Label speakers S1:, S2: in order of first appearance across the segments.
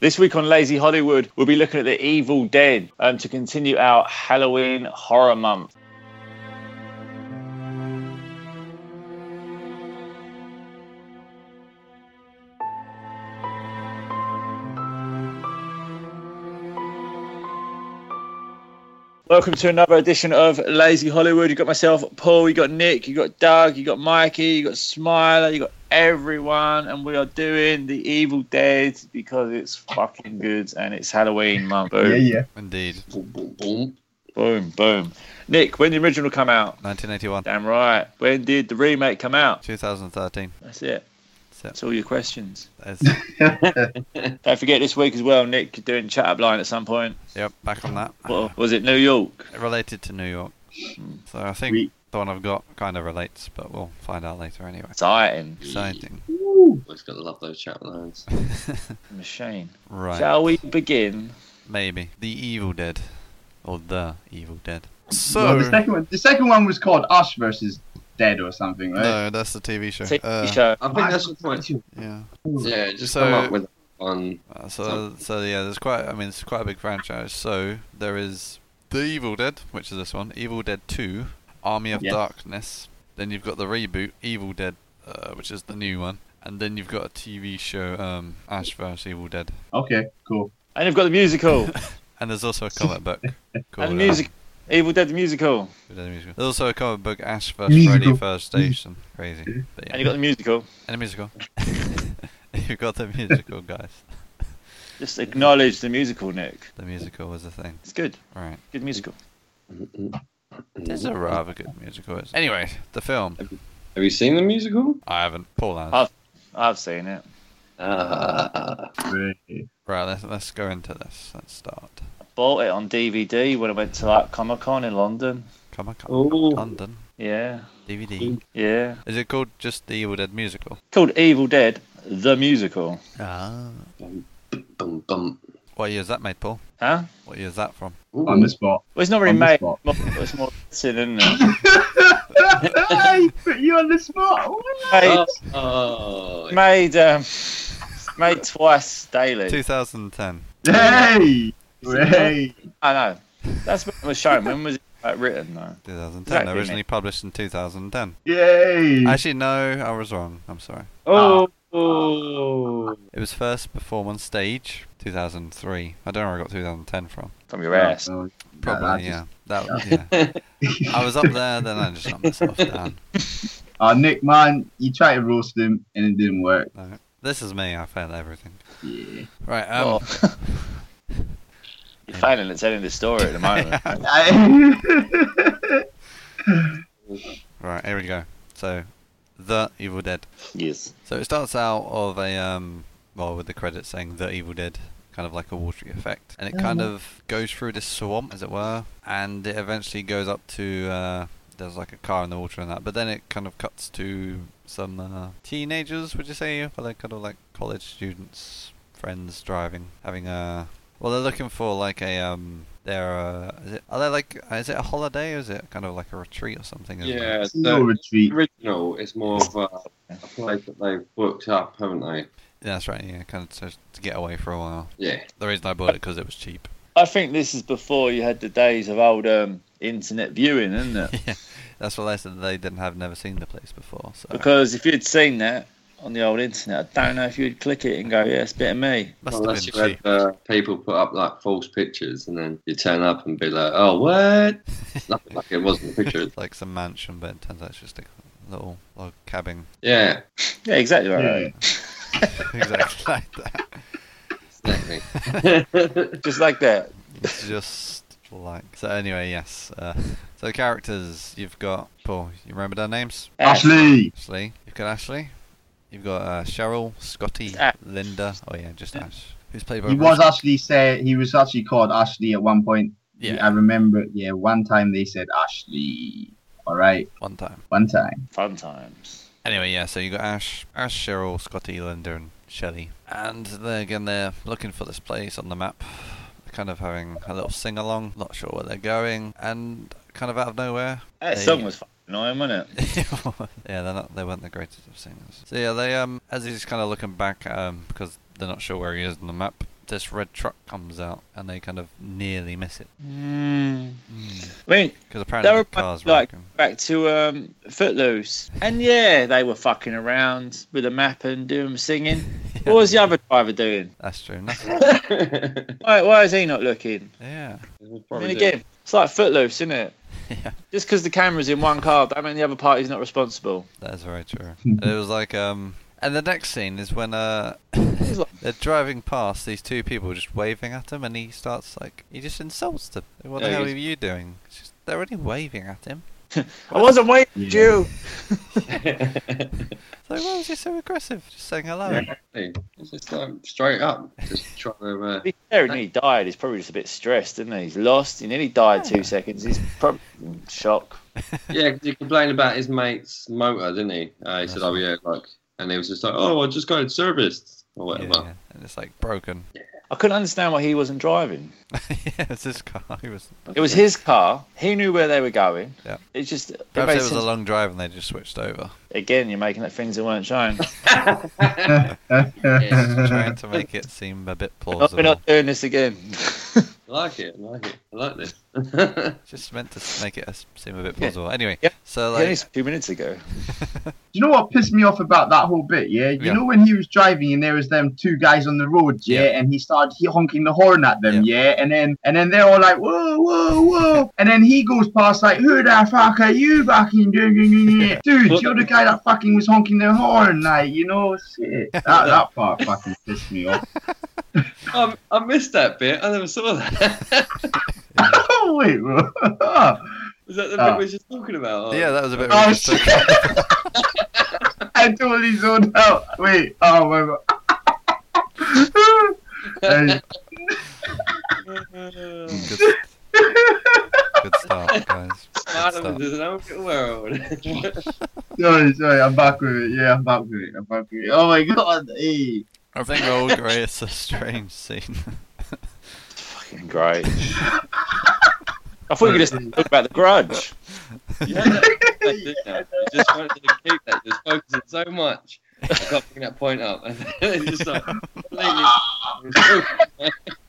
S1: This week on Lazy Hollywood, we'll be looking at The Evil Dead um, to continue our Halloween horror month. Welcome to another edition of Lazy Hollywood. You got myself, Paul. You got Nick. You got Doug. You got Mikey. You got Smiler. You got everyone, and we are doing The Evil Dead because it's fucking good and it's Halloween month. Boom,
S2: Yeah, yeah.
S3: Indeed.
S1: boom, boom. Nick, when did the original come out?
S3: 1981.
S1: Damn right. When did the remake come out?
S3: 2013.
S1: That's it.
S3: That's
S1: That's all your questions.
S3: That's-
S1: Don't forget this week as well, Nick, you're doing chat up line at some point.
S3: yep, back on that.
S1: What was it, New York?
S3: Related to New York. So I think
S4: We-
S3: the one I've got kind of relates, but we'll find out later anyway.
S1: Exciting.
S3: Exciting.
S4: Always gotta love those chat lines.
S1: Machine.
S3: Right.
S1: Shall we begin?
S3: Maybe. The Evil Dead. Or The Evil Dead.
S2: Well,
S3: So.
S2: the second one, the second one was called Us versus Dead or something, right?
S3: No, that's the TV show.
S1: TV
S3: Uh,
S1: show.
S4: I think that's the point.
S3: Yeah.
S4: Yeah, just
S3: So-
S4: come up with one.
S3: Uh, so, so yeah, there's quite. I mean, it's quite a big franchise. So there is The Evil Dead, which is this one. Evil Dead Two, Army of
S2: Yeah.
S3: Darkness. Then you've got the reboot, Evil Dead, uh, which is the new one. And then you've got a TV show, um, Ash vs Evil Dead.
S2: Okay, cool.
S1: And you've got the musical.
S3: And there's also a comic book called
S1: and the
S3: uh,
S1: music. Evil Dead the musical.
S3: Evil Dead Musical. There's also a comic book, Ash vs
S2: Musical.
S3: Freddy First Station. Crazy. But
S1: Mm.
S3: yeah.
S1: And you've got the musical.
S3: and a musical. you've got the musical, guys.
S1: Just acknowledge the musical, Nick.
S3: The musical was a thing.
S1: It's good.
S3: Right.
S1: Good musical.
S3: It's a rather good musical. isn't it? Anyway, the film.
S4: Have you seen the musical?
S3: I haven't. Paul has.
S1: I've- I've seen it.
S4: Uh,
S2: Great.
S3: Right, let's, let's go into this. Let's start.
S1: Bought it on DVD when I went to like Comic Con in London.
S3: Come on, come on.
S4: oh,
S3: London.
S1: Yeah.
S3: DVD.
S1: Yeah.
S3: Is it called just The Evil Dead Musical?
S1: Called Evil Dead the musical.
S3: Ah.
S4: bum, bum.
S3: What year is that made, Paul?
S1: Huh?
S3: What year is that from?
S4: Ooh,
S2: On the spot.
S1: Well, it's not really
S2: On the
S1: made.
S2: spot.
S1: More, it's more sin, isn't it?
S2: hey, put you on the spot.
S1: made,
S4: oh,
S1: made, um, made twice daily.
S3: 2010.
S2: Hey, hey.
S1: I know. That's when it was shown. When was it like, written, though?
S3: 2010.
S1: Exactly,
S3: Originally
S1: mate. Mm.
S3: published in 2010.
S2: Yay! Ah,
S3: Actually, no, I was wrong. I'm sorry.
S1: Oh.
S3: It was first performed on stage 2003. I don't know where I got 2010 from.
S1: From your ass.
S2: Oh, no.
S3: Probably,
S2: Yeah,
S3: yeah. That was, yeah. I was up there, then I just shut myself down.
S2: Oh, Nick, man, you tried to roast him and it didn't work.
S3: This is me. I failed everything.
S2: Yeah.
S3: Right. Um,
S1: Oh. You're failing at telling the story at the moment.
S2: I-
S3: Right, here we go. So, The Evil Dead.
S1: yes.
S3: So it starts out of a, um, well, with the credits saying The Evil Dead, kind of like a watery effect. And it kind of goes through this swamp, as it were, and it eventually goes up to, uh, there's like a car in the water and that. But then it kind of cuts to some uh, teenagers, would you say? Well, they're kind of like college students, friends driving, having a. Well, they're looking for like a um. They're uh, is it, are they like is it a holiday or is it kind of like a retreat or something? as well?
S4: yeah.
S2: no
S4: So the
S2: retreat.
S4: original is more of a, a place that they've booked up, haven't they?
S3: Yeah, that's right. Yeah, kind of to, to get away for a while.
S4: Yeah.
S3: The reason I bought it because it was cheap.
S1: I think this is before you had the days of old um, internet viewing, isn't it?
S3: That's what they said. They didn't have never seen the place before. So
S1: Because if you'd seen that on the old internet, I don't know if you'd click it and go, yeah, it's a bit of me.
S3: must have
S4: Unless
S3: been
S4: you had
S3: cheap.
S4: uh, people put up like false pictures, and then you turn up and be like, "Oh, what?" Nothing like it wasn't a picture.
S3: It's like some mansion, but it turns out it's just a little log cabin,
S4: Yeah,
S1: Yeah, exactly right.
S2: Yeah.
S3: exactly like that.
S4: exactly.
S1: Just like that.
S3: It's just like so. Anyway, yes. Uh, so characters, you've got Paul. You remember their names?
S2: Ashley.
S3: Ashley. You've got Ashley. You've got uh, Cheryl, Scotty,
S1: Ash.
S3: Linda. Oh yeah, just Ash. Who's played by?
S2: He
S3: Ruth-
S2: was actually say he was actually called Ashley at one point. I
S3: Yeah,
S2: remember. Yeah, one time they said Ashley. All right,
S3: one time.
S2: one time.
S1: Fun times.
S3: Anyway, yeah, so you got Ash, Ash, Cheryl, Scotty, Linda, and Shelley. And they again, they're looking for this place on the map. They're kind of having a little sing along, not sure where they're going, and kind of out of nowhere.
S1: That
S3: They-
S1: song was fucking annoying, wasn't it?
S3: yeah, they're not, they weren't the greatest of singers. So yeah, they um, as he's kind of looking back, um, because they're not sure where he is on the map, this red truck comes out and they kind of nearly miss it
S2: Mm.
S1: I mean,
S3: because apparently the
S1: were
S3: cars
S1: like-
S3: were
S1: back to um, Footloose, and yeah, they were fucking around with a map and doing singing. What was the other driver doing?
S3: That's true. Nothing.
S1: Why, why is he not looking?
S3: Yeah.
S1: I mean, again, it's like Footloose, isn't it?
S3: Yeah.
S1: Just because the camera's in one car, that mean the other party's not responsible.
S3: That is very true. And it was like, um, and the next scene is when uh, they're driving past these two people just waving at him, and he starts like he just insults them. What the
S4: Yeah,
S3: hell are
S4: he-
S3: you doing? It's just, they're already waving at him.
S1: I wasn't waiting for
S2: Yeah.
S1: you.
S3: It's like, why was he so aggressive? Just saying hello.
S4: It's just like straight up, just trying to. Uh,
S1: He's there and he died. He's probably just a bit stressed, isn't he? He's lost. He nearly died two seconds. He's probably in shock.
S4: yeah, 'cause he complained about his mate's motor, didn't he? Uh, he
S3: That's
S4: said, "Oh yeah, like," and he was just like, "Oh, I just got it serviced or
S3: Yeah,
S4: whatever."
S3: yeah. And it's like broken.
S1: I couldn't understand why he wasn't driving.
S3: yeah, it's this car. He was.
S1: It was his car. He knew where they were going.
S3: Yeah.
S1: It's just it
S3: Perhaps it
S1: makes
S3: was a
S1: sense-
S3: long drive and they just switched over.
S1: again. You're making up things that weren't shown.
S3: Trying to make it seem a bit
S1: Oh, we're
S3: plausible.
S1: not doing this again.
S4: I like it. I like it. I like this.
S3: Just meant to s- make it as- seem a bit
S1: Yeah.
S3: plausible. Anyway,
S1: Yeah.
S3: so
S1: Only
S3: like,
S1: a few minutes ago.
S2: Do you know what pissed me off about that whole bit? Yeah, you
S3: Yeah.
S2: know when he was driving and there was them two guys on the road, yeah, and he started he honking the horn at them, yeah. and then and then they're all like, whoa, whoa, whoa, and then he goes past like, who the fuck are you, fucking dude? Dude, you're the guy that fucking was honking the horn, like, you know, shit. That that part fucking pissed me off.
S4: I, Um, I missed that bit. I never saw that.
S2: oh wait, bro.
S4: was that the
S2: Ah.
S4: bit we were just talking about? Or-
S3: yeah, that was a bit.
S2: Oh,
S3: weird.
S2: shit. I totally zoned out. Wait, oh my god. Hey.
S4: Uh,
S3: Good, good start, guys. Good
S4: Adam
S3: start.
S4: is an open world.
S2: Sorry, sorry, I'm back with it. Yeah, I'm back with it. I'm back with it. Oh my god, hey.
S3: I think we all agree it's a strange scene.
S1: Fucking great. I thought you just talk about the grudge.
S4: yeah, that, that's it now. I just wanted to keep that. Just focusing so much. I can't bring that point up. It's just like completely.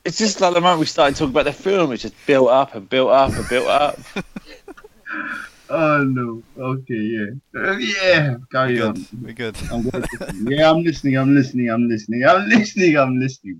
S1: It's just like the moment we started talking about the film, it just built up and built up and built up.
S2: Oh no. Okay, yeah. Uh, Yeah, carry
S3: We're
S2: on.
S3: good. We're good.
S2: I'm gonna listen. yeah, I'm listening, I'm listening, I'm listening, I'm listening, I'm listening.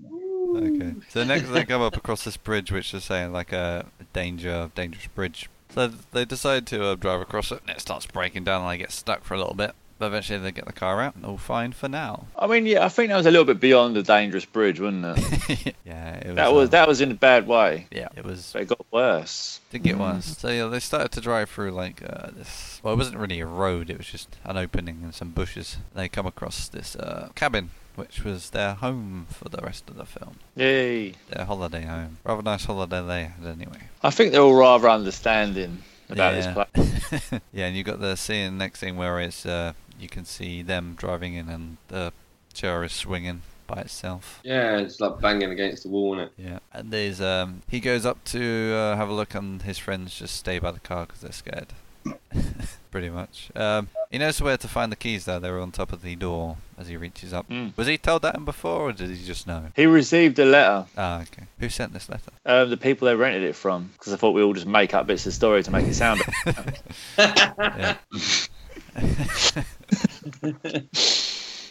S3: Okay. So next they come up across this bridge, which is saying like a danger, dangerous bridge. So they decide to uh, drive across it, and it starts breaking down, and they get stuck for a little bit. But eventually they get the car out, and all fine for now.
S1: I mean, yeah, I think that was a little bit beyond the dangerous bridge, wasn't it?
S3: yeah, it was.
S1: That was
S3: um,
S1: that was in a bad way.
S3: Yeah, it was
S1: But it got worse.
S3: Did get
S1: Mm.
S3: worse. So yeah, they started to drive through like uh, this. Well, it wasn't really a road; it was just an opening and some bushes. They come across this uh, cabin, which was their home for the rest of the film.
S1: Yay.
S3: Their holiday home. Rather nice holiday they had, anyway.
S1: I think they're all rather understanding about this place.
S3: this place. yeah, and you got the scene next scene where it's uh, you can see them driving in and the chair is swinging by itself.
S4: yeah, it's like banging against the wall, is
S3: Yeah, and there's um, he goes up to uh, have a look, and his friends just stay by the car because they're scared. Pretty much. Um, he knows where to find the keys though. They were on top of the door as he reaches up.
S1: Mm.
S3: Was he told that him before, or did he just know?
S1: He received a letter.
S3: Ah, okay. Who sent this letter?
S1: Um, the people they rented it from, because I thought we all just make up bits of story to make it sound.
S3: Yeah.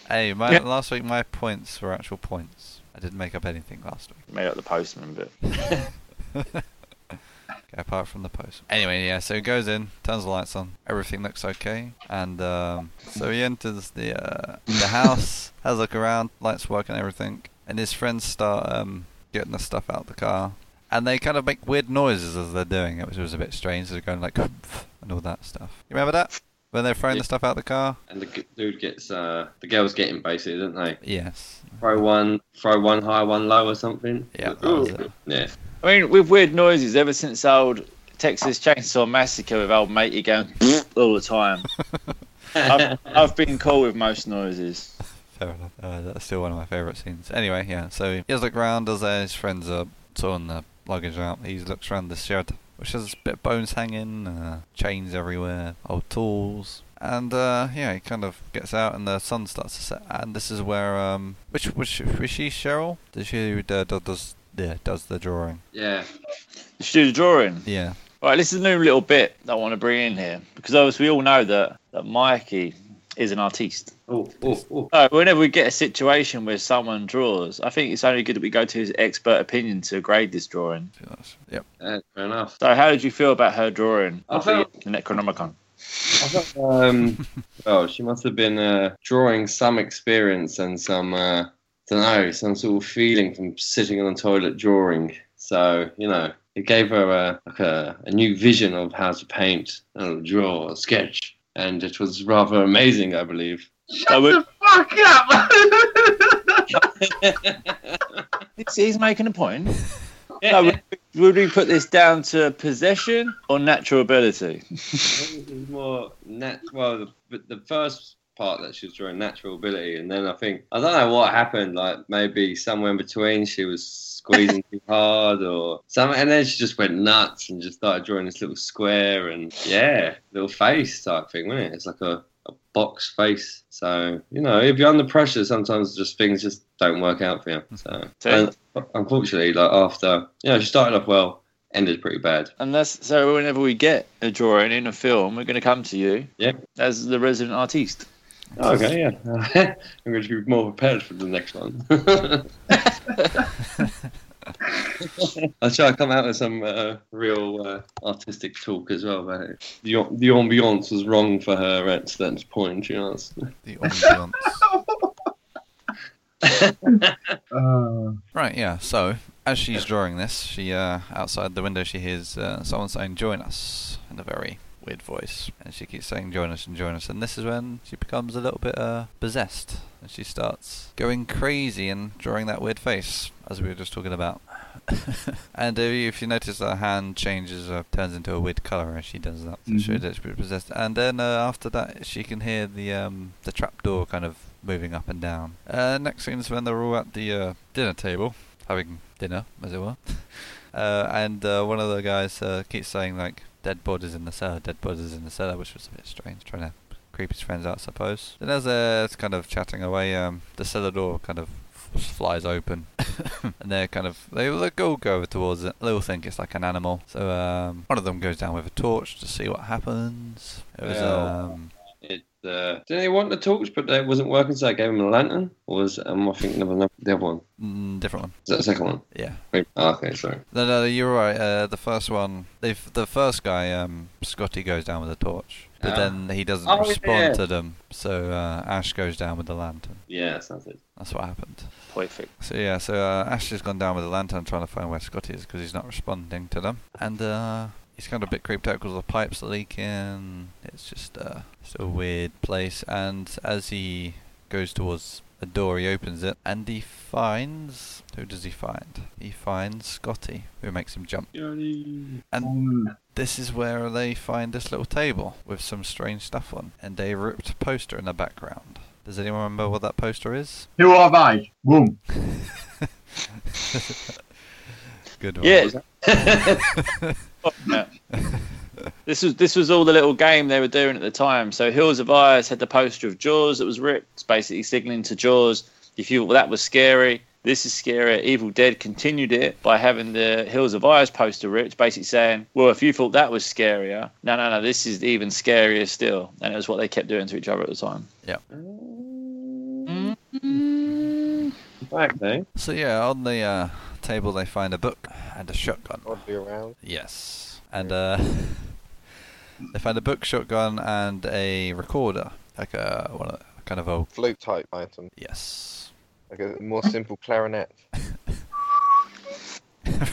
S3: hey, my
S1: Yeah.
S3: last week my points were actual points. I didn't make up anything last week.
S1: made up the postman bit.
S3: Okay, apart from the post. Anyway, yeah, so he goes in, turns the lights on, everything looks okay, and um, so he enters the uh, the house, has a look around, lights work and everything, and his friends start um, getting the stuff out of the car, and they kind of make weird noises as they're doing it, which was a bit strange. They're going like and all that stuff. You remember that when they're throwing the stuff out of the car?
S4: And the g- dude gets, uh, the girls get him basically, don't they?
S3: Yes.
S4: Throw one, throw one high, one low, or something. Oh,
S3: Yeah, that was it.
S4: Yeah.
S1: I mean, with weird noises, ever since old Texas Chainsaw Massacre with old matey going all the time, I've, I've been cool with most noises.
S3: Fair enough. Uh, that's still one of my favourite scenes. Anyway, yeah, so he has a look round as uh, his friends are sorting the luggage out. He looks round the shed, which has a bit of bones hanging, uh, chains everywhere, old tools, And uh, yeah, he kind of gets out, and the sun starts to set. And this is where um, which which was she Cheryl? Did she uh, do- does yeah does the drawing?
S4: Yeah.
S1: Should do the drawing.
S3: Yeah,
S1: All right, this is a new little bit that I want to bring in here because obviously we all know that, that Mikey is an artiste.
S4: Oh, oh, oh.
S1: So whenever we get a situation where someone draws, I think it's only good that we go to his expert opinion to grade this drawing.
S3: That's- yep.
S4: Yeah, fair enough.
S1: So, how did you feel about her drawing
S4: I
S1: of the, the Necronomicon?
S4: I thought, um, well, she must have been uh, drawing some experience and some, uh, don't know, some sort of feeling from sitting on the toilet drawing. So you know, it gave her a, like a, a new vision of how to paint, or draw, or sketch, and it was rather amazing, I believe.
S1: So
S2: Shut
S1: we-
S2: the fuck up!
S1: He's, he's making a point. No, would, would we put this down to possession or natural ability?
S4: think it was more nat- well the, but the first part that she was drawing natural ability and then i think i don't know what happened like maybe somewhere in between she was squeezing too hard or something and then she just went nuts and just started drawing this little square and yeah little face type thing wasn't it it's like a, a box face so you know if you're under pressure sometimes just things just don't work out for you so
S1: So-
S4: and unfortunately like after you know she started off well ended pretty bad
S1: Unless, so whenever we get a drawing in a film, we're going to come to you
S4: Yeah.
S1: as the resident artiste.
S4: Oh, Okay, yeah. I'm going to be more prepared for the next one. I'll try to come out with some uh, real uh, artistic talk as well about it. The, the ambiance was wrong for her at that point, you know.
S3: The ambiance.
S2: Uh,
S3: right. Yeah. So as she's drawing this, she uh, outside the window she hears uh, someone saying "Join us" in a very weird voice, and she keeps saying "Join us" and "Join us," and this is when she becomes a little bit uh, possessed, and she starts going crazy and drawing that weird face, as we were just talking about. and if you, if you notice, her hand changes, uh, turns into a weird color as she does that. So She
S2: Mhm.
S3: looks pretty possessed. And then uh, after that, she can hear the um, the trapdoor kind of moving up and down. Uh, next scene is when they're all at the uh, dinner table having dinner, as it were. Uh, and uh, one of the guys uh, keeps saying like, "Dead bodies in the cellar, dead bodies in the cellar," which was a bit strange, trying to creep his friends out, I suppose. Then as they're kind of chatting away, um, the cellar door kind of f- flies open, and they're kind of they all go go over towards it. They all think it's like an animal. So um, one of them goes down with a torch to see what happens. It was
S4: Yeah.
S3: um,
S4: It, uh, didn't they want the torch, but it wasn't working, so I gave him a lantern? Or was um, I think the other the other one?
S3: mm, different one,
S4: Is that the second one?
S3: yeah.
S4: Wait, oh, okay, sorry.
S3: No, no, you're right. Uh, the first one, they've, the first guy, um, Scotty goes down with a torch, but
S4: Ah.
S3: then he doesn't
S4: Oh,
S3: respond
S4: yeah.
S3: to them. So uh, Ash goes down with the lantern.
S4: Yeah, that sounds it.
S3: That's what happened.
S1: Perfect.
S3: So yeah, so uh, Ash has gone down with the lantern trying to find where Scotty is because he's not responding to them, and uh, he's kind of a bit creeped out because the pipes leaking. It's just uh, it's a weird place. And as he goes towards a door, he opens it and he finds who does he find? He finds Scotty, who makes him jump.
S2: um,
S3: This is where they find this little table with some strange stuff on, and a ripped poster in the background. Does anyone remember what that poster is?
S2: who have I? Boom.
S3: Good one.
S1: Yeah. Yeah. this was this was all the little game they were doing at the time. So Hills of Eyes had the poster of Jaws that was ripped, it's basically signaling to Jaws. If you thought that was scary, this is scary. Evil Dead continued it by having the Hills of Eyes poster ripped, basically saying, "Well, if you thought that was scarier, no, no, no, this is even scarier still." And it was what they kept doing to each other at the time.
S4: Back, eh?
S3: So yeah, on the uh, table they find a book and a shotgun.
S5: Oddly around.
S3: Yes. And uh, they find a book, shotgun, and a recorder, like a one of, kind of a
S5: Flute type item.
S3: yes,
S5: Like a more simple clarinet.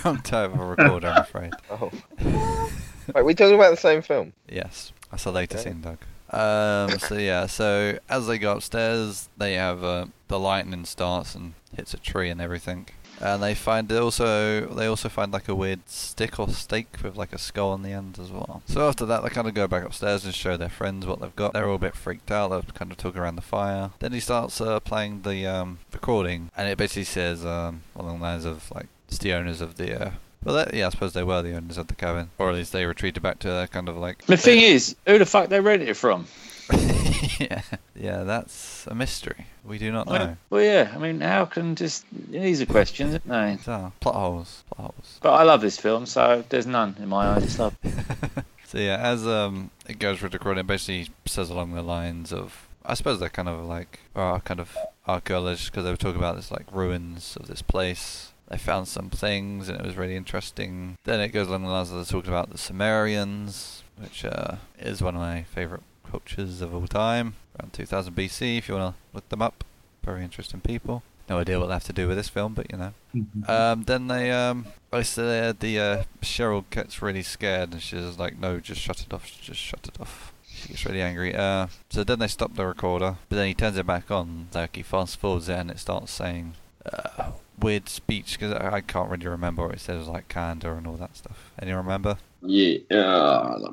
S3: wrong type of recorder, I'm afraid.
S5: Oh. Wait, we talking about the same film?
S3: Yes, that's a later
S5: Okay.
S3: scene, Doug. Um, so yeah, so as they go upstairs, they have uh, the lightning starts and hits a tree and everything, and they find they also they also find like a weird stick or stake with like a skull on the end as well. So after that, they kind of go back upstairs and show their friends what they've got. They're all a bit freaked out. They're kind of talking around the fire. Then he starts uh, playing the um, recording, and it basically says um, along the lines of like it's the owners of the. Uh, well, that, yeah, I suppose they were the owners of the cabin, or at least they retreated back to their kind of like
S1: The thing is, who the fuck they rented it from?
S3: yeah, yeah, that's a mystery. We do not
S1: Well,
S3: know.
S1: well, yeah. I mean, how can just these are questions, aren't they?
S3: So, uh, plot holes, plot holes.
S1: But I love this film, so there's none in my eyes. It's love.
S3: So yeah, as um it goes through the crowd, it basically says along the lines of, I suppose they're kind of like are kind of archaeologists because they were talking about this like ruins of this place. They found some things and it was really interesting. Then it goes along the lines of they're talking about the Sumerians, which uh, is one of my favorite cultures of all time, around 2000 BC. If you want to look them up, very interesting people. No idea what they have to do with this film, but you know. Um, then they, um, I said the uh, Cheryl gets really scared and she's like, "No, just shut it off, just shut it off." She gets really angry. Uh, so then they stop the recorder, but then he turns it back on. Like he fast forwards it and it starts saying uh, weird speech because I, I can't really remember what it says, like candor and all that stuff. Anyone remember?
S4: Yeah, uh,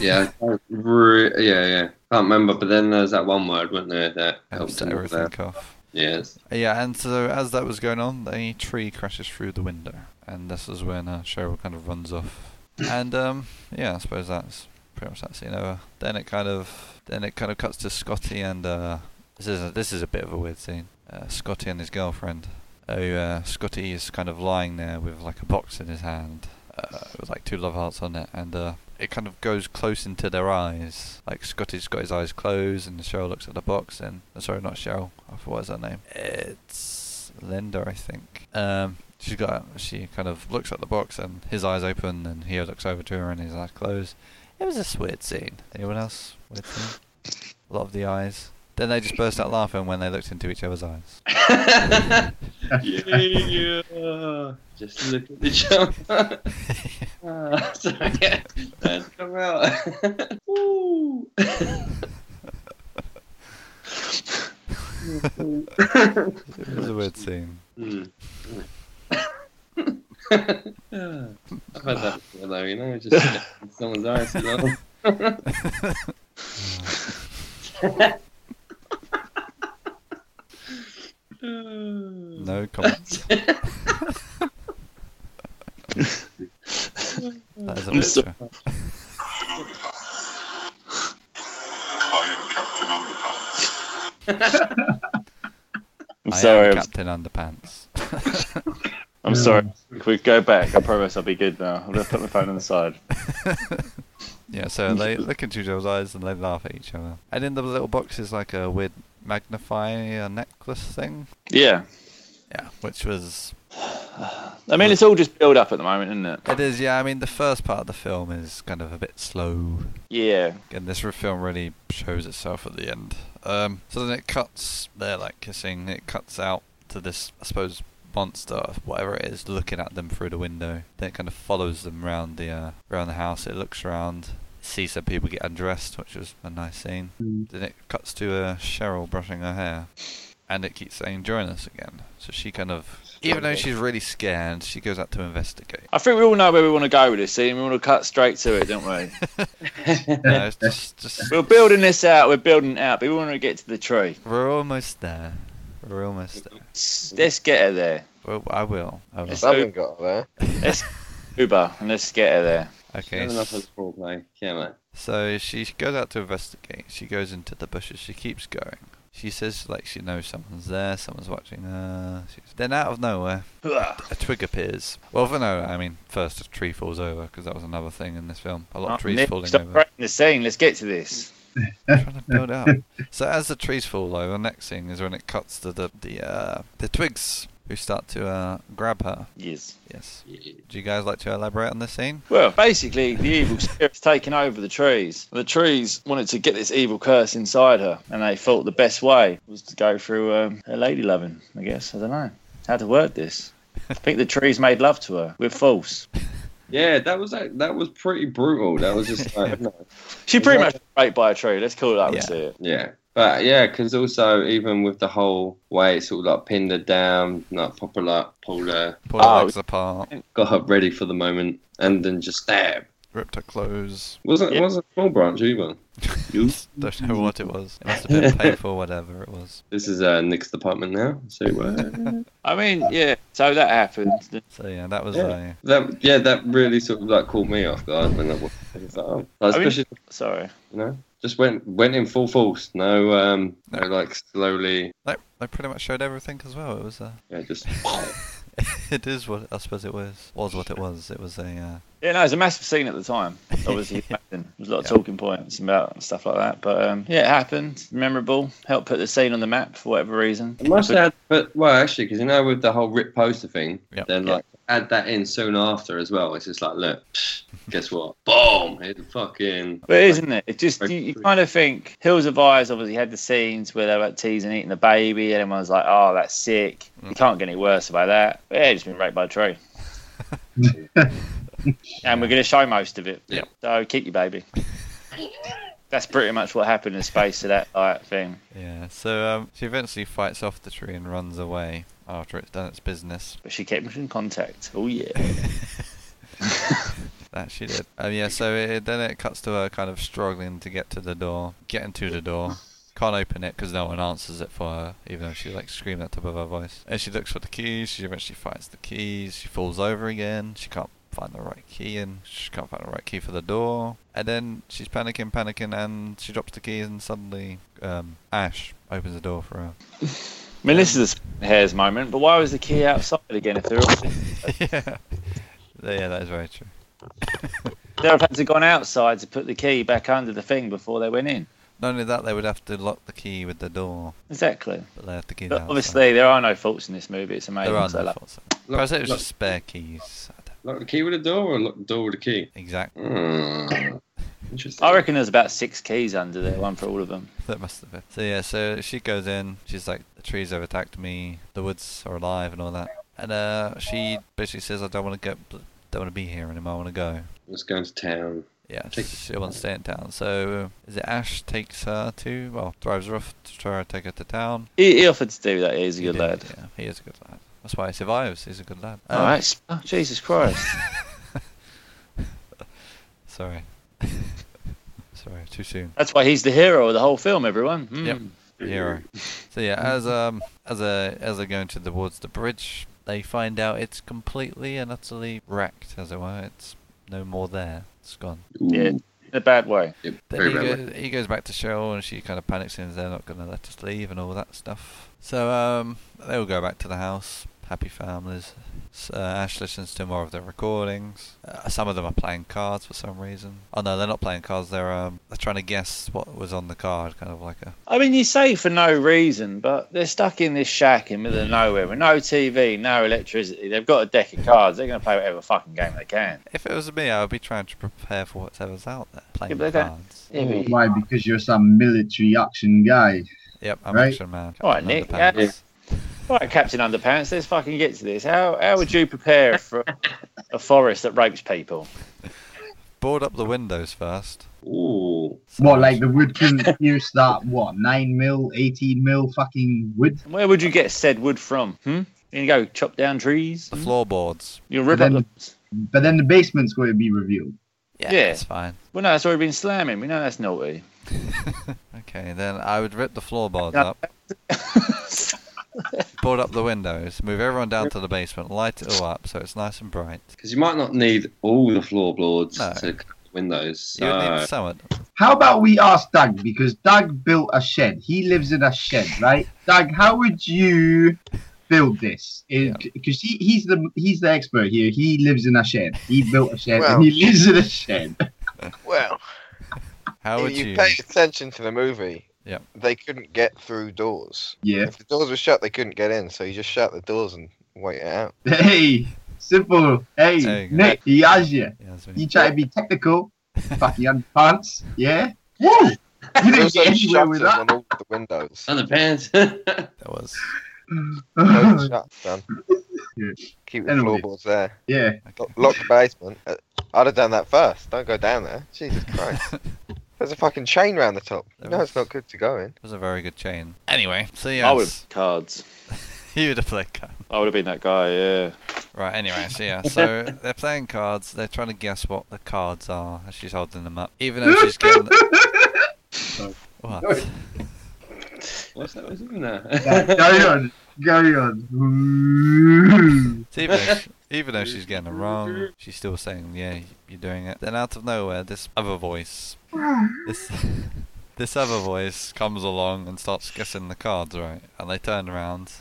S4: yeah, I can't re- yeah, yeah. Can't remember, but then there's that one word, wasn't there? That helps
S3: Helps
S4: him with that.
S3: everything off.
S4: Yes.
S3: Yeah, and so as that was going on, a tree crashes through the window, and this is when uh, Cheryl kind of runs off. And um, yeah, I suppose that's pretty much that scene over. Then it kind of then it kind of cuts to Scotty and uh, this is a, this is a bit of a weird scene. Uh, Scotty and his girlfriend. Oh, uh, Scotty is kind of lying there with like a box in his hand, uh, with like two love hearts on it, and uh, it kind of goes close into their eyes. Like Scotty's got his eyes closed, and Cheryl looks at the box, and uh, sorry, not Cheryl. I forgot what's her name. It's Linda, I think. Um, she's got she kind of looks at the box, and his eyes open, and he looks over to her, and his eyes closed. It was a weird scene. Anyone else? Weird scene. A lot of the eyes. Then they just burst out laughing when they looked into each other's eyes.
S4: yeah. Just look at the jump. Ah, sorry. Yeah. That's come out. Woo.
S3: It was a weird scene.
S4: Hmm. Yeah. I've had that before, though. You know, just look in someone's eyes. You know?
S3: No comments. that is a
S1: I'm so-
S3: picture.
S6: I am Captain Underpants.
S1: I'm
S3: I am
S1: sorry. I'm,
S3: Captain Underpants.
S1: I'm sorry. If we go back, I promise I'll be good now. I'm gonna put my phone on the side.
S3: Yeah, so they look into each other's eyes and they laugh at each other. And in the little box is like a weird magnifier necklace thing.
S1: Yeah.
S3: Yeah, which was
S1: I mean, it's all just build up at the moment, isn't it?
S3: it is. Yeah, I mean the first part of the film is kind of a bit slow,
S1: Yeah.
S3: and this re- film really shows itself at the end. Um, so then it cuts. They're like kissing. It cuts out to this, I suppose, monster, whatever it is, looking at them through the window. Then it kind of follows them round the uh, round the house. It looks around, sees some people get undressed, which was a nice scene. Then it cuts to uh, Cheryl brushing her hair, and it keeps saying, "Join us again." So she kind of, even though she's really scared, she goes out to investigate.
S1: I think we all know where we want to go with this scene. We want to cut straight to it, don't we?
S3: No, it's just, just
S1: we're building this out. We're building it out, but we want to get to the tree.
S3: we're almost there. We're almost there.
S1: Let's, let's get her there.
S3: Well, I will. I will.
S1: Yes.
S5: I haven't got there.
S1: Let's Uber and let's get her there.
S3: Okay.
S4: Not enough of foreplay. Yeah, man.
S3: So she goes out to investigate. She goes into the bushes. She keeps going. She says like she knows someone's there. Someone's watching her. She's... Then out of nowhere, a twig appears. Well, for no, I mean, first a tree falls over because that was another thing in this film. A lot
S1: Oh,
S3: of trees
S1: Nick,
S3: falling
S1: stop
S3: over.
S1: breaking the scene. Let's get to this.
S3: trying to build up. So as the trees fall though, the next thing is when it cuts to the the uh, the twigs who start to uh, grab her.
S1: Yes.
S3: Yes. Do you guys like to elaborate on this scene?
S1: Well, basically, the evil spirit's taken over the trees. The trees wanted to get this evil curse inside her, and they thought the best way was to go through um, her lady loving, I guess. I don't know how to word this. I think the trees made love to her with force.
S4: Yeah, that was like, that was pretty brutal. That was just like,
S1: She pretty much was raped by a tree. Let's call it that. We
S3: Yeah.
S1: see it.
S4: yeah. But yeah, because also even with the whole way it's all like pinned her down, like popular, pulled her,
S3: Pull her
S1: Oh.
S3: legs apart,
S4: got her ready for the moment, and then just stab.
S3: ripped her clothes.
S4: Wasn't
S1: Yeah.
S4: wasn't small branch either. You.
S3: Don't know what it was. It must have been painful, whatever it was.
S4: This is uh, Nick's department now. So uh,
S1: I mean, yeah. So that happened.
S3: So yeah, that was
S4: Yeah.
S3: uh,
S4: that yeah, that really sort of like caught me off guard when I was, I was like, oh. Like,
S1: I mean-
S4: especially
S1: Sorry.
S4: you know just went went in full force. No, um, no, like slowly.
S3: They, they pretty much showed everything as well. It was a.
S4: Yeah, just
S3: it is what I suppose it was. Was what it was. It was a. uh,
S1: Yeah, no, it was a massive scene at the time. Obviously, it happened. There was a lot of
S3: Yeah.
S1: talking points about stuff like that. But um, yeah, it happened. Memorable. Helped put the scene on the map for whatever reason.
S4: It must have had, but well, actually, because you know, with the whole rip poster thing,
S3: Yep.
S4: then like add that in soon after as well. It's just like, look, guess what? Boom! It's fucking.
S1: But isn't it? It just you, you kind of think Hills of Eyes obviously had the scenes where they were like, teasing eating the baby, and everyone's like, "Oh, that's sick. You can't get any worse about that." But yeah, just been raped by a tree. and we're going to show most of it.
S4: Yeah.
S1: So keep your baby. that's pretty much what happened in space to that like, thing.
S3: yeah. Yeah. So um, she eventually fights off the tree and runs away after it's done its business.
S1: But she kept in contact. Oh yeah.
S3: That she did. Um, yeah. So it, then it cuts to her kind of struggling to get to the door, getting to the door. Can't open it because no one answers it for her, even though she like screaming at the top of her voice. And she looks for the keys. She eventually finds the keys. She falls over again. She can't find the right key, and she can't find the right key for the door. And then she's panicking, panicking, and she drops the keys, and suddenly um, Ash opens the door for her.
S1: I mean, this is a sp- hairs moment. But why was the key outside again if they were all-
S3: yeah. Yeah, that is very true.
S1: they would have had to gone outside to put the key back under the thing before they went in?
S3: Not only that, they would have to lock the key with the door,
S1: Exactly.
S3: but they have to key
S1: But
S3: down. so
S1: obviously, there are no faults in this movie. It's amazing.
S3: there are
S1: so
S3: no
S1: like-
S3: faults.
S4: Lock-
S3: Perhaps it was
S4: lock-
S3: just spare keys. I don't-
S4: Lock the key with a door, or lock the door with a key.
S3: Exactly.
S4: Hmm. Interesting.
S1: I reckon there's about six keys under there, one for all of them.
S3: That must have been. So yeah, so she goes in. She's like, the trees have attacked me. The woods are alive and all that. And uh, she basically says, I don't want to get, don't want to be here anymore. I want to go.
S4: Let's go into town.
S3: Yeah,
S4: Take-
S3: she wants to stay in town. So is it Ash takes her to, well, drives her off to try to take her to town.
S1: He, he offered to do that. He's a
S3: He
S1: good
S3: did,
S1: lad.
S3: Yeah, he is a good lad. That's why he survives. He's a good lad.
S1: All
S3: Um,
S1: right. Sp- oh, Jesus Christ.
S3: Sorry. Sorry, too soon.
S1: That's why he's the hero of the whole film, everyone. Hmm.
S3: Yep. Hero. So yeah, as um as a as they're going to towards the bridge, they find out it's completely and utterly wrecked, as it were. It's no more there. It's gone.
S4: Ooh,
S1: Yeah. In a bad way.
S4: yep,
S3: Then
S4: very
S3: he,
S4: bad.
S3: goes, he goes back to Cheryl and she kind of panics and says they're not going to let us leave and all that stuff. So um, they all go back to the house, happy families. So, uh, Ash listens to more of their recordings. Uh, some of them are playing cards for some reason. Oh no, they're not playing cards. They're um, they're trying to guess what was on the card, kind of like a
S1: I mean, you say for no reason, but they're stuck in this shack in the middle of nowhere with no TV, no electricity. They've got a deck of cards. They're going to play whatever fucking game they can.
S3: If it was me, I would be trying to prepare for whatever's out there. Playing
S1: but they don't-
S3: cards.
S2: Why? Because you're some military action guy.
S3: Yep, I'm
S2: Right.
S3: action man.
S1: All right,
S3: Captain
S1: Nick,
S3: Underpants.
S1: yeah. Right, Captain Underpants, let's fucking get to this. How how would you prepare for a forest that rapes people?
S3: Board up the windows first.
S4: Ooh.
S3: So
S2: What, like the wood couldn't pierce that, what, 9 mil, 18 mil fucking wood?
S1: And where would you get said wood from? Hmm? You go chop down trees.
S3: the floorboards?
S1: You'll rip up the.
S2: Then- But then the basement's going to be revealed.
S3: Yeah,
S1: Yeah.
S3: that's fine.
S1: Well, no, it's already been slamming. We know that's naughty.
S3: Okay, then I would rip the floorboards
S1: Yeah.
S3: up, board up the windows, move everyone down to the basement, light it all up so it's nice and bright.
S4: Because you might not need all the floorboards
S3: No.
S4: to cover the windows.
S3: You would
S4: So
S3: need some of them.
S2: How about we ask Doug? Because Doug built a shed. He lives in a shed, right? Doug, how would you build this? Because he, he's the he's the expert here. He lives in a shed. He built a shed
S5: Well-
S2: and he lives in a shed.
S5: Well,
S3: How would
S5: if you,
S3: you?
S5: pay attention to the movie,
S3: Yep.
S5: they couldn't get through doors.
S2: Yeah.
S5: If the doors were shut, they couldn't get in, so you just shut the doors and wait it out.
S2: Hey, simple.
S3: There you
S2: Hey,
S3: go.
S2: Nick, he has you.
S3: Yeah, that's me.
S2: You try to be technical. Fucking underpants. Yeah. Woo! You
S5: There
S2: didn't
S5: was
S2: get
S5: no
S2: anywhere with
S5: shutters
S2: that.
S5: on all the windows.
S4: underpants.
S3: That was
S5: No shutters, done.
S2: Yeah.
S5: Keep the
S2: Anyway.
S5: floorboards there.
S2: yeah.
S5: Lo- Lock the basement. Uh, I'd have done that first. Don't go down there. Jesus Christ. There's a fucking chain round the top.
S3: There
S5: No,
S3: was.
S5: it's not good to go in.
S3: was a very good chain. Anyway, so
S1: I would
S3: yes,
S1: cards.
S3: you would have played cards.
S1: I would have been that guy. Yeah.
S3: Right, anyway, so yeah, so they're playing cards, they're trying to guess what the cards are as she's holding them up. Even though she's getting. What?
S4: What's that? What's even that?
S2: Carry on. Carry on.
S3: So even, though she, even though she's getting it wrong, she's still saying, yeah, you're doing it. Then out of nowhere, this other voice. This. this other voice comes along and starts guessing the cards right, and they turn around,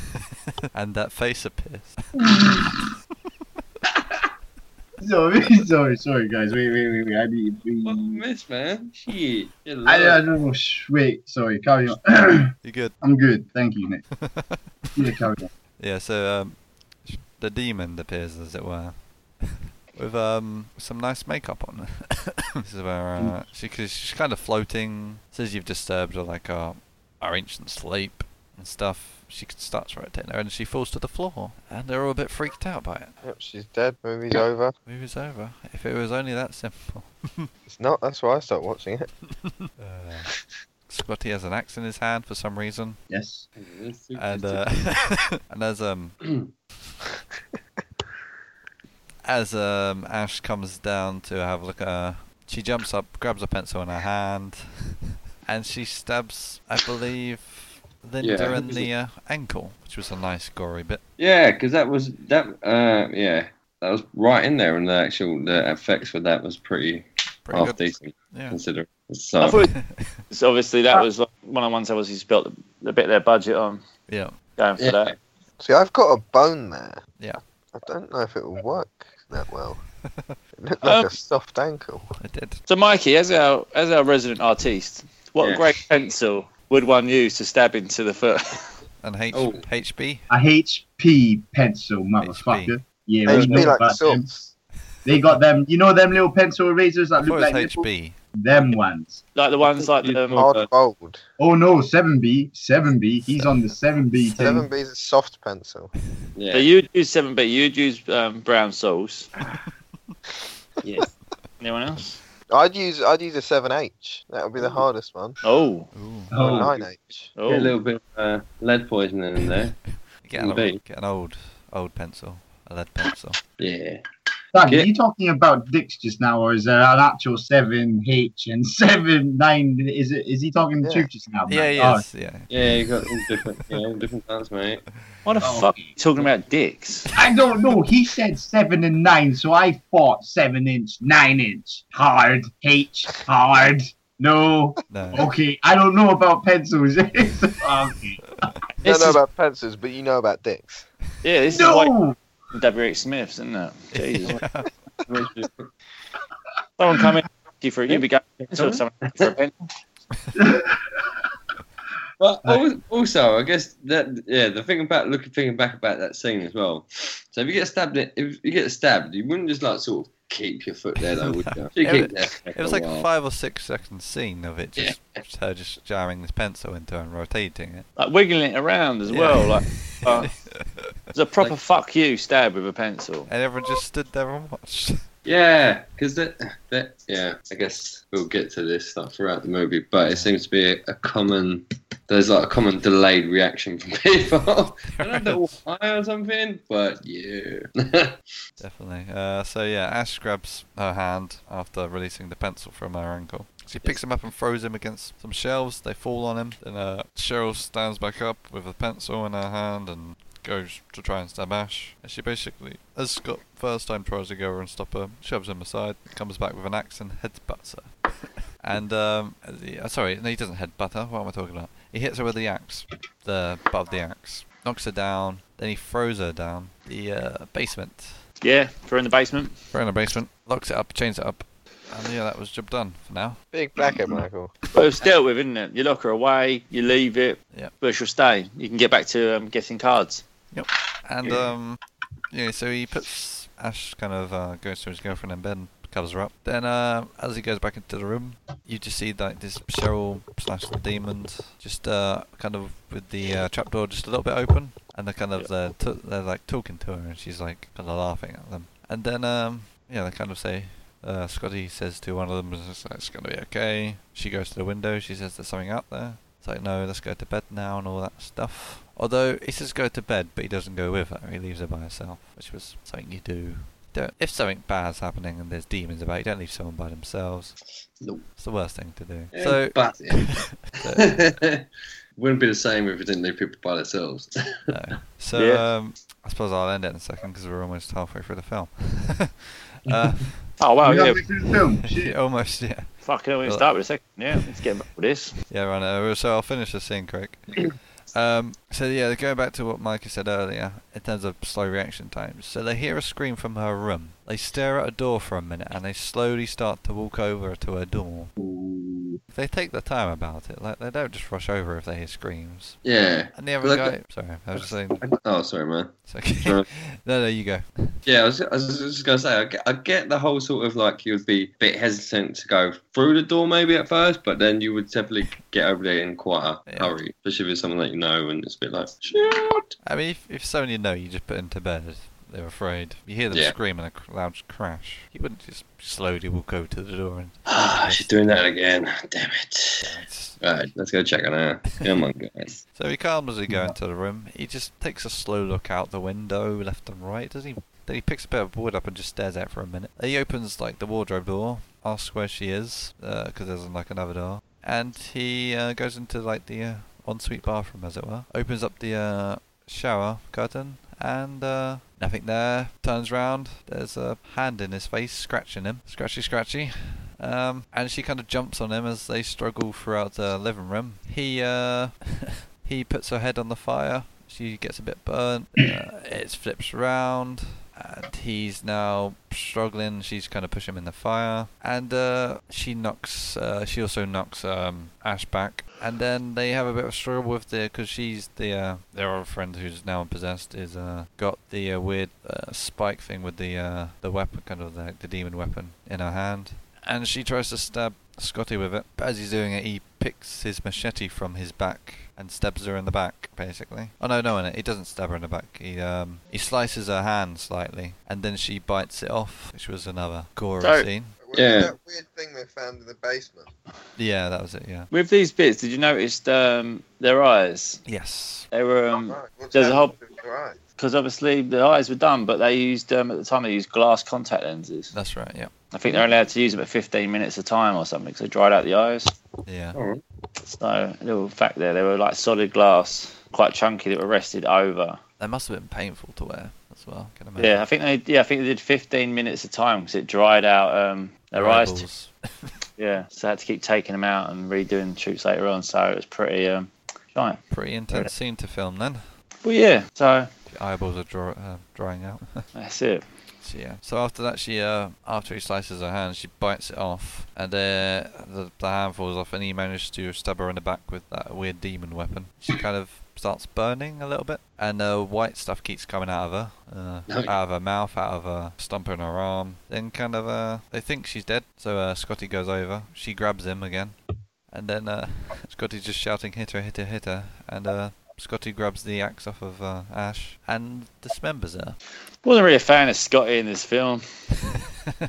S3: and that face appears.
S2: sorry, sorry, sorry, guys. Wait, wait, wait, wait. I need to
S4: What a
S2: be.
S4: miss, man? Shit. You're
S2: I, uh, I
S4: low.
S2: don't know. Shh, wait, sorry. Carry on.
S3: You good?
S2: I'm good. Thank you, Nick. Yeah, carry on.
S3: Yeah. So um, sh- the demon appears, as it were, with um some nice makeup on. this is where uh, she cause she's kind of floating. Says you've disturbed her, like our our ancient sleep and stuff. She starts rotating her, and she falls to the floor, and they're all a bit freaked out by it.
S5: Yep, she's dead. Movie's over.
S3: Movie's over. If it was only that simple.
S5: It's not. That's why I start watching it.
S3: Uh, Scotty has an axe in his hand for some reason,
S2: Yes.
S3: and uh, and as um as um Ash comes down to have a look at her, she jumps up, grabs a pencil in her hand, and she stabs, I believe, Linda
S4: Yeah.
S3: in the uh, ankle, which was a nice gory bit.
S4: Yeah, because that was that. Uh, yeah, that was right in there, and the actual the effects for that was pretty
S3: Pretty
S4: half
S3: good.
S4: decent
S3: Yeah.
S4: considering.
S1: I
S4: So
S1: thought so obviously that was like one of the ones that was he spelt a bit of their budget on
S3: Yeah.
S1: going for
S4: Yeah.
S1: that.
S5: See, I've got a bone there.
S3: Yeah.
S5: I don't know if it will work that well. It looked like
S1: Um,
S5: a soft ankle.
S3: It did.
S1: So Mikey, as our as our resident artiste, what
S4: Yeah.
S1: great pencil would one use to stab into the foot?
S3: And H-
S4: Oh.
S3: HB.
S2: A HP pencil, motherfucker. Yeah, we know
S5: HB like
S2: about them.
S5: swords.
S2: They got them. You know them little pencil erasers
S3: I
S2: that
S3: thought
S2: look
S3: it was
S2: like nipples?
S3: HB.
S2: them ones.
S1: like the ones like the um,
S5: Hard gold.
S2: Oh no, seven B, seven B. He's on the seven B
S5: Seven
S2: thing.
S5: B's a soft pencil.
S1: so
S4: yeah,
S1: you'd use seven B, you'd use um, brown soles. yeah. Anyone else?
S5: I'd use I'd use a seven H. That would be the hardest one.
S1: Oh,
S3: Ooh.
S5: Or a
S2: Oh.
S5: nine H.
S1: oh.
S4: Get a little bit of uh, lead poisoning in there.
S3: Get an, old,
S4: Indeed.
S3: get an old, old pencil, a lead pencil.
S4: Yeah.
S2: Doug,
S4: Yeah.
S2: are you talking about dicks just now, or is there an actual seven H and seven nine? Is it? Is he talking the
S5: Yeah.
S2: truth just
S4: Oh,
S2: now? Oh,
S3: yeah,
S2: mate?
S3: yes, yeah.
S4: Yeah, you got all different, yeah, all different plans, mate.
S1: What the
S2: Oh.
S1: fuck are you talking about dicks?
S2: Oh, I don't know. He said seven and nine, so I thought seven inch, nine inch, hard H, hard. No,
S3: No,
S2: okay. I don't know about pencils. okay.
S5: You
S1: This
S5: don't know
S1: is-
S5: about pencils, but you know about dicks.
S1: Yeah, this is like
S2: No.
S1: WH Smith's, isn't it? Jesus.
S4: Which is-
S1: Someone come in you for you be going to someone for a pen.
S4: But al- also, I guess that yeah, the thing about looking thinking back about that scene as well. So if you get stabbed, if you get stabbed, you wouldn't just like sort of keep your foot there, though, would you? You
S3: Yeah,
S4: keep there for
S3: it was
S4: a
S3: like a
S4: while.
S3: five or six second scene of it, just her just jamming this pencil into her and rotating it.
S1: Like wiggling it around as
S3: Yeah.
S1: well. Like uh, it's a proper fuck you stab with a pencil.
S3: And everyone just stood there and watched.
S4: Yeah, because that, that, yeah, I guess we'll get to this stuff throughout the movie, but it seems to be a, a common, there's like a common delayed reaction from people. I don't know why or something, but yeah.
S3: Definitely. Uh, so yeah, Ash grabs her hand after releasing the pencil from her ankle. She picks him up and throws him against some shelves. They fall on him. Then uh, Cheryl stands back up with a pencil in her hand and goes to try and stab Ash. And she basically, as Scott first time tries to go over and stop her, shoves him aside, comes back with an axe and headbutts her. and um, the, uh, sorry, no, he doesn't headbutt her. What am I talking about? He hits her with the axe, the butt of the axe, knocks her down. Then he throws her down the uh, basement.
S1: Yeah, for in the basement.
S3: We're in a basement. Locks it up, chains it up. And yeah, that was job done for now.
S5: Big blacker, Michael.
S1: But it's dealt with, isn't it? You lock her away, you leave it,
S3: Yeah.
S1: but she'll stay. You can get back to um, getting cards.
S3: And um, yeah, so he puts Ash kind of uh, goes to his girlfriend in bed, and covers her up. Then uh, as he goes back into the room, you just see like this Cheryl slash the demon, just uh, kind of with the uh, trapdoor just a little bit open, and they're kind of they're, t- they're like talking to her, and she's like kind of laughing at them. And then um, yeah, they kind of say. Uh, Scotty says to one of them, it's, like, it's going to be okay. She goes to the window. She says there's something out there. It's like, no, let's go to bed now and all that stuff. Although he says go to bed, but he doesn't go with her. He leaves her by herself, which was something you do Don't, if something bad's happening and there's demons about, you don't leave someone by themselves.
S4: No.
S3: It's the worst thing to do.
S4: Yeah,
S3: So,
S4: but
S3: so,
S4: wouldn't be the same if we didn't leave people by themselves.
S3: no. so
S1: Yeah.
S3: um, I suppose I'll end it in a second because we're almost halfway through the film. uh,
S1: Oh wow,
S2: We're
S1: yeah.
S2: halfway through the film. Shit.
S3: almost, yeah.
S1: Fucking, we
S3: Well-
S1: start with a second. Yeah, let's get back with this.
S3: Yeah, right. uh, So I'll finish the scene quick. Um, so yeah, going back to what Micah said earlier in terms of slow reaction times. So they hear a scream from her room. They stare at a door for a minute, and they slowly start to walk over to her door. They take the time about it. Like they don't just rush over if they hear screams.
S4: yeah.
S3: And the other
S4: Look-
S3: guy. Sorry, I was just saying.
S4: Oh, sorry, man.
S3: It's okay.
S4: Sure.
S3: no, no, you go.
S4: Yeah, I was, I was just gonna say, I get, I get the whole sort of like you would be a bit hesitant to go through the door maybe at first, but then you would definitely get over there in quite a
S3: Yeah.
S4: hurry, especially if it's someone that you know and it's a bit like, shit.
S3: I mean, if if someone you know, you just put them to bed. They're afraid. You hear them
S4: Yeah.
S3: scream and a cr- loud crash. You wouldn't just slowly walk over to the door and.
S4: Ah, she's doing that again. Damn it. Alright, let's go check on her. Come on, guys.
S3: So he calmly go into the room. He just takes a slow look out the window, left and right, doesn't he? Then he picks a bit of wood up and just stares at it for a minute. He opens like the wardrobe door, asks where she is, because there's like another door, and he uh, goes into like the uh, ensuite bathroom, as it were. Opens up the uh, shower curtain, and uh, nothing there. Turns round. There's a hand in his face, scratching him. Scratchy, scratchy. Um, and she kind of jumps on him as they struggle throughout the living room. He uh, he puts her head on the fire. She gets a bit burnt. Uh, it flips around, and he's now struggling. She's kind of pushing him in the fire, and uh, she knocks. Uh, she also knocks um, Ash back, and then they have a bit of struggle with the because she's the uh, their other friend who's now possessed is uh, got the uh, weird uh, spike thing with the uh, the weapon kind of the, the demon weapon in her hand and she tries to stab Scotty with it. But as he's doing it, he picks his machete from his back and stabs her in the back, basically. Oh no, no, no, he doesn't stab her in the back. He um he slices her hand slightly, and then she bites it off, which was another gory
S1: So-
S3: scene.
S5: Was
S4: Yeah.
S5: That weird thing they found in the basement.
S3: Yeah, that was it. Yeah.
S1: With these bits, did you notice um, their eyes?
S3: Yes.
S1: They were um
S5: Right, what's
S1: there's a
S5: happened to your eyes?
S1: because obviously the eyes were done, but they used um, at the time they used glass contact lenses.
S3: That's right. Yeah.
S1: I think they're allowed to use them at 15 minutes a time or something, so they dried out the eyes.
S3: Yeah.
S1: So a little fact there, they were like solid glass, quite chunky that were rested over.
S3: That must have been painful to wear as well. Can imagine.
S1: Yeah, I think they yeah I think they did 15 minutes a time because it dried out um, their eyes. t-
S3: Eyeballs.
S1: yeah, so they had to keep taking them out and redoing the shoots later on. So it was pretty um, giant.
S3: Pretty intense scene to film then.
S1: Well, yeah, so
S3: The eyeballs are draw- uh, drying out.
S1: that's it.
S3: So, yeah. So after that, she uh, after he slices her hand, she bites it off, and uh, the the hand falls off, and he manages to stab her in the back with that weird demon weapon. She kind of starts burning a little bit, and uh, white stuff keeps coming out of her, uh,
S4: Nice.
S3: out of her mouth, out of her stump in her arm. Then kind of uh, they think she's dead, so uh, Scotty goes over. She grabs him again, and then uh, Scotty's just shouting, "Hit her! Hit her! Hit her!" and uh, Scotty grabs the axe off of uh, Ash and dismembers her.
S1: Wasn't really a fan of Scotty in this film.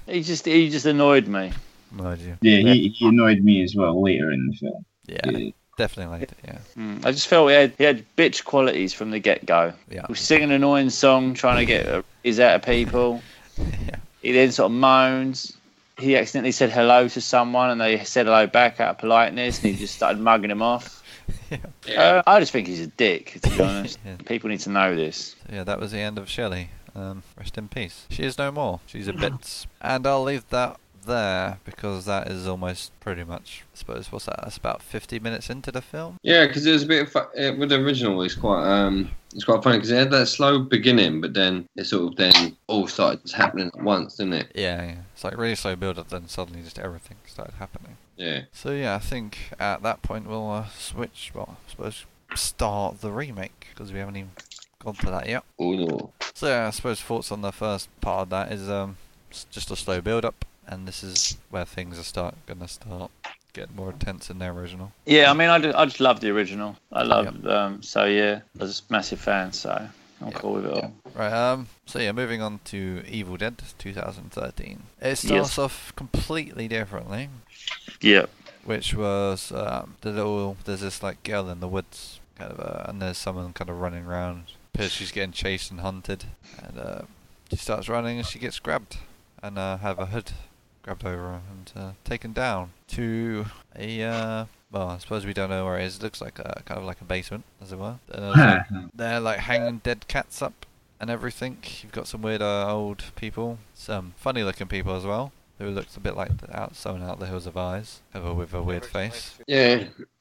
S1: he just he just annoyed me.
S3: Mind you.
S2: Yeah, he, he annoyed me as well later in the film.
S3: Yeah,
S2: Yeah.
S3: definitely liked it. Yeah,
S1: Mm, I just felt he had he had bitch qualities from the get go.
S3: yeah,
S1: He was singing an annoying song, trying to get a is out of people.
S3: yeah.
S1: He then sort of moans. He accidentally said hello to someone, and they said hello back out of politeness, and he just started mugging him off.
S4: Yeah.
S1: Uh, I just think he's a dick, to be honest.
S3: Yeah.
S1: People need to know this.
S3: So, yeah. That was the end of Shelley. Um, rest in peace. She is no more. She's a bit. And I'll leave that there because that is almost pretty much. I suppose what's that? That's about 50 minutes into the film.
S4: Yeah, because it was a bit fu- it, with the original. It's quite um, it's quite funny because it had that slow beginning, but then it sort of then all started just happening at once, didn't it?
S3: Yeah, yeah. It's like really slow build up, then suddenly just everything started happening.
S4: Yeah.
S3: So yeah, I think at that point we'll uh, switch. Well, I suppose start the remake because we haven't even gone to that yet.
S4: Oh no.
S3: So yeah, I suppose thoughts on the first part of that is um, it's just a slow build up, and this is where things are start gonna start getting more intense in their original.
S1: Yeah, I mean, I just, I just love the original. I love, um, so yeah, I was a massive fan, so I'm
S3: Yeah.
S1: cool with it all.
S3: Right. Um. So yeah, moving on to Evil Dead 2013. It starts
S1: Yes.
S3: off completely differently,
S1: Yeah.
S3: which was um, the little there's this like girl in the woods kind of, uh, and there's someone kind of running around. Appears she's getting chased and hunted, and uh, she starts running and she gets grabbed and uh, have a hood grabbed over her and uh, taken down to a uh, well, I suppose we don't know where it is. It looks like a kind of like a basement, as it were. And, uh, they're like hanging dead cats up and everything. You've got some weird uh, old people, some funny-looking people as well, who looks a bit like the out someone out the hills of eyes, ever with a weird face.
S4: Yeah.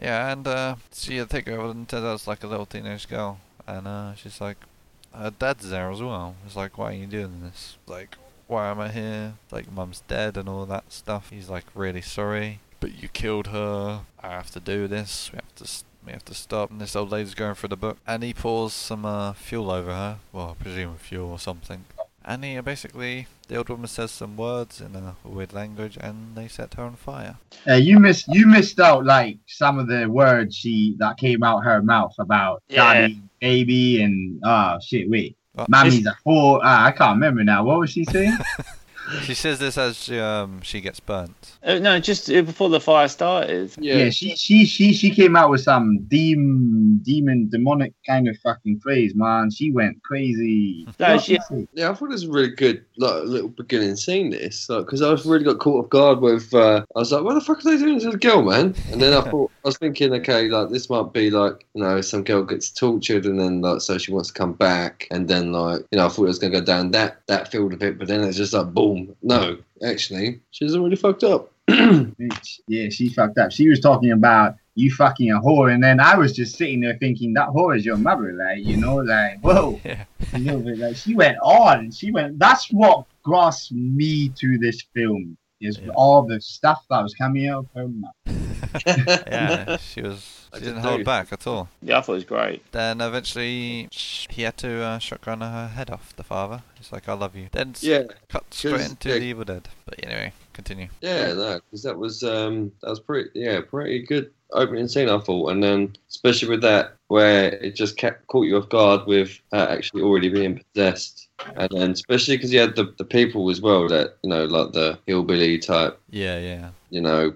S3: Yeah, and uh, she a thicker and turns out it's like a little teenage girl, and uh, she's like, her dad's there as well. It's like, why are you doing this? Like, why am I here? Like, mum's dead and all that stuff. He's like, really sorry, but you killed her. I have to do this. We have to. s We have to stop. And this old lady's going through the book, and he pours some uh, fuel over her. Well, I presume fuel or something. And he uh, basically, the old woman says some words in a weird language, and they set her on fire.
S2: Uh, you missed you missed out like some of the words she that came out her mouth about
S1: Yeah.
S2: daddy, baby, and oh shit, wait,
S3: What?
S2: mammy's a fool. Ah, I can't remember now. What was she saying?
S3: She says this as she, um, she gets burnt.
S1: Uh, no, just uh, before the fire started.
S2: yeah.
S4: Yeah.
S2: she she she she came out with some dem demon demonic kind of fucking phrase, man. She went crazy.
S1: No,
S2: What
S1: Oh, she-
S2: was it?
S4: Yeah, I thought it was a really good like little beginning scene. This because I was really got caught off guard with. Uh, I was like, "What the fuck are they doing to the girl, man?" And then I thought I was thinking, okay, like this might be like you know some girl gets tortured and then like so she wants to come back and then like you know I thought it was gonna go down that that field of it, but then it's just like boom. No, actually, she's already fucked up.
S2: Bitch. Yeah, she fucked up. She was talking about you fucking a whore, and then I was just sitting there thinking that whore is your mother, like you know, like whoa.
S3: Yeah.
S2: You know, but, like she went on. She went. That's what grasped me to this film is
S3: Yeah.
S2: all the stuff that was coming out of her mouth.
S3: yeah, she was.
S4: I
S3: She
S4: did
S3: didn't hold
S4: too.
S3: back at all.
S1: Yeah, I thought it was great.
S3: Then eventually, sh- he had to uh, shotgun her head off. The father. He's like, "I love you." Then s-
S4: Yeah,
S3: cut straight
S4: 'cause,
S3: into
S4: yeah.
S3: the Evil Dead. But anyway, continue.
S4: Yeah, no, because that was um, that was pretty yeah pretty good opening scene I thought, and then especially with that where it just kept caught you off guard with uh, actually already being possessed, and then especially because you had the, the people as well that you know like the hillbilly type,
S3: Yeah, yeah.
S4: you know,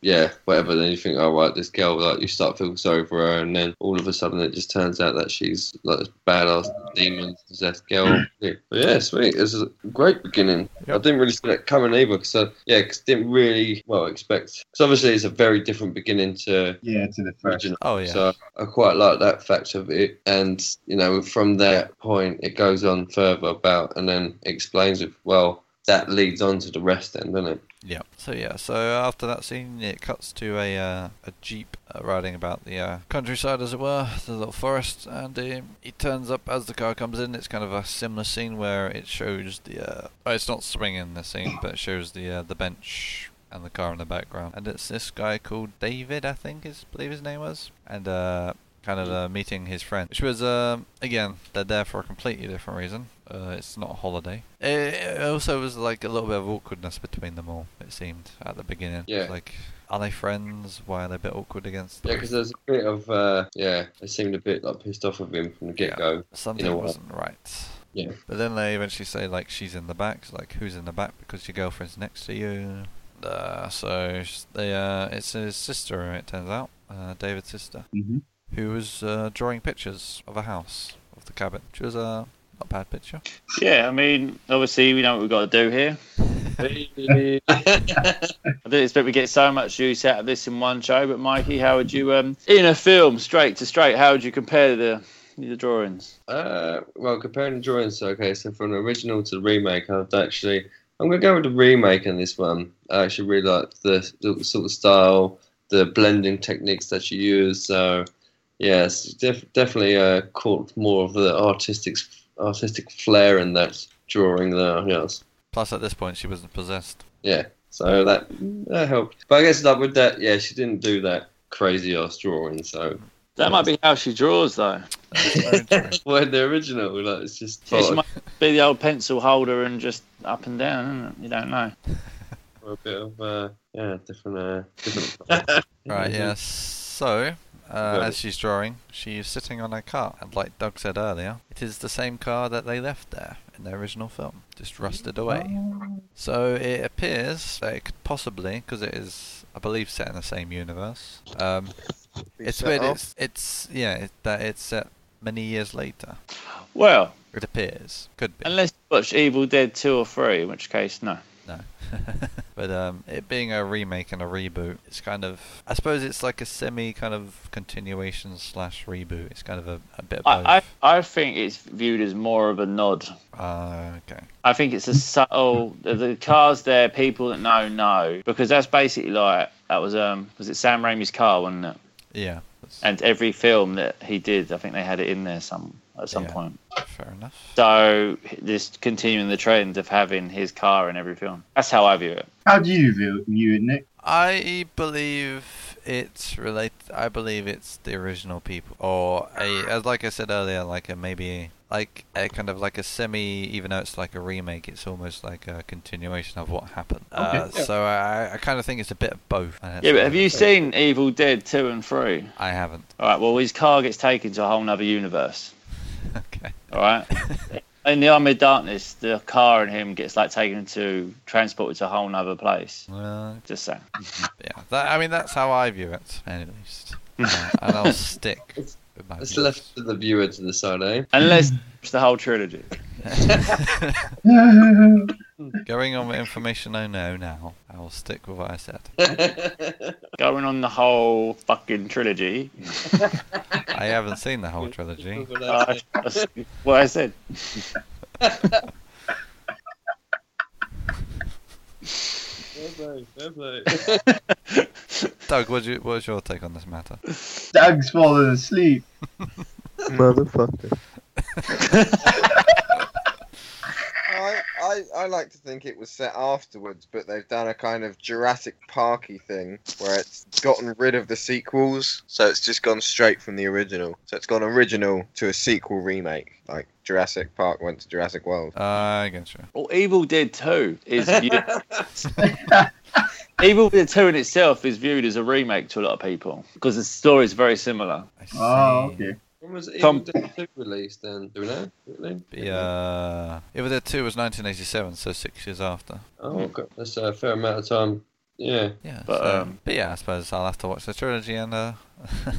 S4: yeah whatever. Then you think, all right, this girl like you start feeling sorry for her, and then all of a sudden it just turns out that she's like this badass demon possessed girl. But yeah, sweet. It's a great beginning. I
S3: Hmm. Yep.
S4: didn't really see that coming either because I, yeah, 'cause didn't really well expect. Because obviously it's a very different beginning to
S2: Yeah, to the first.
S4: original.
S3: Oh yeah.
S4: So I quite like that fact of it, and you know from that point it goes on further about, and then explains it well. That leads on to the rest, then, doesn't it?
S3: Yeah. So yeah. So after that scene, it cuts to a uh, a jeep uh, riding about the uh, countryside, as it were, the little forest, and he, he turns up as the car comes in. It's kind of a similar scene where it shows the. Uh, oh, it's not swinging the scene, but it shows the uh, the bench and the car in the background, and it's this guy called David, I think is believe his name was, and uh, kind of uh, meeting his friend, which was um, again they're there for a completely different reason. Uh, it's not a holiday. It, it also was like a little bit of awkwardness between them all. It seemed at the beginning.
S4: Yeah.
S3: Like, are they friends? Why are they a bit awkward against?
S4: Yeah, because there's a bit of uh, yeah, they seemed a bit like pissed off of him from the get go.
S3: something
S4: you know what?
S3: wasn't right.
S4: Yeah.
S3: But then they eventually say like she's in the back. It's like who's in the back? Because your girlfriend's next to you. Uh, so sh- they uh, it's his sister. It turns out, uh, David's sister,
S4: Mm-hmm.
S2: Mhm.
S3: who was uh, drawing pictures of a house of the cabin. She was a uh, not a bad picture.
S1: Yeah, I mean, obviously we know what we've got to do here. I didn't expect we get so much use out of this in one show, but Mikey, how would you, um, in a film, straight to straight, how would you compare the the drawings?
S4: Uh, well, comparing the drawings, okay, so from the original to the remake, I'd actually, I'm gonna go with the remake on this one. I actually really like the, the sort of style, the blending techniques that she used. So, yes, def- definitely uh, caught more of the artistic artistic flair in that drawing than else.
S3: Plus, at this point, she wasn't possessed.
S4: Yeah, so that that helped. But I guess like with that, yeah, she didn't do that crazy ass drawing. So,
S1: That might be how she draws, though.
S3: That's very true.
S4: well, in the original, like it's just
S1: Yeah, she
S4: like,
S1: might be the old pencil holder and just up and down, isn't it? You don't know.
S4: a bit of uh, yeah, different uh, different.
S3: Right,
S4: Mhm.
S3: yeah. So, uh,
S4: Got
S3: as
S4: it.
S3: she's drawing, she is sitting on her car, and like Doug said earlier, it is the same car that they left there in the original film, just rusted
S2: Oh,
S3: away. So it appears that it could possibly, because it is, I believe, set in the same universe. Um, it's
S5: set
S3: weird.
S5: up.
S3: It's, it's yeah, it, that it's set many years later.
S1: Well,
S3: It appears. Could be.
S1: Unless you watch Evil Dead 2 or 3, in which case, no.
S3: but um, it being a remake and a reboot, it's kind of. I suppose it's like a semi kind of continuation slash reboot. It's kind of a, a bit of both.
S1: I, I, I think it's viewed as more of a nod.
S3: Ah, okay.
S1: I think it's a subtle. the- The car's there, people that know, know. Because that's basically like. That was, um, was it Sam Raimi's car, wasn't it?
S3: Yeah. That's
S1: And every film that he did, I think they had it in there some at some
S3: Yeah.
S1: point.
S3: fair enough.
S1: So this continuing the trend of having his car in every film. That's how I view it.
S2: How do you view, view it, Nick?
S3: I believe it's relate. I believe it's the original people, or a as like I said earlier, like a maybe like a kind of like a semi. Even though it's like a remake, it's almost like a continuation of what happened. uh,
S2: Okay.
S3: So I, I kind of think it's a bit of both. and it's
S1: Yeah, but
S3: kind
S1: have
S3: of-
S1: you seen Evil Dead 2 and 3?
S3: I haven't.
S1: All right, well, his car gets taken to a whole nother universe.
S3: okay.
S1: All right. In the Army of Darkness, the car and him gets like taken to transported to a whole nother place.
S3: Well,
S1: Just saying.
S3: Yeah, that, I mean that's how I view it, at least. Uh, and I'll stick.
S4: It's-
S3: with my
S4: It's
S3: views.
S4: left to the viewer to decide, eh?
S1: Unless it's the whole trilogy.
S3: Going on with information I know now, I will stick with what I said.
S1: Going on the whole fucking trilogy.
S3: I haven't seen the whole trilogy.
S1: Uh, that's what I said.
S3: Doug, what's your, what's your take on this matter?
S2: Doug's falling asleep.
S5: Motherfucker. I, I, I like to think it was set afterwards, but they've done a kind of Jurassic Parky thing where it's gotten rid of the sequels, so it's just gone straight from the original. So it's gone original to a sequel remake, like Jurassic Park went to Jurassic World.
S3: Uh, I get you.
S1: Well, Evil Dead 2 is viewed... Evil Dead 2 in itself is viewed as a remake to a lot of people because the story is very similar.
S3: I see.
S2: Oh, okay.
S4: When was Evil
S1: Tom-
S4: Dead 2 released then? Do we know? Really?
S3: The, uh, Evil Dead 2 was 1987, so six years after.
S4: Oh, God. That's a fair amount of time. Yeah.
S3: Yeah.
S1: But,
S3: so-
S1: um,
S3: but yeah, I suppose I'll have to watch the trilogy and uh,
S2: I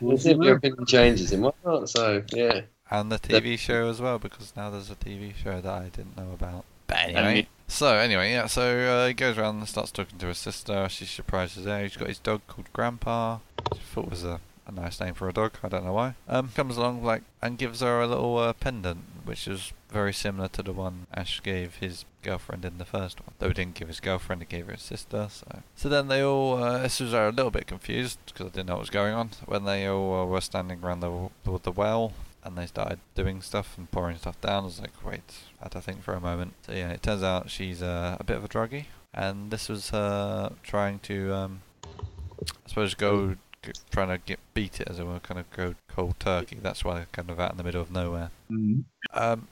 S4: We'll
S2: suppose
S4: see
S2: it
S4: if your
S2: will.
S4: opinion changes and whatnot. So, yeah.
S3: and the TV show as well, because now there's a TV show that I didn't know about. But anyway,
S1: you-
S3: so anyway, yeah, so uh, he goes around and starts talking to his sister. She surprises her. He's got his dog called Grandpa. Which I thought was a, a nice name for a dog. I don't know why. Um, comes along like and gives her a little uh, pendant, which is very similar to the one Ash gave his girlfriend in the first one. Though he didn't give his girlfriend, he gave her his sister. So, so then they all, uh, this was a little bit confused because I didn't know what was going on when they all uh, were standing around the w- the well and they started doing stuff and pouring stuff down. I was like, wait, I had to think for a moment. So yeah, it turns out she's uh, a bit of a druggie, and this was her trying to, um, I suppose, go g- trying to get beat it as it were, kind of go cold turkey. That's why they're kind of out in the middle of nowhere.
S2: Mm.
S3: Um,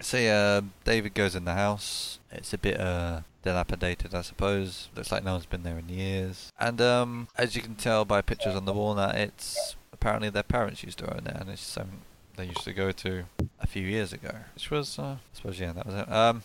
S3: so yeah, David goes in the house. It's a bit uh, dilapidated, I suppose. Looks like no one's been there in years. And um, as you can tell by pictures on the wall now, it's apparently their parents used to own it, and it's something they used to go to a few years ago, which was, uh, I suppose, yeah, that was it. Um,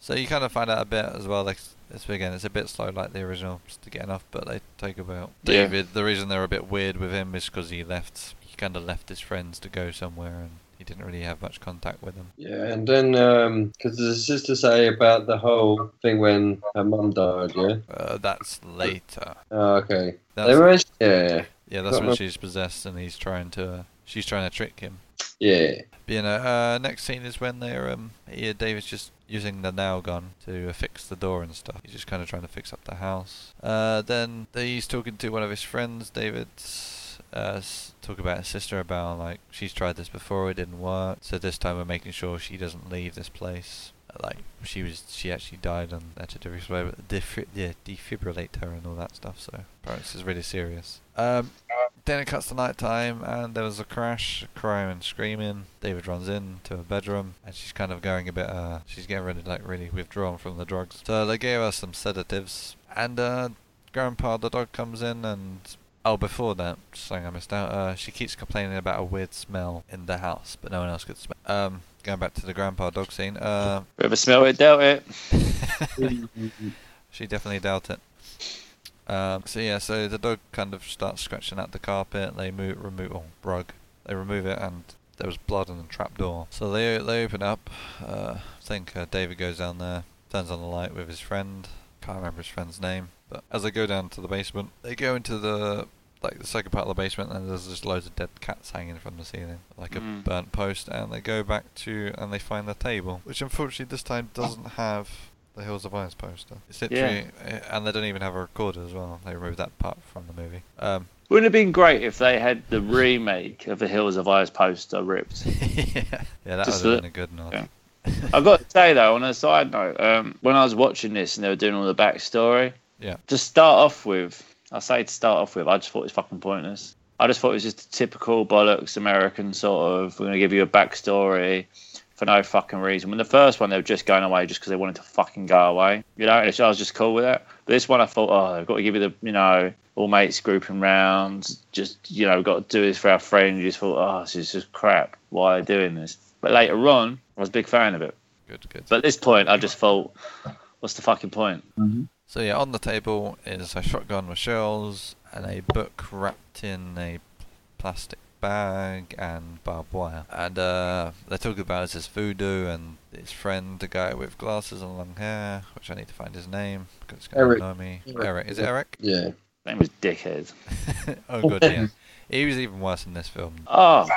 S3: so you kind of find out a bit as well. Like it's again, it's a bit slow, like the original, just to getting off. But they take about
S1: Yeah.
S3: David. The reason they're a bit weird with him is because he left. He kind of left his friends to go somewhere, and he didn't really have much contact with them.
S4: Yeah, and then, um, because the sister say about the whole thing when her mum died, yeah?
S3: Uh, that's later.
S4: Oh, okay. They
S3: That's,
S4: were, yeah.
S3: yeah, that's
S4: don't
S3: when
S4: know.
S3: she's possessed, and he's trying to. Uh, she's trying to trick him.
S4: Yeah.
S3: But, you know, uh, next scene is when they're um, yeah, David's just using the nail gun to uh, fix the door and stuff. He's just kind of trying to fix up the house. Uh, then he's talking to one of his friends, David. Uh, s- talk about his sister about like she's tried this before, it didn't work. So this time we're making sure she doesn't leave this place. Like she was, she actually died and had to defibr- defri- yeah, defibrillate her and all that stuff. So apparently this is really serious. Um, then it cuts to night time, and there was a crash, crying and screaming. David runs in to her bedroom, and she's kind of going a bit, uh, she's getting really, like, really withdrawn from the drugs. So they gave her some sedatives, and, uh, Grandpa the dog comes in, and, oh, before that, something I missed out, uh, she keeps complaining about a weird smell in the house, but no one else could smell. Um, going back to the Grandpa dog scene, uh,
S1: Whoever smelled it, dealt it.
S3: She definitely dealt it. Um, so yeah, so the dog kind of starts scratching at the carpet. oh, They move, remove, or rug. They remove it, and there was blood on the trapdoor. So they they open up. Uh, I think uh, David goes down there, turns on the light with his friend. Can't remember his friend's name. But as they go down to the basement, they go into the like the second part of the basement, and there's just loads of dead cats hanging from the ceiling, like a
S1: Mm.
S3: burnt post. And they go back to and they find the table, which unfortunately this time doesn't have the Hills of Eyes poster. It's literally, eh, and they don't even have a recorder as well. They removed that part from the movie. Um,
S1: Wouldn't it have been great if they had the remake of the Hills of Eyes poster ripped?
S3: yeah, that
S1: Just
S3: would
S1: the-
S3: have been a good nod.
S1: yeah. I've got to say though, on a side note, um, when I was watching this and they were doing all the backstory,
S3: Yeah.
S1: to start off with, I say to start off with, I just thought it was fucking pointless. I just thought it was just a typical bollocks American sort of, we're going to give you a backstory for no fucking reason. When the first one, they were just going away just because they wanted to fucking go away. You know, and I was just cool with that. But this one, I thought, oh, they've got to give you the, you know, all mates grouping round, just, you know, we've got to do this for our friend. You just thought, oh, this is just crap. Why are they doing this? But later on, I was a big fan of it.
S3: Good, good.
S1: But at this point, I just thought, what's the fucking point?
S3: So yeah, on the table is a shotgun with shells and a book wrapped in a plastic bag and barbed wire. And uh, they're talking about is this voodoo and his friend, the guy with glasses and long hair, which I need to find his name because it's going to
S2: Eric.
S3: annoy me.
S5: Eric.
S3: Eric, is it Eric?
S4: Yeah.
S1: His name was Dickhead.
S3: oh god, yeah. He was even worse in this film.
S1: Oh, I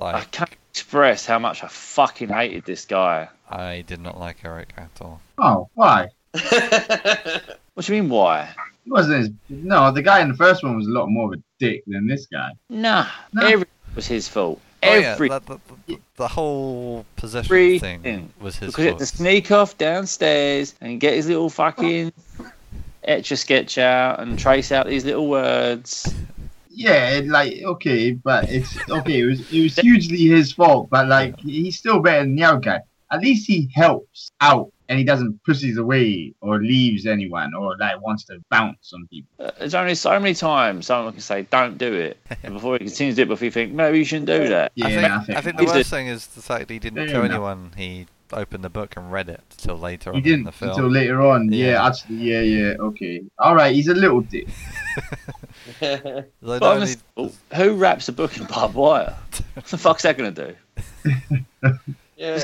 S3: Like
S1: can't express how much I fucking hated this guy.
S3: I did not like Eric at all.
S2: Oh, why?
S1: What do you mean, why?
S2: He wasn't. As, no, the guy in the first one was a lot more of a dick than this guy.
S1: Nah,
S2: No.
S1: everything was his fault.
S3: Oh yeah,
S1: Every
S3: that- that- that- the, whole possession
S1: Everything.
S3: thing was his
S1: because he had to
S3: fault.
S1: sneak off downstairs and get his little fucking etch a sketch out and trace out these little words.
S2: Yeah, it, like okay, but it's okay. It was it was hugely his fault, but like he's still better than the other guy. At least he helps out, and he doesn't pussies away or leaves anyone or like wants to bounce on people.
S1: Uh, There's only so many times someone can say, "Don't do it," and before he continues to do it, before you think maybe you shouldn't do that.
S2: Yeah,
S3: I think, I think, the
S1: Is
S3: worst thing is the fact that he didn't
S2: Fair
S3: tell
S2: enough.
S3: anyone. He opened the book and read it till later
S2: He
S3: on in
S2: didn't
S3: the film.
S2: until later on. Yeah.
S3: Yeah.
S2: actually, yeah, yeah. Okay, all right. He's a little dick.
S3: They
S1: But
S3: don't
S1: on the-
S3: need-
S1: who wraps a book in barbed wire? what the fuck's that going to do?
S4: yeah.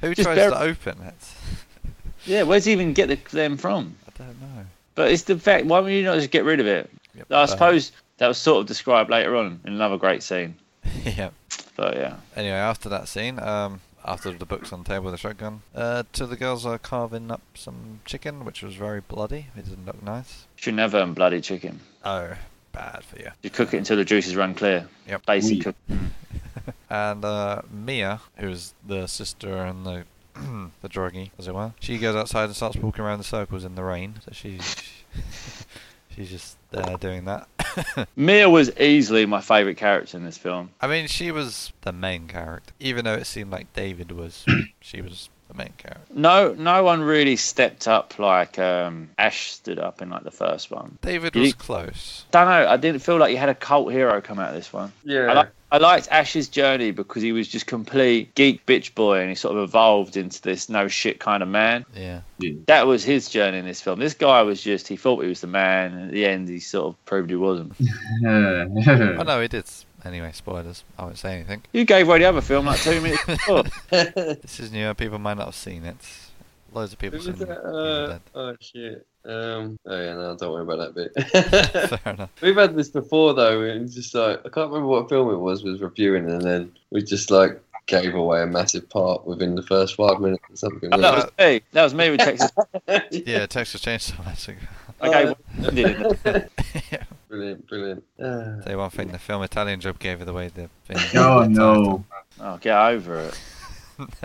S3: who
S1: just
S3: tries
S1: bare-
S3: to open it?
S1: Yeah, where's he even get the, them from?
S3: I don't know.
S1: But it's the fact. Why would you not just get rid of it?
S3: Yep,
S1: I
S3: uh,
S1: suppose that was sort of described later on in another great scene.
S3: yeah.
S1: But yeah,
S3: Anyway, after that scene, um, after the book's on the table with a shotgun, uh, two of the girls are carving up some chicken, which was very bloody. It didn't look nice.
S1: should never earn bloody chicken.
S3: Oh, bad for you.
S1: You cook it until the juices run clear.
S3: Yep.
S1: Basic
S2: Oui.
S1: cook.
S3: And uh, Mia, who's the sister and the the druggie, as it were, she goes outside and starts walking around in circles in the rain. So she's she's just uh, doing that.
S1: Mia was easily my favourite character in this film.
S3: I mean, she was the main character, even though it seemed like David was. she was the main character.
S1: No, no one really stepped up like um, Ash stood up in like the first one.
S3: David
S1: You-
S3: was close.
S1: Don't know. I didn't feel like you had a cult hero come out of this one. I,
S4: Yeah.
S1: like, I liked Ash's journey because he was just complete geek bitch boy and he sort of evolved into this no shit kind of man.
S3: Yeah.
S1: That was his journey in this film. This guy was just, he thought he was the man, and at the end, he sort of proved he wasn't.
S3: Oh no, it is. Anyway, spoilers. I won't say anything.
S1: You gave away the other film like two minutes before.
S3: This is new. People might not have seen it. Loads of people
S4: Who was
S3: seen it.
S4: that? Uh, oh shit. Um, oh yeah, no, don't worry about that bit.
S3: Fair enough.
S4: We've had this before though, and it's just like I can't remember what film it was we was reviewing, and then we just like gave away a massive part within the first five minutes or something.
S1: that was me. That was me with Texas.
S3: Yeah, Texas Chainsaw Massacre.
S1: I gave away.
S4: brilliant, brilliant. Ah.
S3: Say one thing, the film Italian Job gave it away the thing.
S2: Oh no,
S1: Oh, get over it.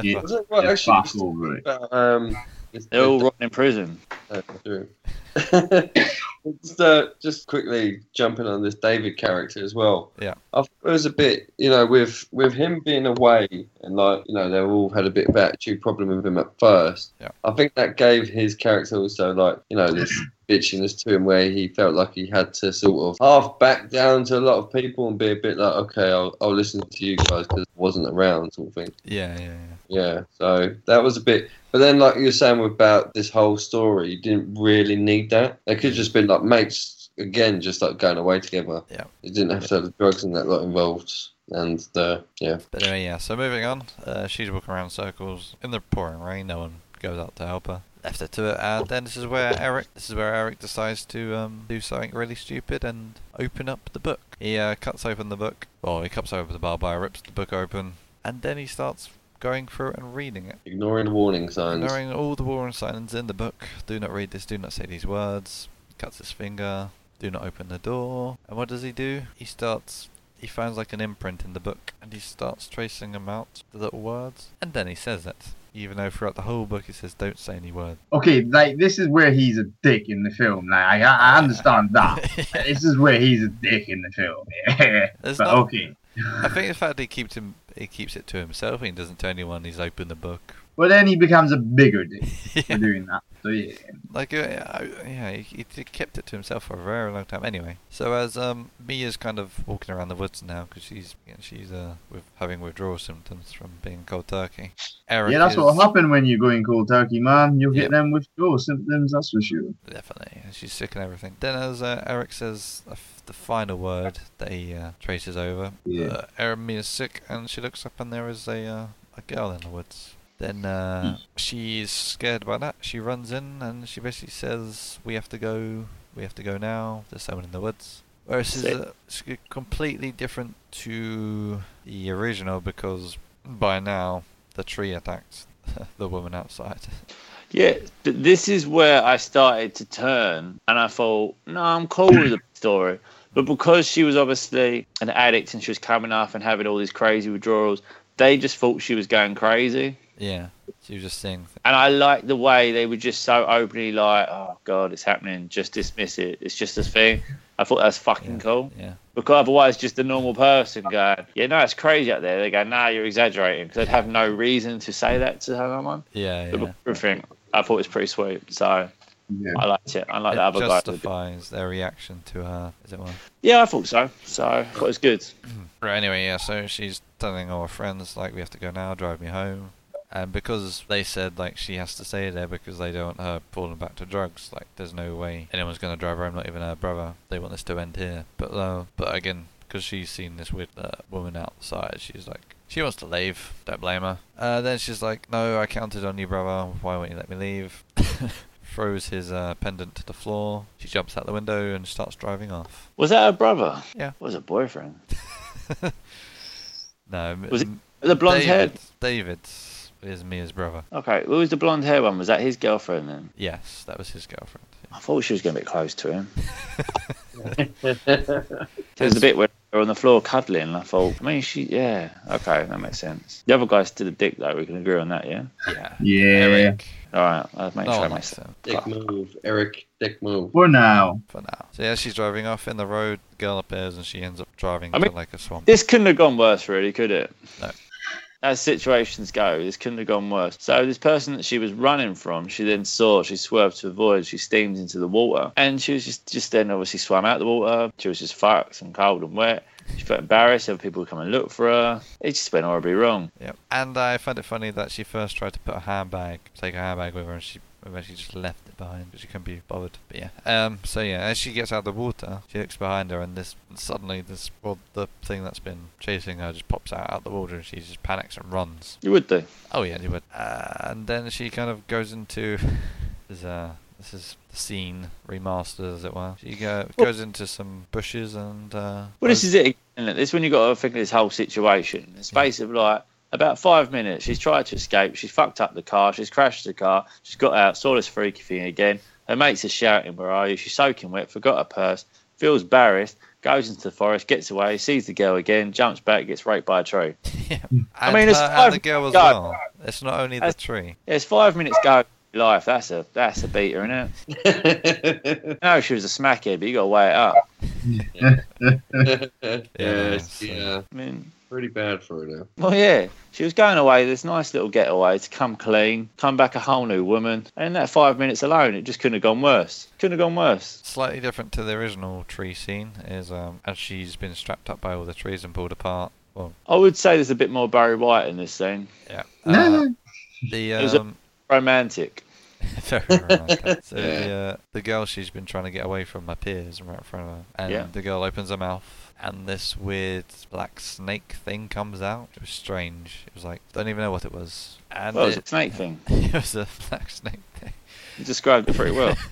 S2: Yeah.
S4: Was it- well,
S2: get
S4: actually,
S2: back over it.
S4: about, um, this-
S1: They're all rotting in prison.
S4: Uh, true. just, uh, just quickly jumping on this David character as well.
S3: Yeah.
S4: I thought it was a bit, you know, with with him being away and like, you know, they all had a bit of attitude problem with him at first.
S3: Yeah.
S4: I think that gave his character also like, you know, this bitchiness to him where he felt like he had to sort of half back down to a lot of people and be a bit like, okay, I'll, I'll listen to you guys because I wasn't around sort of thing.
S3: Yeah, yeah, yeah.
S4: Yeah, so that was a bit. But then, like you were saying about this whole story, you didn't really need that. They could have just been like mates again, just like going away together.
S3: Yeah.
S4: You didn't have to have the drugs and that lot involved. and uh, yeah.
S3: But anyway, yeah, so moving on. Uh, she's walking around circles in the pouring rain. No one goes out to help her. Left her to it, and then this is where Eric. This is where Eric decides to um, do something really stupid and open up the book. He uh, cuts open the book. Well, he cuts open the barbed wire, rips the book open, and then he starts going through it and reading it,
S4: Ignoring the warning signs.
S3: ignoring all the warning signs in the book. Do not read this. Do not say these words. Cuts his finger. Do not open the door. And what does he do? He starts. He finds like an imprint in the book, and he starts tracing them out, the little words, and then he says it. Even though throughout the whole book he says, "Don't say any word."
S2: Okay, like this is where he's a dick in the film. Like I, I understand that. this is where he's a dick in the film. Yeah.
S3: There's
S2: But
S3: not-
S2: okay.
S3: I think the fact that he keeps him, he keeps it to himself. He doesn't tell anyone. He's opened the book.
S2: Well, then he becomes a bigger dick for doing that. So yeah.
S3: Like, uh, I- yeah, he, he t- kept it to himself for a very long time. Anyway, so as um, Mia's kind of walking around the woods now because she's yeah, she's uh with having withdrawal symptoms from being cold turkey. Eric
S2: yeah, that's
S3: is
S2: what happened when you're going cold turkey, man. You'll
S3: Yep.
S2: get them withdrawal symptoms, that's for sure.
S3: Definitely, and she's sick and everything. Then as uh, Eric says the f- the final word that he uh, traces over,
S2: Yeah.
S3: uh, Eric Mia's sick and she looks up and there is a uh, a girl in the woods. Then uh, she's scared by that. She runs in and she basically says, "We have to go. We have to go now. There's someone in the woods." Whereas this is
S1: Sick.
S3: uh, it's c- completely different to the original because by now the tree attacked the woman outside.
S1: Yeah, but this is where I started to turn, and I thought, no, I'm cool with the story. But because she was obviously an addict and she was coming off and having all these crazy withdrawals, they just thought she was going crazy.
S3: yeah, she was just seeing. Th-
S1: And I like the way they were just so openly like, oh god, it's happening. Just dismiss it. It's just a thing. I thought that's fucking cool
S3: yeah.
S1: because otherwise, just a normal person going, yeah, no, it's crazy out there. They go, nah, you're exaggerating because they'd have no reason to say that to someone.
S3: Yeah,
S1: But
S3: yeah.
S1: everything I thought it was pretty sweet. So.
S2: Yeah.
S1: I liked it. I like the
S3: it
S1: other guy.
S3: justifies their reaction to her, as it were.
S1: Yeah, I thought so. So I thought it was good.
S3: Right, anyway, yeah, so she's telling all her friends, like, we have to go now, drive me home. And because they said, like, she has to stay there because they don't want her falling back to drugs, like, there's no way anyone's going to drive her home, not even her brother. They want this to end here. But, uh, but again, because she's seen this weird uh, woman outside, she's like, she wants to leave. Don't blame her. Uh, then she's like, no, I counted on you, brother. Why won't you let me leave? Throws his uh, pendant to the floor. She jumps out the window and starts driving off.
S1: Was that her brother?
S3: Yeah.
S1: What was her boyfriend?
S3: No, m-
S1: Was it- The blonde hair.
S3: David, David is Mia's brother.
S1: Okay, who was the blonde hair one? Was that his girlfriend then?
S3: Yes, that was his girlfriend.
S1: I thought she was going a bit close to him. There's the bit where they're on the floor cuddling, and I thought, I mean, she, yeah, okay, that makes sense. The other guy's still a dick, though. We can agree on that, yeah.
S3: Yeah.
S2: Yeah.
S3: Eric.
S1: All right, I'll make
S3: No
S1: sure I
S3: one
S1: make
S3: likes
S1: sense.
S3: him
S4: Dick move, Eric. Dick move.
S2: For now.
S3: for now. So yeah, she's driving off in the road. Girl appears and she ends up driving
S1: I
S3: to
S1: mean-
S3: like a swamp.
S1: This couldn't have gone worse, really, could it?
S3: No.
S1: As situations go, this couldn't have gone worse. So this person that she was running from, she then saw, she swerved to avoid, she steamed into the water, and she was just, just then obviously swam out the water. She was just fucked and cold and wet. She felt embarrassed. Other people would come and look for her. It just went horribly wrong.
S3: Yep. And I find it funny that she first tried to put a handbag, take a handbag with her, and she eventually just left it behind because she couldn't be bothered. But yeah. Um. So yeah, as she gets out of the water, she looks behind her, and this suddenly this well the thing that's been chasing her just pops out out of the water, and she just panics and runs.
S1: You would do.
S3: Oh yeah, they would. Uh, and then she kind of goes into this. is, Uh, this is the scene remastered, as it were. She go, goes into some bushes and. Uh,
S1: Well, this is it. Again, isn't it? this is when you've got to think of this whole situation. In the space of like about five minutes, she's tried to escape. She's fucked up the car. She's crashed the car. She's got out, saw this freaky thing again. Her mates are shouting, Where are you? She's soaking wet, forgot her purse, feels embarrassed, goes into the forest, gets away, sees the girl again, jumps back, gets raped by a tree.
S3: I
S1: mean, it's
S3: and the
S1: five-
S3: girl as
S1: God.
S3: well. It's not only the
S1: That's-
S3: tree.
S1: Yeah, it's five minutes go. Life, that's a that's a beater, isn't it? No, she was a smackhead, but you got to weigh it up.
S4: yes,
S3: so-
S4: yeah.
S1: I mean,
S4: Pretty bad for her now.
S1: Well, yeah, she was going away this nice little getaway to come clean, come back a whole new woman, and in that five minutes alone, it just couldn't have gone worse. Couldn't have gone worse.
S3: Slightly different to the original tree scene is um, as she's been strapped up by all the trees and pulled apart. Well,
S1: I would say there's a bit more Barry White in this scene.
S3: yeah.
S2: No,
S3: Uh,
S2: no.
S3: the
S1: It was a-
S3: um,
S1: Romantic.
S3: Terrorica. so
S4: Yeah.
S3: the, uh, the girl she's been trying to get away from appears right in front of her, and
S1: Yeah.
S3: the girl opens her mouth, and this weird black snake thing comes out. It was strange. It was like don't even know what it was, and
S1: Well, it was
S3: it,
S1: a snake thing.
S3: it was a black snake thing.
S1: You described it pretty well.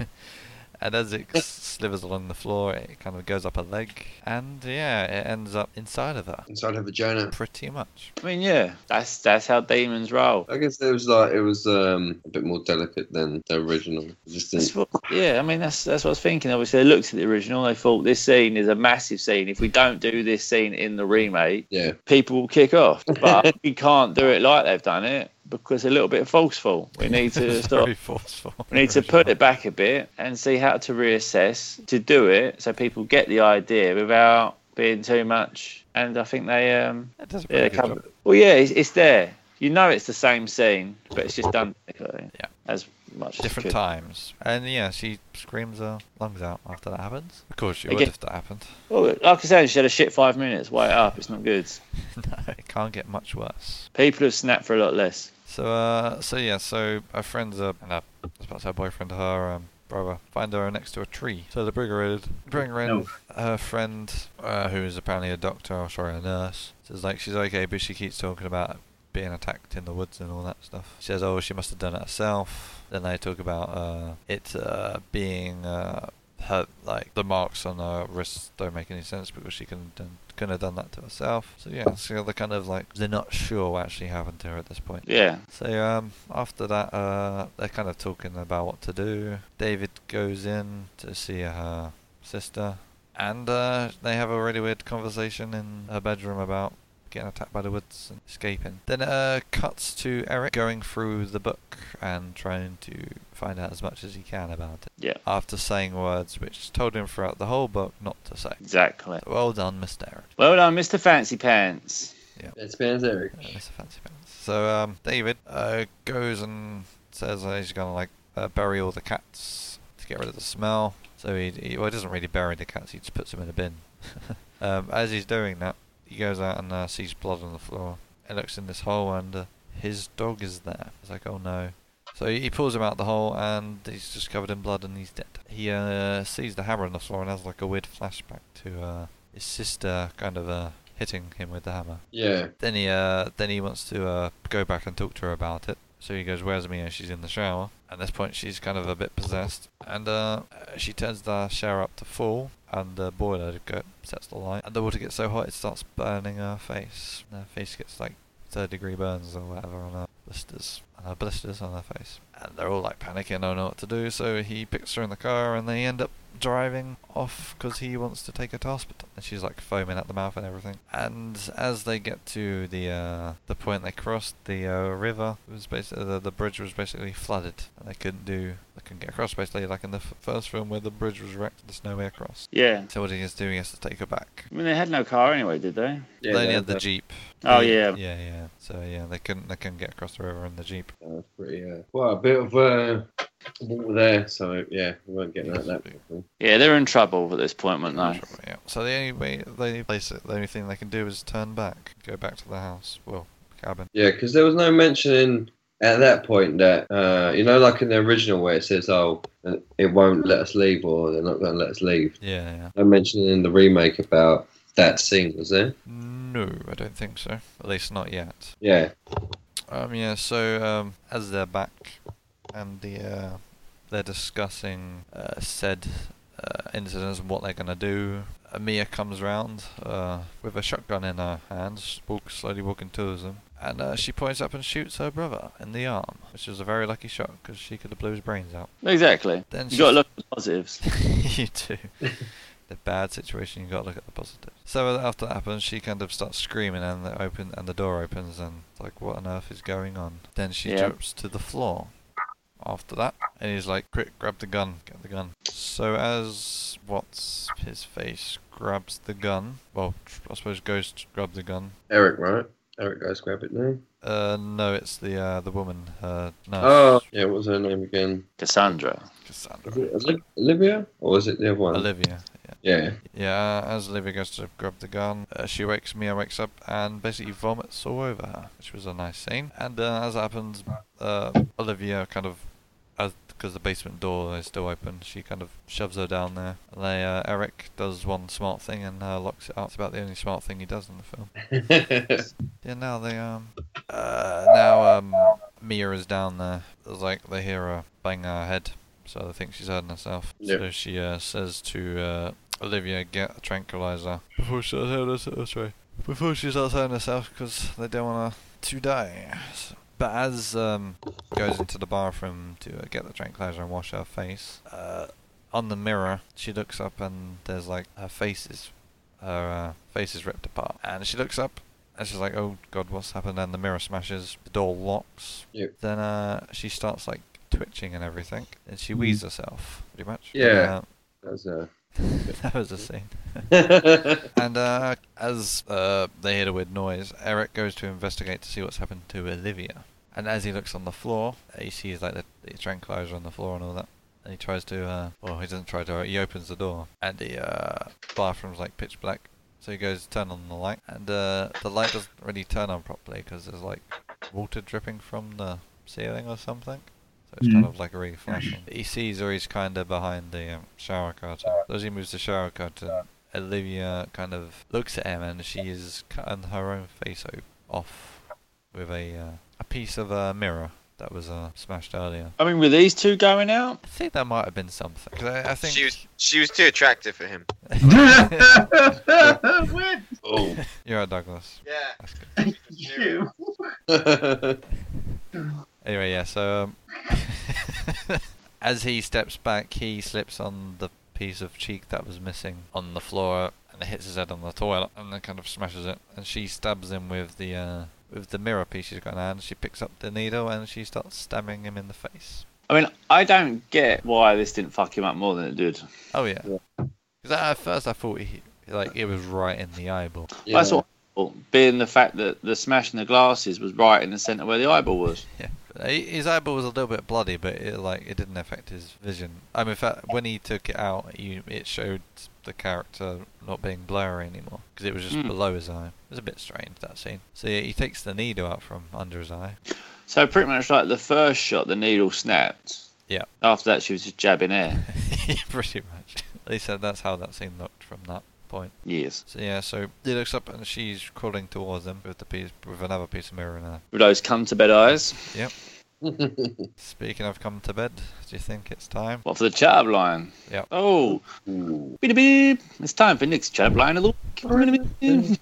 S3: and as it s- slivers along the floor, it kind of goes up her leg, and yeah, it ends up inside of her,
S4: Inside her vagina.
S3: pretty much.
S1: I mean, yeah, that's that's how demons roll.
S4: I guess it was like it was um, a bit more delicate than the original. Just
S1: That's
S4: didn't,
S1: what, yeah, I mean that's that's what I was thinking. Obviously, they looked at the original. They thought this scene is a massive scene. If we don't do this scene in the remake,
S4: yeah,
S1: people will kick off. But we can't do it like they've done it because a little bit forceful. We need to
S3: It's
S1: stop.
S3: very forceful.
S1: We need to put it back a bit and see how to reassess to do it so people get the idea without being too much. And I think they um
S3: It does
S1: yeah
S3: a pretty
S1: they
S3: good
S1: cover.
S3: job.
S1: Well, yeah, it's, it's there. You know, it's the same scene, but it's just done differently.
S3: Yeah.
S1: as much as
S3: different
S1: could.
S3: times. And yeah, she screams her lungs out after that happens. Of course, she would
S1: Again-
S3: if that happened.
S1: Well, like I said, she had a shit five minutes. Wait up, it's not good.
S3: no, it can't get much worse.
S1: People have snapped for a lot less.
S3: So, uh, so yeah, so her friends, uh, and her, I suppose her boyfriend, her um, brother, find her next to a tree. So they bring her in. Bring her in.
S2: No.
S3: Her friend, uh, who is apparently a doctor, or sorry, a nurse, says like she's okay, but she keeps talking about being attacked in the woods and all that stuff. She says, oh, she must have done it herself. Then they talk about uh, it uh, being uh, her like the marks on her wrists don't make any sense because she couldn't done, couldn't have done that to herself. So yeah, so they're kind of like they're not sure what actually happened to her at this point.
S1: Yeah.
S3: So um, after that, uh, they're kind of talking about what to do. David goes in to see her sister, and uh, they have a really weird conversation in her bedroom about getting attacked by the woods and escaping. Then it uh, cuts to Eric going through the book and trying to find out as much as he can about it.
S1: Yeah.
S3: After saying words which told him throughout the whole book not to say.
S1: Exactly.
S3: Well done, Mr. Eric.
S1: Well done, Mr. Fancy Pants.
S4: it's been Eric.
S3: Yeah, Oh, that's a fancy pants. So um, David uh, goes and says uh, he's gonna like uh, bury all the cats to get rid of the smell. So he, he well, he doesn't really bury the cats. He just puts them in a bin. um, as he's doing that, he goes out and uh, sees blood on the floor. He looks in this hole and uh, his dog is there. He's like, oh no. So he he pulls him out the hole and he's just covered in blood and he's dead. He uh, sees the hammer on the floor and has like a weird flashback to uh, his sister kind of uh, hitting him with the hammer.
S4: Yeah,
S3: Then he uh, then he wants to uh, go back and talk to her about it. So he goes, "Where's Mia?" She's in the shower. At this point, she's kind of a bit possessed, and uh, she turns the shower up to full, and the boiler go- sets the light, and the water gets so hot it starts burning her face. And her face gets like third degree burns or whatever on her blisters, on her blisters on her face, and they're all like panicking, don't know what to do. So he picks her in the car, and they end up driving off because he wants to take her to hospital. And she's like foaming at the mouth and everything. And as they get to the uh, the point they crossed, the uh, river was basically the, the bridge was basically flooded, and they couldn't do they couldn't get across. Basically, like in the f- first film where the bridge was wrecked, there's no way across.
S1: Yeah.
S3: So what he has to do, he has to take her back.
S1: I mean, they had no car anyway, did they?
S3: they
S4: yeah.
S3: only had
S4: that-
S3: the jeep.
S1: Oh, yeah.
S3: Yeah, yeah. So yeah, they couldn't they couldn't get across the river in the jeep.
S4: that was pretty. Uh, well, a bit of uh, water there, so yeah, we won't get that. that quickly.
S1: Yeah, they're in trouble at this point, weren't they?
S3: Yeah. So the only way, the only place, the only thing they can do is turn back, go back to the house. Well, cabin.
S4: Yeah, because there was no mentioning at that point that uh, you know, like in the original where it says, "Oh, it won't let us leave," or "They're not going to let us leave."
S3: Yeah, yeah.
S4: No mentioning in the remake about that scene, was there?
S3: No, I don't think so. At least not yet.
S4: Yeah,
S3: Um, yeah. So um, as they're back, and the uh, they're discussing uh, said uh, incidents and what they're gonna do. Uh, Mia comes round uh, with a shotgun in her hand, walk, slowly walking towards them, and uh, she points up and shoots her brother in the arm, which is a very lucky shot because she could have blew his brains out.
S1: Exactly.
S3: Then
S1: you
S3: she's-
S1: got to look at the positives.
S3: you do. the bad situation, you got to look at the positive. So uh, after that happens, she kind of starts screaming, and the open and the door opens, and it's like, what on earth is going on? Then she
S1: Yeah.
S3: drops to the floor. After that, and he's like, quick, grab the gun, get the gun. So as what's his face grabs the gun, well, I suppose goes to grab the gun.
S4: Eric, right? Eric goes grab it now.
S3: Uh, no, it's the uh, the woman, uh, nurse,
S4: Oh, yeah. What was her name again?
S1: Cassandra.
S4: Is
S3: Cassandra,
S4: it Oli- Olivia, or was it the other one?
S3: Olivia. Yeah.
S4: Yeah.
S3: Yeah, as Olivia goes to grab the gun, uh, she wakes Mia wakes up and basically vomits all over her, which was a nice scene. And uh, as it happens, uh, Olivia kind of as because the basement door is still open, she kind of shoves her down there. And they, uh, Eric does one smart thing and uh, locks it up. It's about the only smart thing he does in the film. Yeah, now they um, uh, now um, Mia is down there. It's like they hear her bang her head, so they think she's hurting herself.
S4: Yeah.
S3: So she uh, says to uh, Olivia, "Get a tranquilizer before she starts hurting herself." Sorry, before she starts hurting herself, because they don't want her to die. So- But as um, goes into the bathroom to uh, get the tranquilizer and wash her face, uh, on the mirror she looks up and there's like her face is her uh, face is ripped apart, and she looks up and she's like, "Oh God, what's happened?" And the mirror smashes, the door locks.
S4: Yep.
S3: Then uh, she starts like twitching and everything, and she wheezes herself pretty much.
S4: Yeah. That's a.
S3: Uh, that was a scene. And uh, as uh, they hear the weird noise, Eric goes to investigate to see what's happened to Olivia. And as he looks on the floor, he sees like the, the tranquilizer on the floor and all that. And he tries to, uh, well, he doesn't try to. He opens the door, and the uh, bathroom's like pitch black. So he goes to turn on the light, and uh, the light doesn't really turn on properly because there's like water dripping from the ceiling or something. So it's kind
S2: Mhm.
S3: of like really flashing. He sees or he's kind of behind the um, shower curtain. So as he moves the shower curtain, Olivia kind of looks at him and she is cutting her own face o- off with a uh, a piece of a mirror that was uh, smashed earlier.
S1: I mean, were these two going out?
S3: I think that might have been something. 'cause I, I think
S5: She was she was too attractive for him.
S2: What?
S4: oh.
S3: you're right, Douglas.
S5: Yeah.
S3: That's good.
S2: You.
S3: Anyway, yeah. So um, as he steps back, he slips on the piece of cheek that was missing on the floor and hits his head on the toilet and then kind of smashes it. And she stabs him with the uh, with the mirror piece she's got in her hand. She picks up the needle and she starts stabbing him in the face.
S1: I mean, I don't get why this didn't fuck him up more than it did.
S3: Oh yeah. Because at first I thought he like it was right in the eyeball.
S1: That's what being the fact that the smashing the glasses was right in the centre where the eyeball was.
S3: Yeah. But he- His eyeball was a little bit bloody, but it like it didn't affect his vision. I mean, in fact, when he took it out, you it showed the character not being blurry anymore because it was just
S1: Hmm.
S3: below his eye. It was a bit strange that scene. So yeah, he takes the needle out from under his eye.
S1: So pretty much like the first shot, the needle snapped.
S3: Yeah.
S1: After that, she was just jabbing air.
S3: Pretty much. They said that's how that scene looked from that point.
S1: Yes.
S3: So yeah, so he looks up and she's crawling towards him with the piece with another piece of mirror in her
S1: With those come to bed eyes.
S3: Speaking of come to bed, do you think it's time?
S1: What for the chat line?
S3: Yep.
S1: Oh, beep beep. It's time for Nick's chat line of the week.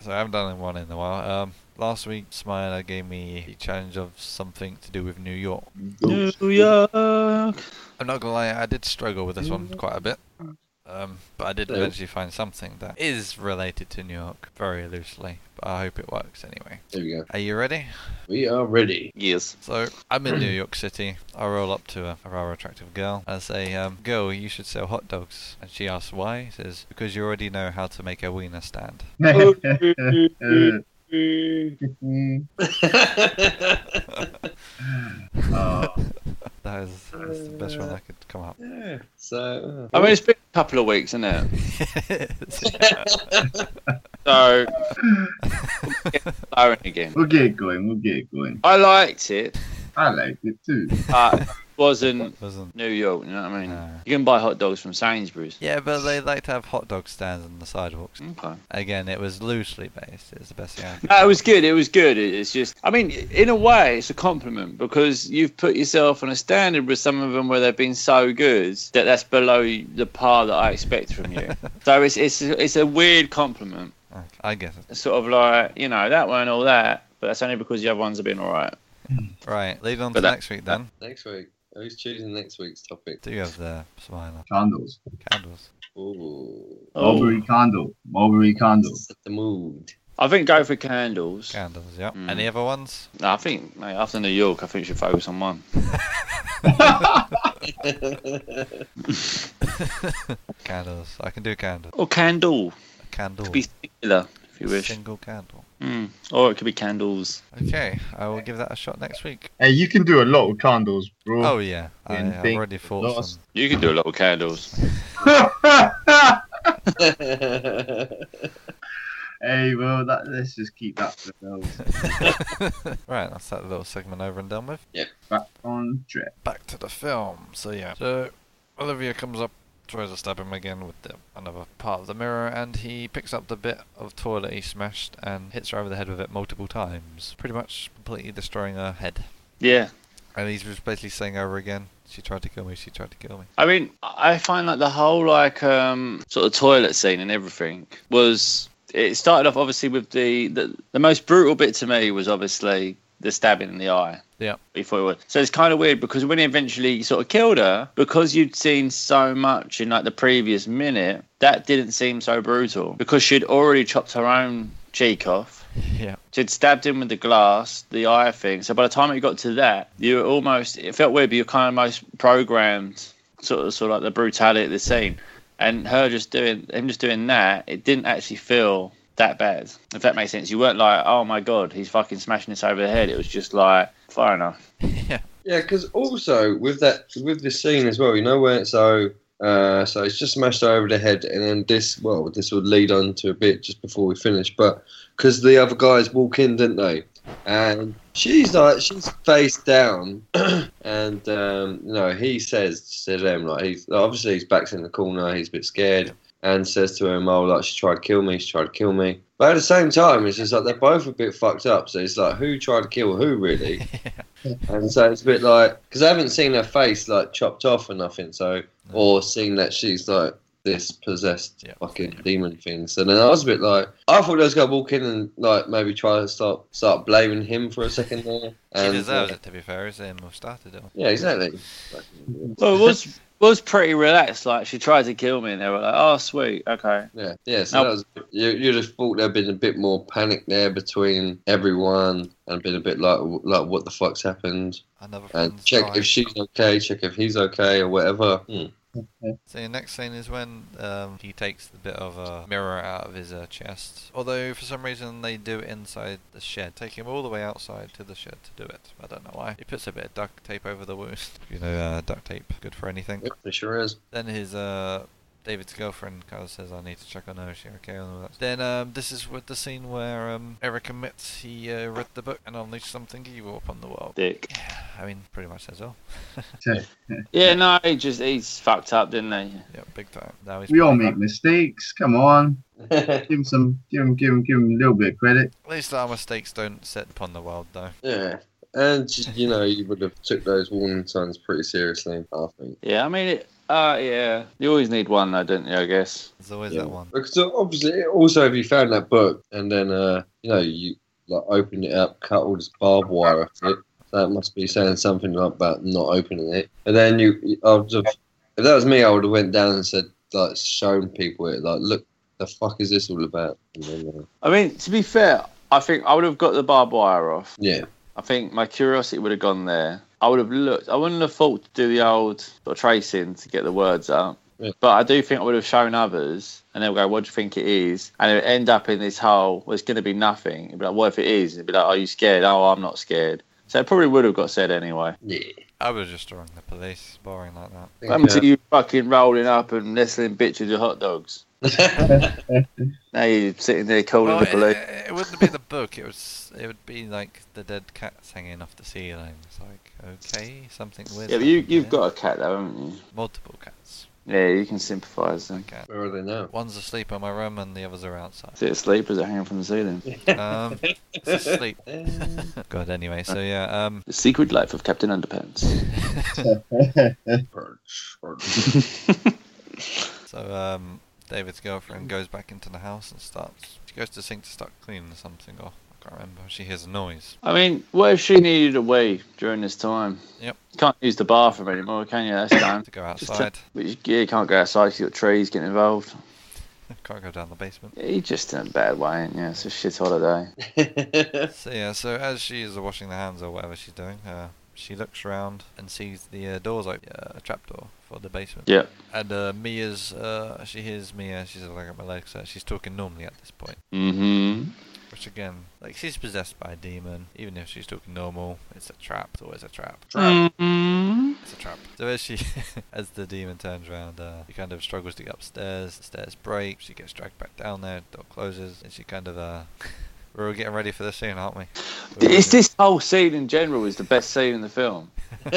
S3: So I haven't done one in a while. Um, last week, Smiler gave me the challenge of something to do with New York.
S1: New York.
S3: I'm not gonna lie, I did struggle with this one quite a bit. Um, but I did
S4: So-
S3: eventually find something that is related to New York, very loosely. But I hope it works anyway.
S4: There we go.
S3: Are you ready?
S4: We are ready.
S1: Yes.
S3: So I'm in New York City. I roll up to a, a rather attractive girl and I say, um, "Girl, you should sell hot dogs." And she asks why. She says, "Because you already know how to make a wiener stand."
S2: Oh.
S3: That is, that is the best one I could come up.
S4: yeah. So. uh,
S1: I mean, it's been a couple of weeks, isn't it?
S3: with.
S1: So, flowing again.
S2: We'll get it going. We'll get it going.
S1: I liked it,
S2: I like it too.
S1: but
S3: Uh,
S1: it wasn't
S3: Wasn't.
S1: New York. You know what I mean?
S3: No.
S1: You can buy hot dogs from Sainsbury's.
S3: Yeah, but they like to have hot dog stands on the sidewalks.
S1: Okay.
S3: Again, it was loosely based. It's the best thing. I could
S1: No, it was good. It was good. It- It's just, I mean, in a way, it's a compliment because you've put yourself on a standard with some of them where they've been so good that that's below the par that I expect from you. so it's it's it's a weird compliment.
S3: Okay, I get it.
S1: It's sort of like you know that one, all that, but that's only because the other ones have been all right.
S3: Right, lead on
S1: But
S3: to
S1: that-
S3: next week then.
S4: Next week. Who's choosing next week's topic?
S3: Do you have the smiler
S2: Candles.
S3: candles?
S4: Ooh.
S1: Oh.
S2: Mulberry
S3: Oh.
S2: candle. Mulberry candle.
S4: Set the mood.
S1: I think go for candles.
S3: Candles, yeah.
S1: Mm.
S3: Any other ones?
S1: No, I think mate, after New York, I think you should focus on one.
S3: Candles. I can do candles.
S1: Or candle,
S3: A candle.
S1: be singular if you wish,
S3: Single candle.
S1: mm. or it could be candles.
S3: Okay, I will give that a shot next week.
S2: Hey, you can do a lot of candles,
S3: Oh
S2: bro.
S3: yeah, I
S2: Didn't
S3: have
S2: think
S3: already
S2: lot
S3: thought
S2: of
S3: some.
S1: You can do a lot of candles.
S2: hey,
S4: That's
S2: Hey, well, that, let's just keep that for those.
S3: right, that's that little segment over and done with.
S2: Back on track.
S3: Back to the film. So yeah, so Olivia comes up, tries to stab him again with the, another part of the mirror, and he picks up the bit of toilet he smashed and hits her over the head with it multiple times, pretty much completely destroying her head.
S1: Yeah.
S3: And he's just basically saying over again, "She tried to kill me. She tried to kill me."
S1: I mean, I find like the whole like um sort of toilet scene and everything was. It started off obviously with the the, the most brutal bit to me was obviously the stabbing in the eye.
S3: Yeah.
S1: Before it was. So it's kind of weird because when he eventually sort of killed her, because you'd seen so much in like the previous minute, that didn't seem so brutal because she'd already chopped her own cheek off.
S3: Yeah.
S1: She'd stabbed him with the glass, the eye thing. So by the time it got to that, you were almost it felt weird, but you're kind of most programmed sort of sort of like the brutality of the scene. And her just doing him just doing that, it didn't actually feel that bad. If that makes sense. You weren't like, Oh my god, he's fucking smashing this over the head. It was just like fair enough.
S3: yeah.
S4: Yeah, because also with that with this scene as well, you know where so uh, so it's just smashed over the head, and then this well this would lead on to a bit just before we finish, but because the other guys walk in, didn't they? And she's like she's face down, and um, you know he says to them like he's obviously his back's in the corner, he's a bit scared, and says to him, "Oh, like she tried to kill me, she tried to kill me." But at the same time, it's just like they're both a bit fucked up. So it's like who tried to kill who really? And so it's a bit like because I haven't seen her face like chopped off or nothing, so or seen that she's like this possessed
S3: Yeah.
S4: fucking demon thing. So then I was a bit like, I thought I was gonna walk in and like maybe try to start start blaming him for a second there.
S3: She
S4: And,
S3: deserves
S4: uh,
S3: it. To be fair, it's him who started it. all.
S4: Yeah, exactly.
S1: Well it was was pretty relaxed, like she tried to kill me and they were like, Oh sweet, okay.
S4: Yeah, yeah. So
S1: Now-
S4: that was you. You'd have thought there'd been a bit more panic there between everyone, and been a bit like, like what the fuck's happened,
S3: Another
S4: and
S3: friend's
S4: uh, check
S3: died.
S4: if she's okay, check if he's okay, or whatever. Hmm.
S3: So the next scene is when um, he takes the bit of a mirror out of his uh, chest. Although for some reason they do it inside the shed, take him all the way outside to the shed to do it. I don't know why. He puts a bit of duct tape over the wound. You know, uh, duct tape, good for anything.
S4: Yep, it sure is.
S3: Then his uh, David's girlfriend kind of says, "I need to check on her. Is she okay?" And all that. Then um, this is with the scene where um, Eric admits he uh, read the book and unleashed something evil upon the world.
S1: Dick.
S3: Yeah, I mean, pretty much says all.
S1: Yeah, no, he just he's fucked up, didn't he?
S3: Yeah, big time. Now he's
S2: We all make mistakes. Come on, give him some, give him, give him, give him a little bit of credit.
S3: At least our mistakes don't set upon the world, though.
S4: Yeah, and you know you would have took those warning signs pretty seriously. I think.
S1: Yeah, I mean it uh yeah. You always need one though, don't you, I guess.
S3: There's always
S4: Yeah.
S3: that one.
S4: Because uh, obviously, also if you found that book and then uh, you know you like opened it up, cut all this barbed wire off it, that must be saying something like about not opening it. And then you, I would have, if that was me, I would have went down and said like shown people it, like look, the fuck is this all about? And then, uh,
S1: I mean, to be fair, I think I would have got the barbed wire off.
S4: yeah,
S1: I think my curiosity would have gone there. I would have looked. I wouldn't have thought to do the old sort of tracing to get the words up.
S4: Yeah.
S1: But I do think I would have shown others, and they'll go, "What do you think it is?" And it would end up in this whole, "Well, it's going to be nothing." It'd be like, "What if it is?" It'd be like, "Are you scared?" "Oh, I'm not scared." So it probably would have got said anyway.
S4: yeah.
S3: I was just drawing the police, boring like that.
S1: Come
S4: Yeah.
S1: to you fucking rolling up and nestling bitches with hot dogs. Now you're sitting there calling
S3: Well,
S1: the
S3: it,
S1: police.
S3: it- it wouldn't be the book. It was. It would be like the dead cats hanging off the ceiling. It's like okay, something weird.
S1: Yeah, but you,
S3: happened
S1: you've
S3: here.
S1: got a cat though, haven't you?
S3: multiple cats.
S1: Yeah, you can sympathise. then.
S3: Okay.
S4: Where are they now?
S3: One's asleep in my room and the others are outside.
S1: Is it asleep or is it hanging from the ceiling?
S3: Um, it's asleep. God. Anyway, so yeah. Um.
S1: The Secret Life of Captain Underpants.
S3: so um. David's girlfriend goes back into the house and starts. She goes to sink to start cleaning something. Or I can't remember. She hears a noise.
S1: I mean, what if she needed a wee during this time?
S3: Yep.
S1: You can't use the bathroom anymore, can you? That's done.
S3: To go
S1: Just check-
S3: outside.
S1: But you, yeah, you can't go outside 'cause you got trees getting involved.
S3: Can't go down the basement.
S1: Yeah, you're just in a bad way, ain't you? It's a shit holiday.
S3: So yeah, so as she is washing the hands or whatever she's doing, uh, she looks around and sees the uh, doors open, uh, a trapdoor for the basement.
S1: Yep.
S3: And uh, Mia's, uh, she hears Mia. She's like at my legs. Uh, she's talking normally at this point,
S1: Mm-hmm.
S3: which again, like she's possessed by a demon. Even if she's talking normal, it's a trap. It's always a trap.
S1: Mm-hmm.
S3: It's it's a trap. So as she, as the demon turns around, uh, she kind of struggles to get upstairs. The stairs break. She gets dragged back down there. Door closes, and she kind of uh, we're all getting ready for this scene, aren't we? We're all
S1: Is this whole scene in general is the best scene in the film?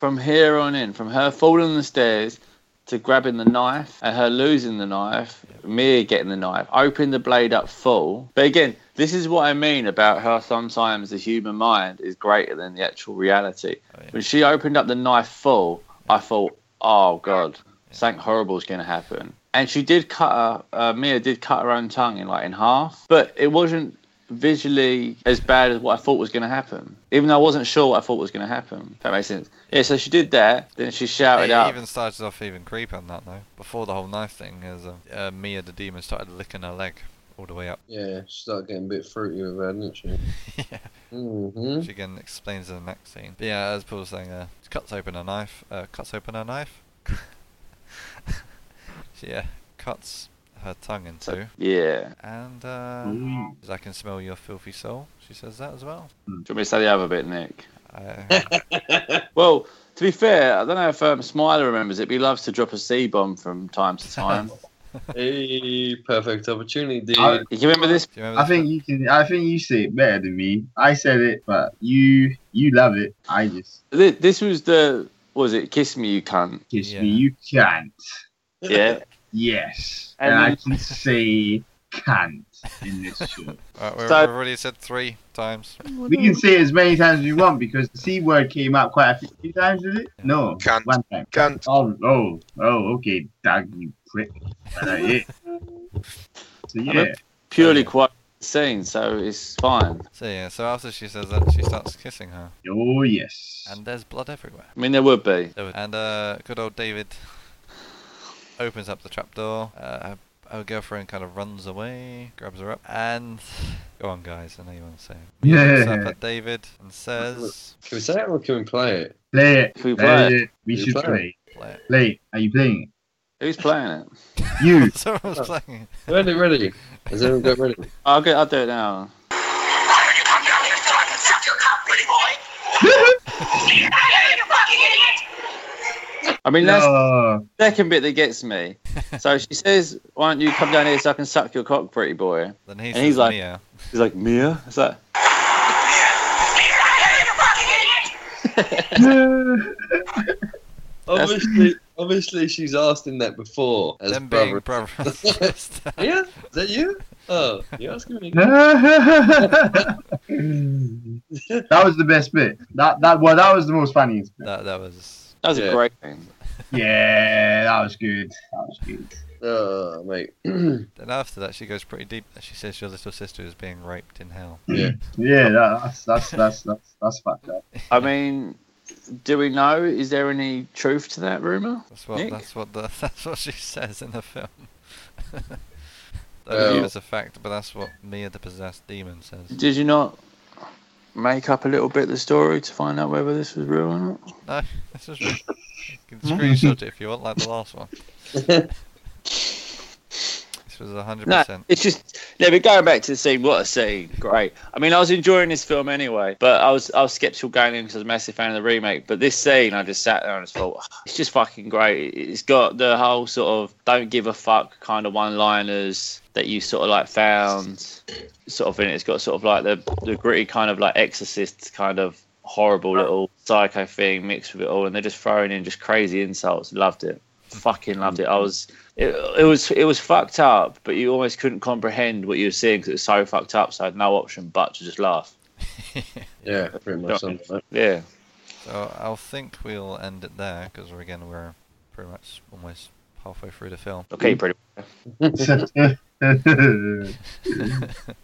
S1: from here on in, from her falling the stairs to grabbing the knife and her losing the knife, me getting the knife, opening the blade up full. But again, this is what I mean about how sometimes the human mind is greater than the actual reality.
S3: Oh, yeah.
S1: When she opened up the knife full, I thought, oh god, something horrible is going to happen. And she did cut her, uh, Mia did cut her own tongue in like in half, but it wasn't visually as bad as what I thought was going to happen. Even though I wasn't sure what I thought was going to happen. If that makes sense. Yeah, so she did that, then she shouted
S3: It
S1: out.
S3: even started off even creepier on that though. Before the whole knife thing, as uh, uh, Mia the demon started licking her leg all the way up.
S4: Yeah, she started getting a bit fruity with her, didn't she?
S3: yeah.
S2: Hmm.
S4: Mm-hmm.
S3: Which again explains in the next scene. But yeah, as Paul was saying, uh, she cuts open her knife. Uh, cuts open her knife. she uh, cuts her tongue in two.
S1: Yeah.
S3: And uh,
S2: Ooh.
S3: says, I can smell your filthy soul. She says that as well.
S1: Do you want me to say the other bit, Nick?
S3: Uh,
S1: Well, to be fair, I don't know if um, Smiler remembers it, but he loves to drop a C bomb from time to time.
S4: Hey, perfect opportunity, dude.
S2: I-
S1: you can remember this?
S3: do you remember
S2: I
S3: this
S2: think
S3: bit?
S2: you can. I think you say it better than me. I said it, but you you love it. I just
S1: thi- This was the. what Was it kiss me you cunt?
S2: kiss
S3: Yeah.
S2: me. You can't.
S1: Yeah,
S2: Yes,
S1: And
S2: and, I
S1: then-
S2: can say can't in this show.
S3: Right, we've,
S1: so-
S3: we've already said three times.
S2: we can say it as many times as we want because the c word came up quite a few times, did it? No,
S5: Can't.
S2: one time.
S5: Can't.
S2: Oh, oh, oh, okay, Doug, you prick. Uh, yeah. So yeah,
S1: purely quite scene, so it's fine.
S3: So yeah, so after she says that, she starts kissing her,
S2: oh yes.
S3: and there's blood everywhere.
S1: I mean, there would be.
S3: There was- And uh, good old David opens up the trapdoor. Uh, her- her girlfriend kind of runs away, grabs her up, and go on, guys. I know you want to say. it. Mia looks up
S2: Yeah.
S3: at David and says,
S4: Can we say it or can we play it?
S2: Play it.
S1: Can we
S2: play
S1: play it?
S2: it. We
S4: You
S2: should
S4: play it.
S2: play.
S3: "Play it."
S2: Play. it. Are you playing
S1: Who's playing it?
S2: it? You.
S3: Someone's playing. it.
S4: Ready, ready. Has everyone got ready?
S1: I'll get. I'll do it now. I mean, that's
S2: No.
S1: the second bit that gets me. So she says, "Why don't you come down here so I can suck your cock, pretty boy?"
S3: Then he
S1: And
S3: says,
S1: he's like-
S3: Mia.
S1: He's like, "Mia." It's like,
S4: Obviously, obviously, she's asked him that before. As
S3: Them
S4: brother.
S3: being brother and sister.
S4: Yeah, is that you? Oh, you asking me?
S2: that was the best bit. That that well, that was the most funniest bit.
S3: That that was.
S1: "That was
S4: Yeah.
S1: a great thing."
S2: Yeah, that was good. That was good.
S4: Oh, mate.
S3: Then after that, she goes pretty deep. She says your little sister is being raped in hell.
S4: yeah.
S2: Yeah, that, that's that's that's that's that's fucked up.
S1: I mean, do we know? Is there any truth to that rumor?
S3: That's what
S1: Nick?
S3: that's what the that's what she says in the film. That
S4: Well-
S3: is a fact, but that's what Mia the possessed demon says.
S1: Did you not make up a little bit of the story to find out whether this was real or not?
S3: No, this is real. You can screenshot it if you want, like the last one. This was hundred
S1: No,
S3: percent.
S1: it's just yeah. But going back to the scene, what a scene! Great. I mean, I was enjoying this film anyway, but I was I was skeptical going in because I was a massive fan of the remake. But this scene, I just sat there and just thought, it's just fucking great. It's got the whole sort of don't give a fuck kind of one-liners that you sort of like found, sort of in it. It's got sort of like the the gritty kind of like Exorcist kind of horrible little psycho thing mixed with it all, and they're just throwing in just crazy insults. Loved it. Fucking loved it. I was it, it was it was fucked up, but you almost couldn't comprehend what you were seeing because it was so fucked up. So I had no option but to just laugh.
S4: Yeah, pretty much. summed it up.
S1: Yeah,
S3: So I'll think we'll end it there because we're again we're pretty much almost halfway through the film.
S1: okay, pretty.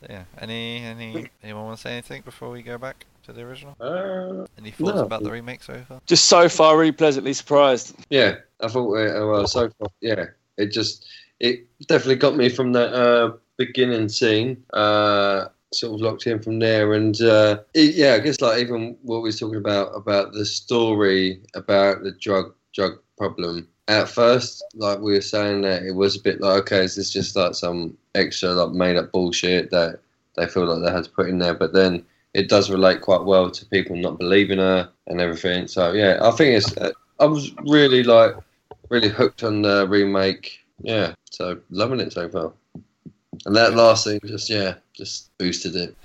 S3: yeah. Any any anyone want to say anything before we go back to the original?
S4: Uh,
S3: Any thoughts
S4: No.
S3: about the remake so far?
S1: Just so far, really pleasantly surprised.
S4: yeah, I thought, uh, well, so far, yeah, it just, it definitely got me from that uh, beginning scene, uh, sort of locked in from there. And uh, it, yeah, I guess like even what we was talking about, about the story about the drug, drug problem. At first, like we were saying that it was a bit like, okay, is this just like some extra like made up bullshit that they feel like they had to put in there? But then it does relate quite well to people not believing her and everything. So yeah, I think it's I was really like really hooked on the remake. Yeah, so loving it so far. And that last thing just yeah, just boosted it.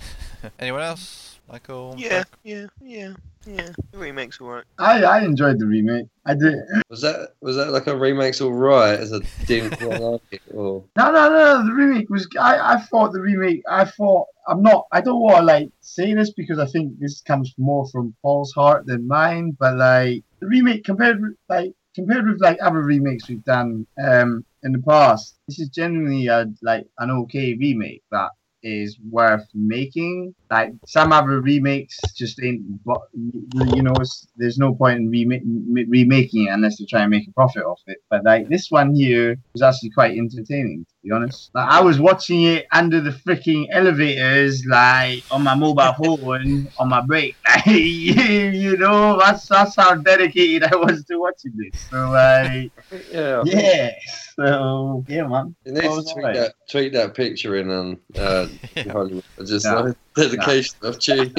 S3: Anyone else? Michael?
S5: Yeah, yeah, yeah, yeah. The remake's alright.
S2: I, I enjoyed the remake. I did.
S4: Was that was that like a remake's all right as a didn't quite like it or
S2: No, no, no. The remake was. I, I thought the remake. I thought I'm not. I don't want to like say this because I think this comes more from Paul's heart than mine. But like the remake compared with like compared with like other remakes we've done um in the past, this is generally a like an okay remake that is worth making. Like some other remakes just ain't. But you know, it's, there's no point in remake, remaking it unless you try and make a profit off it. But like this one here was actually quite entertaining, to be honest. Like I was watching it under the freaking elevators, like on my mobile phone on my break. Like, you know, that's that's how dedicated I was to watching this. So like,
S4: yeah. I think
S2: yeah. So yeah, man.
S4: You need to
S2: was
S4: tweet
S2: alright.
S4: that, tweet that picture in on uh, Hollywood. I just
S2: No.
S4: like dedication of Chi.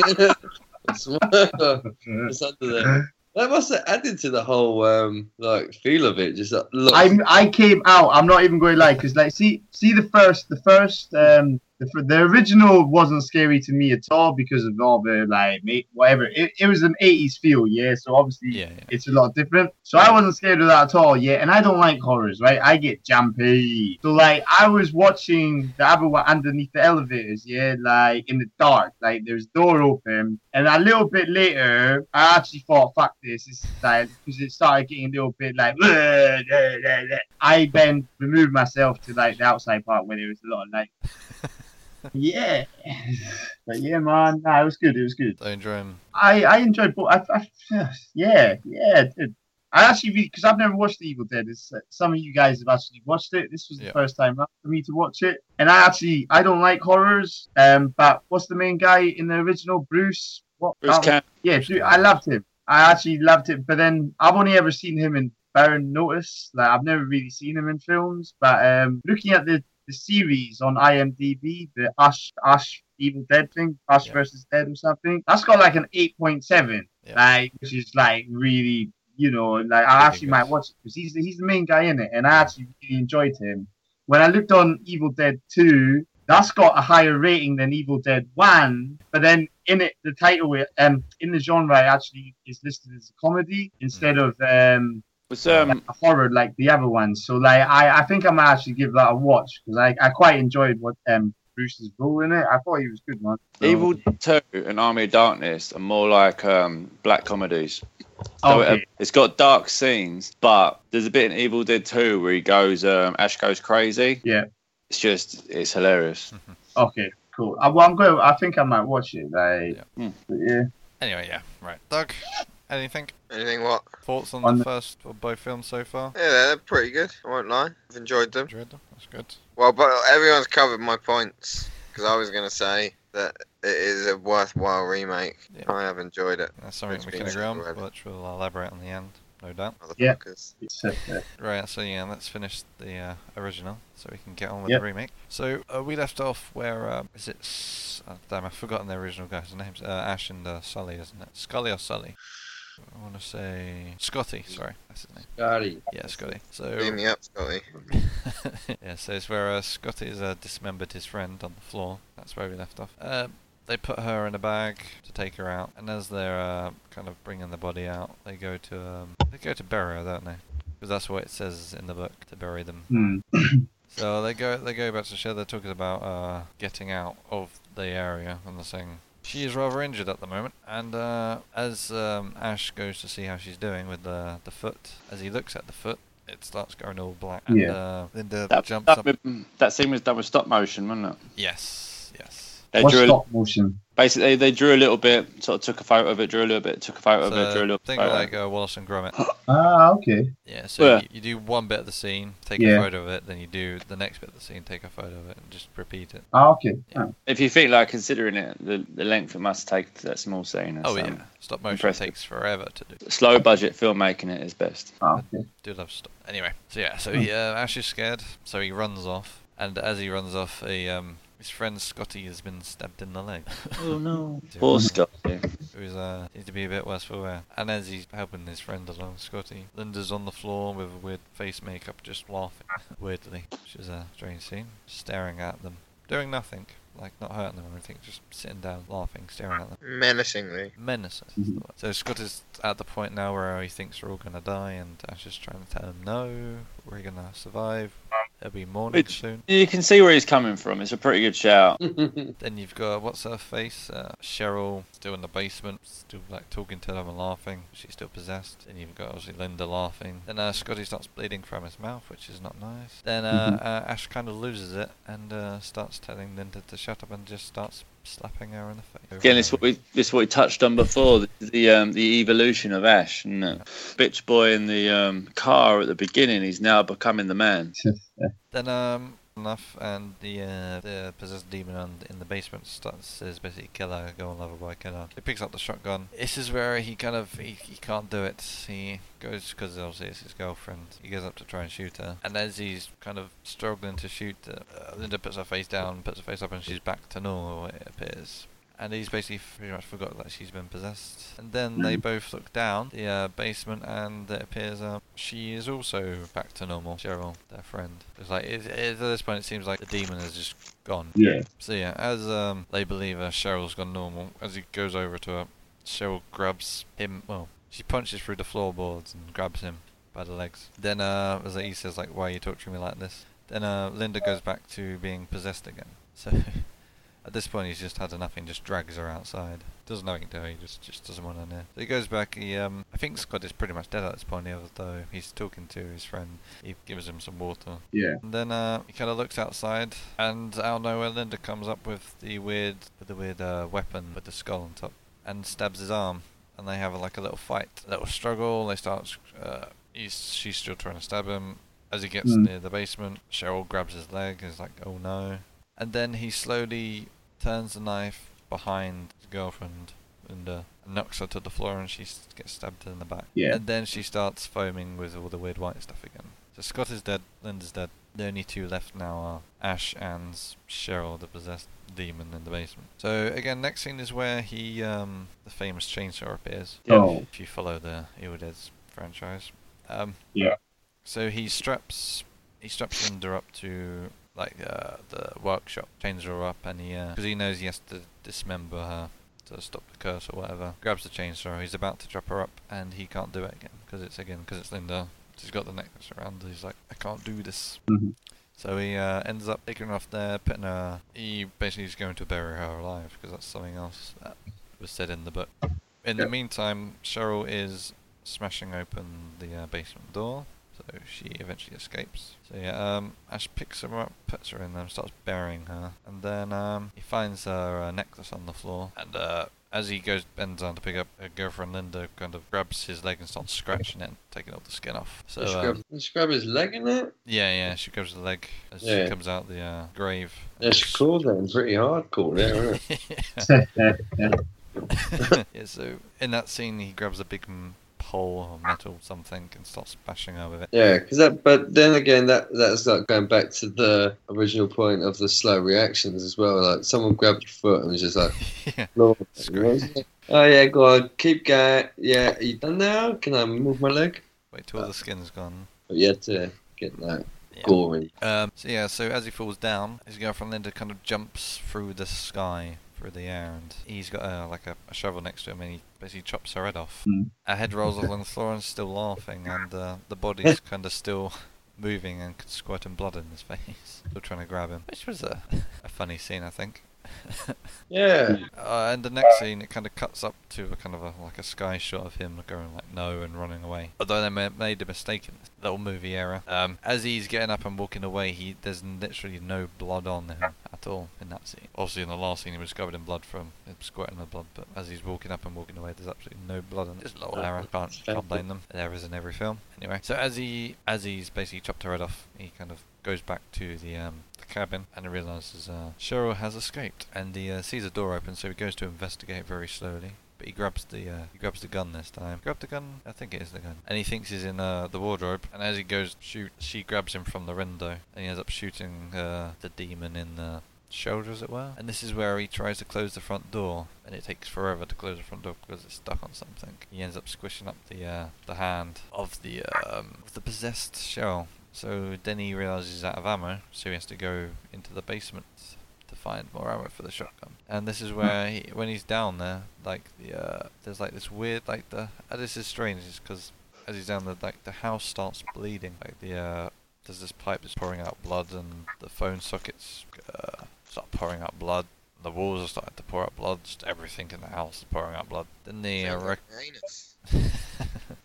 S4: it's, it's under there. That must have added to the whole um, like feel of it. Just like, look,
S2: I I came out. I'm not even going to lie, because like see see the first the first um the, fir- the original wasn't scary to me at all because of all the like ma- whatever it, it was an 80s feel yeah so obviously
S3: Yeah, yeah.
S2: it's a lot different so I wasn't scared of that at all yeah and I don't like horrors right I get jumpy so like I was watching the other one underneath the elevators yeah like in the dark like there's door open and a little bit later I actually thought fuck this it's like because it started getting a little bit like "Bleh, bleh, bleh, bleh." I then removed myself to like the outside part where there was a lot of like yeah. But yeah, man, nah, it was good. It was good.
S3: So enjoy 'em.
S2: I, I enjoyed both. I, I, yeah, yeah, dude. I actually, because I've never watched The Evil Dead. It's, uh, some of you guys have actually watched it. This was the
S3: Yeah.
S2: first time up for me to watch it. And I actually, I don't like horrors. Um, But what's the main guy in the original? Bruce? What?
S1: Bruce
S2: that-
S1: Campbell.
S2: yeah, dude, I loved him. I actually loved him, but then I've only ever seen him in Baron Notice. Like I've never really seen him in films. But um, looking at the, the series on IMDb, the Ash Ash Evil Dead thing, Ash
S3: Yeah.
S2: versus Dead or something, that's got like an eight point seven,
S3: Yeah.
S2: like which is like really, you know, like
S3: Pretty
S2: I actually
S3: good.
S2: might watch it because he's the- he's the main guy in it, and I actually really enjoyed him. When I looked on Evil Dead Two, that's got a higher rating than Evil Dead One, but then in it, the title it- um in the genre it actually is listed as a comedy instead of um
S1: Was um,
S2: a horror like the other ones. So like I, I think I might actually give that a watch because I, I quite enjoyed what um Bruce's role in it. I thought he was good, man.
S4: Oh.
S2: So-
S1: Evil Two and Army of Darkness are more like um, black comedies. So
S2: Oh, Okay.
S1: it, it's got dark scenes, but there's a bit in Evil Dead 2 where he goes, um, Ash goes crazy.
S2: Yeah.
S1: It's just, it's hilarious.
S4: Hmm.
S2: Okay. Cool. I, well, I'm going. I think I might watch it. Like,
S1: Yeah.
S2: yeah. But yeah.
S3: Anyway, yeah. Right. Doug, anything?
S5: Anything what?
S3: Thoughts on,
S2: On
S3: the
S2: the-
S3: first or both films so far?
S5: Yeah, they're pretty good. I won't lie. I've enjoyed them.
S3: Enjoyed them? That's good.
S5: Well, but everyone's covered my points because I was going to say that it is a worthwhile remake.
S3: Yeah.
S5: I have enjoyed it,
S3: That's something
S5: Which
S3: we can
S5: means
S3: agree on,
S5: already.
S3: which we'll elaborate on the end, no doubt.
S2: Yeah.
S5: motherfuckers.
S2: It's, uh, uh,
S3: Right, so yeah, let's finish the uh, original so we can get on with
S2: Yep.
S3: the remake. So uh, we left off where, um, is it. S- oh, damn, I've forgotten the original guys' names. Uh, Ash and uh, Sully, isn't it? Scully or Sully? I want to say. Scotty, sorry. That's his name.
S4: Scotty.
S3: Yeah, Scotty.
S5: Beam
S3: So.
S5: me up, Scotty.
S3: yeah, so it's where uh, Scotty's uh, dismembered his friend on the floor. That's where we left off. Uh, they put her in a bag to take her out, and as they're uh, kind of bringing the body out, they go to um, they go to bury her, don't they? Because that's what it says in the book to bury them.
S2: hmm.
S3: So they go they go back to the shed. They're talking about uh, getting out of the area and the thing. She is rather injured at the moment, and uh, as um, Ash goes to see how she's doing with the the foot, as he looks at the foot, it starts going all black. And
S2: Yeah.
S3: uh, Linda
S1: That,
S3: jumps
S1: that,
S3: up.
S1: with- that scene was done with stop motion, wasn't it?
S3: Yes, yes.
S1: They
S2: What's
S1: drew a,
S2: stop motion?
S1: basically they drew a little bit, sort of took a photo of it, drew a little bit, took a photo of it, drew a
S3: So
S1: little
S3: think
S1: photo.
S3: like uh, Wallace and Gromit.
S2: Ah, okay.
S3: Yeah, so
S1: Yeah.
S3: You, you do one bit of the scene, take a
S2: Yeah.
S3: photo of it, then you do the next bit of the scene, take a photo of it, and just repeat it.
S2: Ah, okay.
S3: Yeah.
S2: Ah,
S1: if you think like considering it, the, the length it must take to that small scene.
S3: Oh
S1: it's,
S3: yeah,
S1: um,
S3: stop motion
S1: impressive.
S3: takes forever to do.
S1: Slow budget filmmaking it is best.
S2: ah, okay.
S3: do love stuff. Anyway, so yeah, so he, uh, Ash is scared, so he runs off, and as he runs off, he um, His friend Scotty has been stabbed in the leg.
S1: Oh no.
S3: So
S1: Poor Scotty.
S3: It was uh, seems to be a bit worse for wear. And as he's helping his friend along, Scotty, Linda's on the floor with a weird face makeup, just laughing weirdly, which is a strange scene. Staring at them, doing nothing, like not hurting them or anything, just sitting down, laughing, staring at them.
S5: Menacingly.
S3: Menacing. is the word. So Scott is at the point now where he thinks we're all gonna die, and Ash is trying to tell him no, we're gonna survive. It'll be morning
S1: Which-
S3: soon.
S1: You can see where he's coming from. It's a pretty good shout.
S3: Then you've got what's her face, uh, Cheryl, still in the basement, still like talking to them and laughing. She's still possessed. Then you've got obviously Linda laughing. Then uh, Scotty starts bleeding from his mouth, which is not nice. Then uh, uh, Ash kind of loses it and uh, starts telling Linda to shut up and just starts slapping her in the face. Over
S1: Again,
S3: and
S1: this what
S3: over.
S1: we this what we touched on before. This is The um, the evolution of Ash. Isn't it? Bitch boy in the um, car at the beginning. He's now becoming the man.
S3: Then um enough and the uh, the possessed demon on, in the basement starts says basically kill her, go and love her, boy, kill her. He picks up the shotgun. This is where he kind of he, he can't do it. He goes because obviously it's his girlfriend. He goes up to try and shoot her, and as he's kind of struggling to shoot, uh, Linda puts her face down, puts her face up, and she's back to normal. It appears. And he's basically pretty much forgot that she's been possessed. And then they both look down the uh, basement, and it appears um, she is also back to normal. Cheryl, their friend. It's like it, it, at this point, it seems like the demon has just gone.
S2: Yeah.
S3: So yeah, as um, they believe her, Cheryl's gone normal. As he goes over to her, Cheryl grabs him. Well, she punches through the floorboards and grabs him by the legs. Then uh, as he says like, "Why are you torturing me like this?" Then uh, Linda goes back to being possessed again. So at this point, he's just had enough and just drags her outside. Doesn't know what he can do. He just just doesn't want her near. So he goes back. He um, I think Scott is pretty much dead at this point. Although he's talking to his friend, he gives him some water.
S2: Yeah.
S3: And then uh, he kind of looks outside, and out of nowhere, Linda comes up with the weird, with the weird uh, weapon with the skull on top, and stabs his arm. And they have like a little fight, a little struggle. They start. Uh, he's, she's still trying to stab him. As he gets
S2: Hmm.
S3: near the basement, Cheryl grabs his leg and is like, "Oh no!" And then he slowly turns the knife behind his girlfriend and uh, knocks her to the floor, and she s- gets stabbed in the back.
S2: Yeah.
S3: And then she starts foaming with all the weird white stuff again. So Scott is dead, Linda's dead. The only two left now are Ash and Cheryl, the possessed demon in the basement. So again, next scene is where he, um, the famous chainsaw appears.
S2: Oh.
S3: If you follow the Evil Dead's franchise, um,
S2: Yeah.
S3: So he straps, he straps Linda up to like uh, the workshop, chains her up, and he because he knows he has to dismember her to stop the curse or whatever. Grabs the chainsaw. He's about to drop her up, and he can't do it again because it's again because it's Linda. She's got the necklace around. He's like, I can't do this.
S2: Mhm.
S3: So he uh, ends up taking her off there, putting her. He basically is going to bury her alive because that's something else that was said in the book. In the
S2: Yeah.
S3: meantime, Cheryl is smashing open the uh, basement door, so she eventually escapes. So yeah, um, Ash picks her up, puts her in there, and starts burying her. And then um, he finds her uh, necklace on the floor, and uh, as he goes bends down to pick up her girlfriend, Linda kind of grabs his leg and starts scratching it, and taking all the skin off. So
S4: Just
S3: um,
S4: grab, just grab his leg in it.
S3: yeah, yeah, she grabs the leg as she
S4: Yeah.
S3: comes out the uh, grave.
S4: That's cool then. Pretty hardcore there, isn't it?
S3: yeah, so in that scene, he grabs a big mm, pole or metal something and starts bashing her with it.
S4: Yeah, because that. But then again, that that's like going back to the original point of the slow reactions as well. Like someone grabbed your foot and was just like,
S3: yeah.
S4: "No."
S3: Screw
S4: Oh yeah, go on, keep going. Yeah, are you done now? Can I move my leg?
S3: Wait till the skin's gone.
S4: But you had to get that
S3: Yeah.
S4: gory.
S3: Um, so yeah, so as he falls down, his girlfriend Linda kind of jumps through the sky, through the air, and he's got uh, like a, a shovel next to him, and he basically chops her head off.
S2: Mm.
S3: Her head rolls off on the floor and still laughing, and uh, the body's kind of still moving and squirting blood in his face, still trying to grab him, which was a, a funny scene, I think.
S4: Yeah,
S3: Uh, and the next scene, it kind of cuts up to a kind of a, like a sky shot of him going like no and running away. Although they ma- made a mistake in this little movie error. Um, as he's getting up and walking away, he there's literally no blood on him at all in that scene. Obviously, in the last scene, he was covered in blood from him squirting the blood. But as he's walking up and walking away, there's absolutely no blood on it. Just a little error. Can't, can't blame them. Errors in every film. Anyway, so as he as he's basically chopped her head off, he kind of goes back to the um, the cabin and realizes uh, Cheryl has escaped, and he uh, sees a door open, so he goes to investigate very slowly. But he grabs the uh, he grabs the gun this time. Grab the gun, I think it is the gun, and he thinks he's in uh, the wardrobe. And as he goes to shoot, she grabs him from the window, and he ends up shooting uh, the demon in the shoulder, as it were. And this is where he tries to close the front door, and it takes forever to close the front door because it's stuck on something. He ends up squishing up the uh, the hand of the um, of the possessed shell. So then he realizes he's out of ammo, so he has to go into the basement to find more ammo for the shotgun. And this is where he, when he's down there, like the uh, there's like this weird like the uh, this is strange because as he's down there, like the house starts bleeding. Like the uh, there's this pipe that's pouring out blood, and the phone sockets uh, start pouring out blood. The walls are starting to pour out blood. Just everything in the house is pouring out blood. Then the uh,
S5: Sounds
S3: rec-
S5: like anus.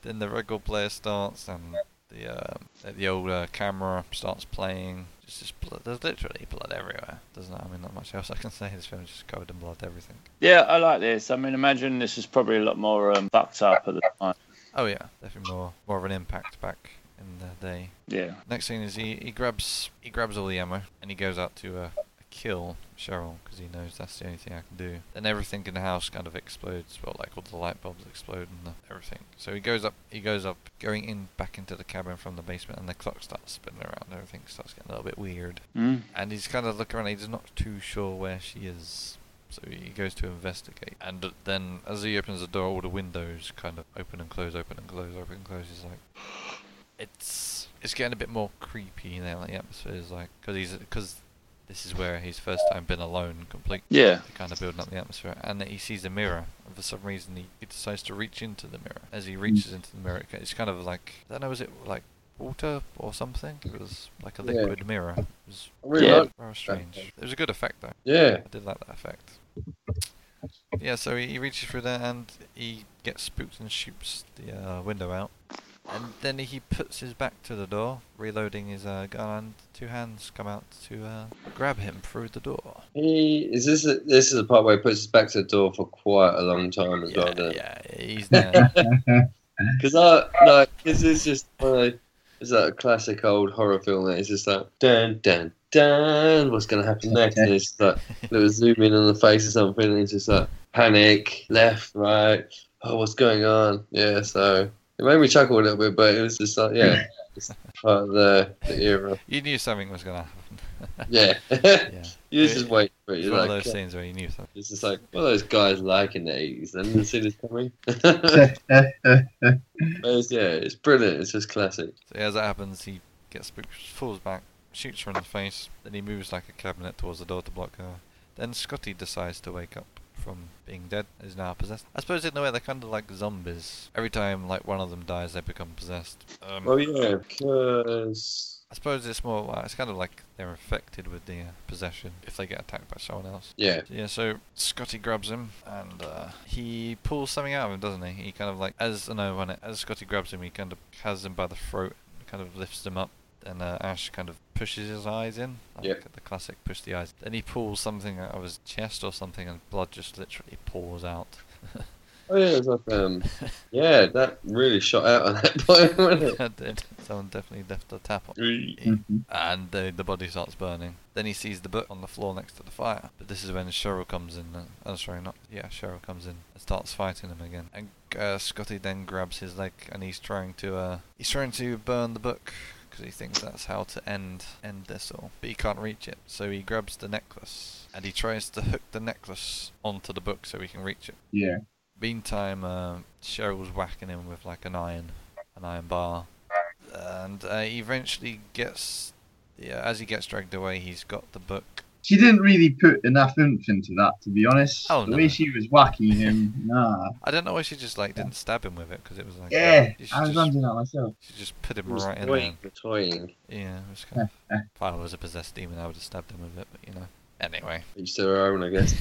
S3: then the record player starts and the um, uh, the old uh, camera starts playing. Just, just blood. There's literally blood everywhere. Doesn't I mean not much else I can say. This film's just covered in blood. Everything.
S1: Yeah, I like this. I mean, imagine this is probably a lot more um, fucked up at the time.
S3: Oh yeah, definitely more more of an impact back in the day.
S1: Yeah.
S3: Next thing is he, he grabs he grabs all the ammo and he goes out to uh, kill Cheryl because he knows that's the only thing I can do. Then everything in the house kind of explodes. Well, like all the light bulbs explode and the, everything. So he goes up he goes up going in back into the cabin from the basement and the clock starts spinning around. Everything starts getting a little bit weird
S1: Mm.
S3: and he's kind of looking around. He's not too sure where she is. So he goes to investigate, and then as he opens the door, all the windows kind of open and close, open and close, open and close. He's like, it's it's getting a bit more creepy now. Like the atmosphere is like because he's because this is where he's first time been alone, complete.
S1: Yeah.
S3: They're kind of building up the atmosphere, and then he sees a mirror. And for some reason, he, he decides to reach into the mirror. As he reaches into the mirror, it ca- it's kind of like I don't know, is it like water or something? It was like a
S4: Yeah.
S3: liquid mirror. It was
S4: I really
S1: Yeah.
S4: like
S3: rather Oh, strange. It was a good effect though.
S4: Yeah.
S3: I did like that effect. Yeah, so he he reaches through there and he gets spooked and shoots the uh, window out. And then he puts his back to the door, reloading his uh, gun, and two hands come out to uh, grab him through the door.
S4: He is this. A, this is the part where he puts his back to the door for quite a long time as
S3: Yeah,
S4: well.
S3: yeah, he's there.
S4: Because I like because it's just one of those- it's like a classic old horror film. That it's just like dun dun dun. What's gonna happen next? And it's like little zoom in on the face or something. And it's just like panic, left, right. Oh, what's going on? Yeah. So it made me chuckle a little bit, but it was just like yeah, it's part of the, the era.
S3: you knew something was gonna happen.
S4: Yeah.
S3: Yeah,
S4: you just wait for it.
S3: it's
S4: You're
S3: one of
S4: like.
S3: those scenes where you knew something.
S4: It's just like, what are those guys like in the 80s? I didn't see this coming. But it's- yeah, it's brilliant. It's just classic.
S3: So as that happens, he gets spooked, falls back, shoots her in the face. Then he moves like a cabinet towards the door to block her. Then Scotty decides to wake up from being dead, is now possessed. I suppose in a way they're kind of like zombies. Every time like one of them dies, they become possessed. Um,
S4: Well, Oh, yeah, because.
S3: I suppose it's more like, it's kind of like they're infected with the uh, possession if they get attacked by someone else.
S4: Yeah.
S3: Yeah, so Scotty grabs him and uh, he pulls something out of him, doesn't he? He kind of like as I know when it, as Scotty grabs him, he kind of has him by the throat, and kind of lifts him up, and uh, Ash kind of pushes his eyes in, like
S4: Yep.
S3: the classic push the eyes. Then he pulls something out of his chest or something, and blood just literally pours out.
S4: Oh, yeah, it was like, um, yeah, that really shot out on that point, wasn't
S3: That did. Someone definitely left a tap on.
S4: it?
S2: Mm-hmm.
S3: And the, the body starts burning. Then he sees the book on the floor next to the fire. But this is when Cheryl comes in. uh, Oh, sorry, not. Yeah, Cheryl comes in and starts fighting him again. And uh, Scotty then grabs his leg and he's trying to uh, he's trying to burn the book because he thinks that's how to end end this all. But he can't reach it, so he grabs the necklace and he tries to hook the necklace onto the book so he can reach it.
S2: Yeah.
S3: Meantime, uh, Cheryl's whacking him with like an iron, an iron bar, and uh, he eventually gets. Yeah, as he gets dragged away, he's got the book.
S2: She didn't really put enough oomph into that, to be honest.
S3: Oh,
S2: the
S3: no.
S2: way she was whacking him, nah.
S3: I don't know why she just like didn't stab him with it because it was like
S2: Yeah,
S3: she
S2: I was
S3: just,
S2: wondering that myself.
S3: she just put him
S4: It was
S3: right in there.
S4: toying, toying.
S3: Yeah, it was kind of. if I was a possessed demon, I would have stabbed him with it, but you know. Anyway,
S4: Each to their own, I guess.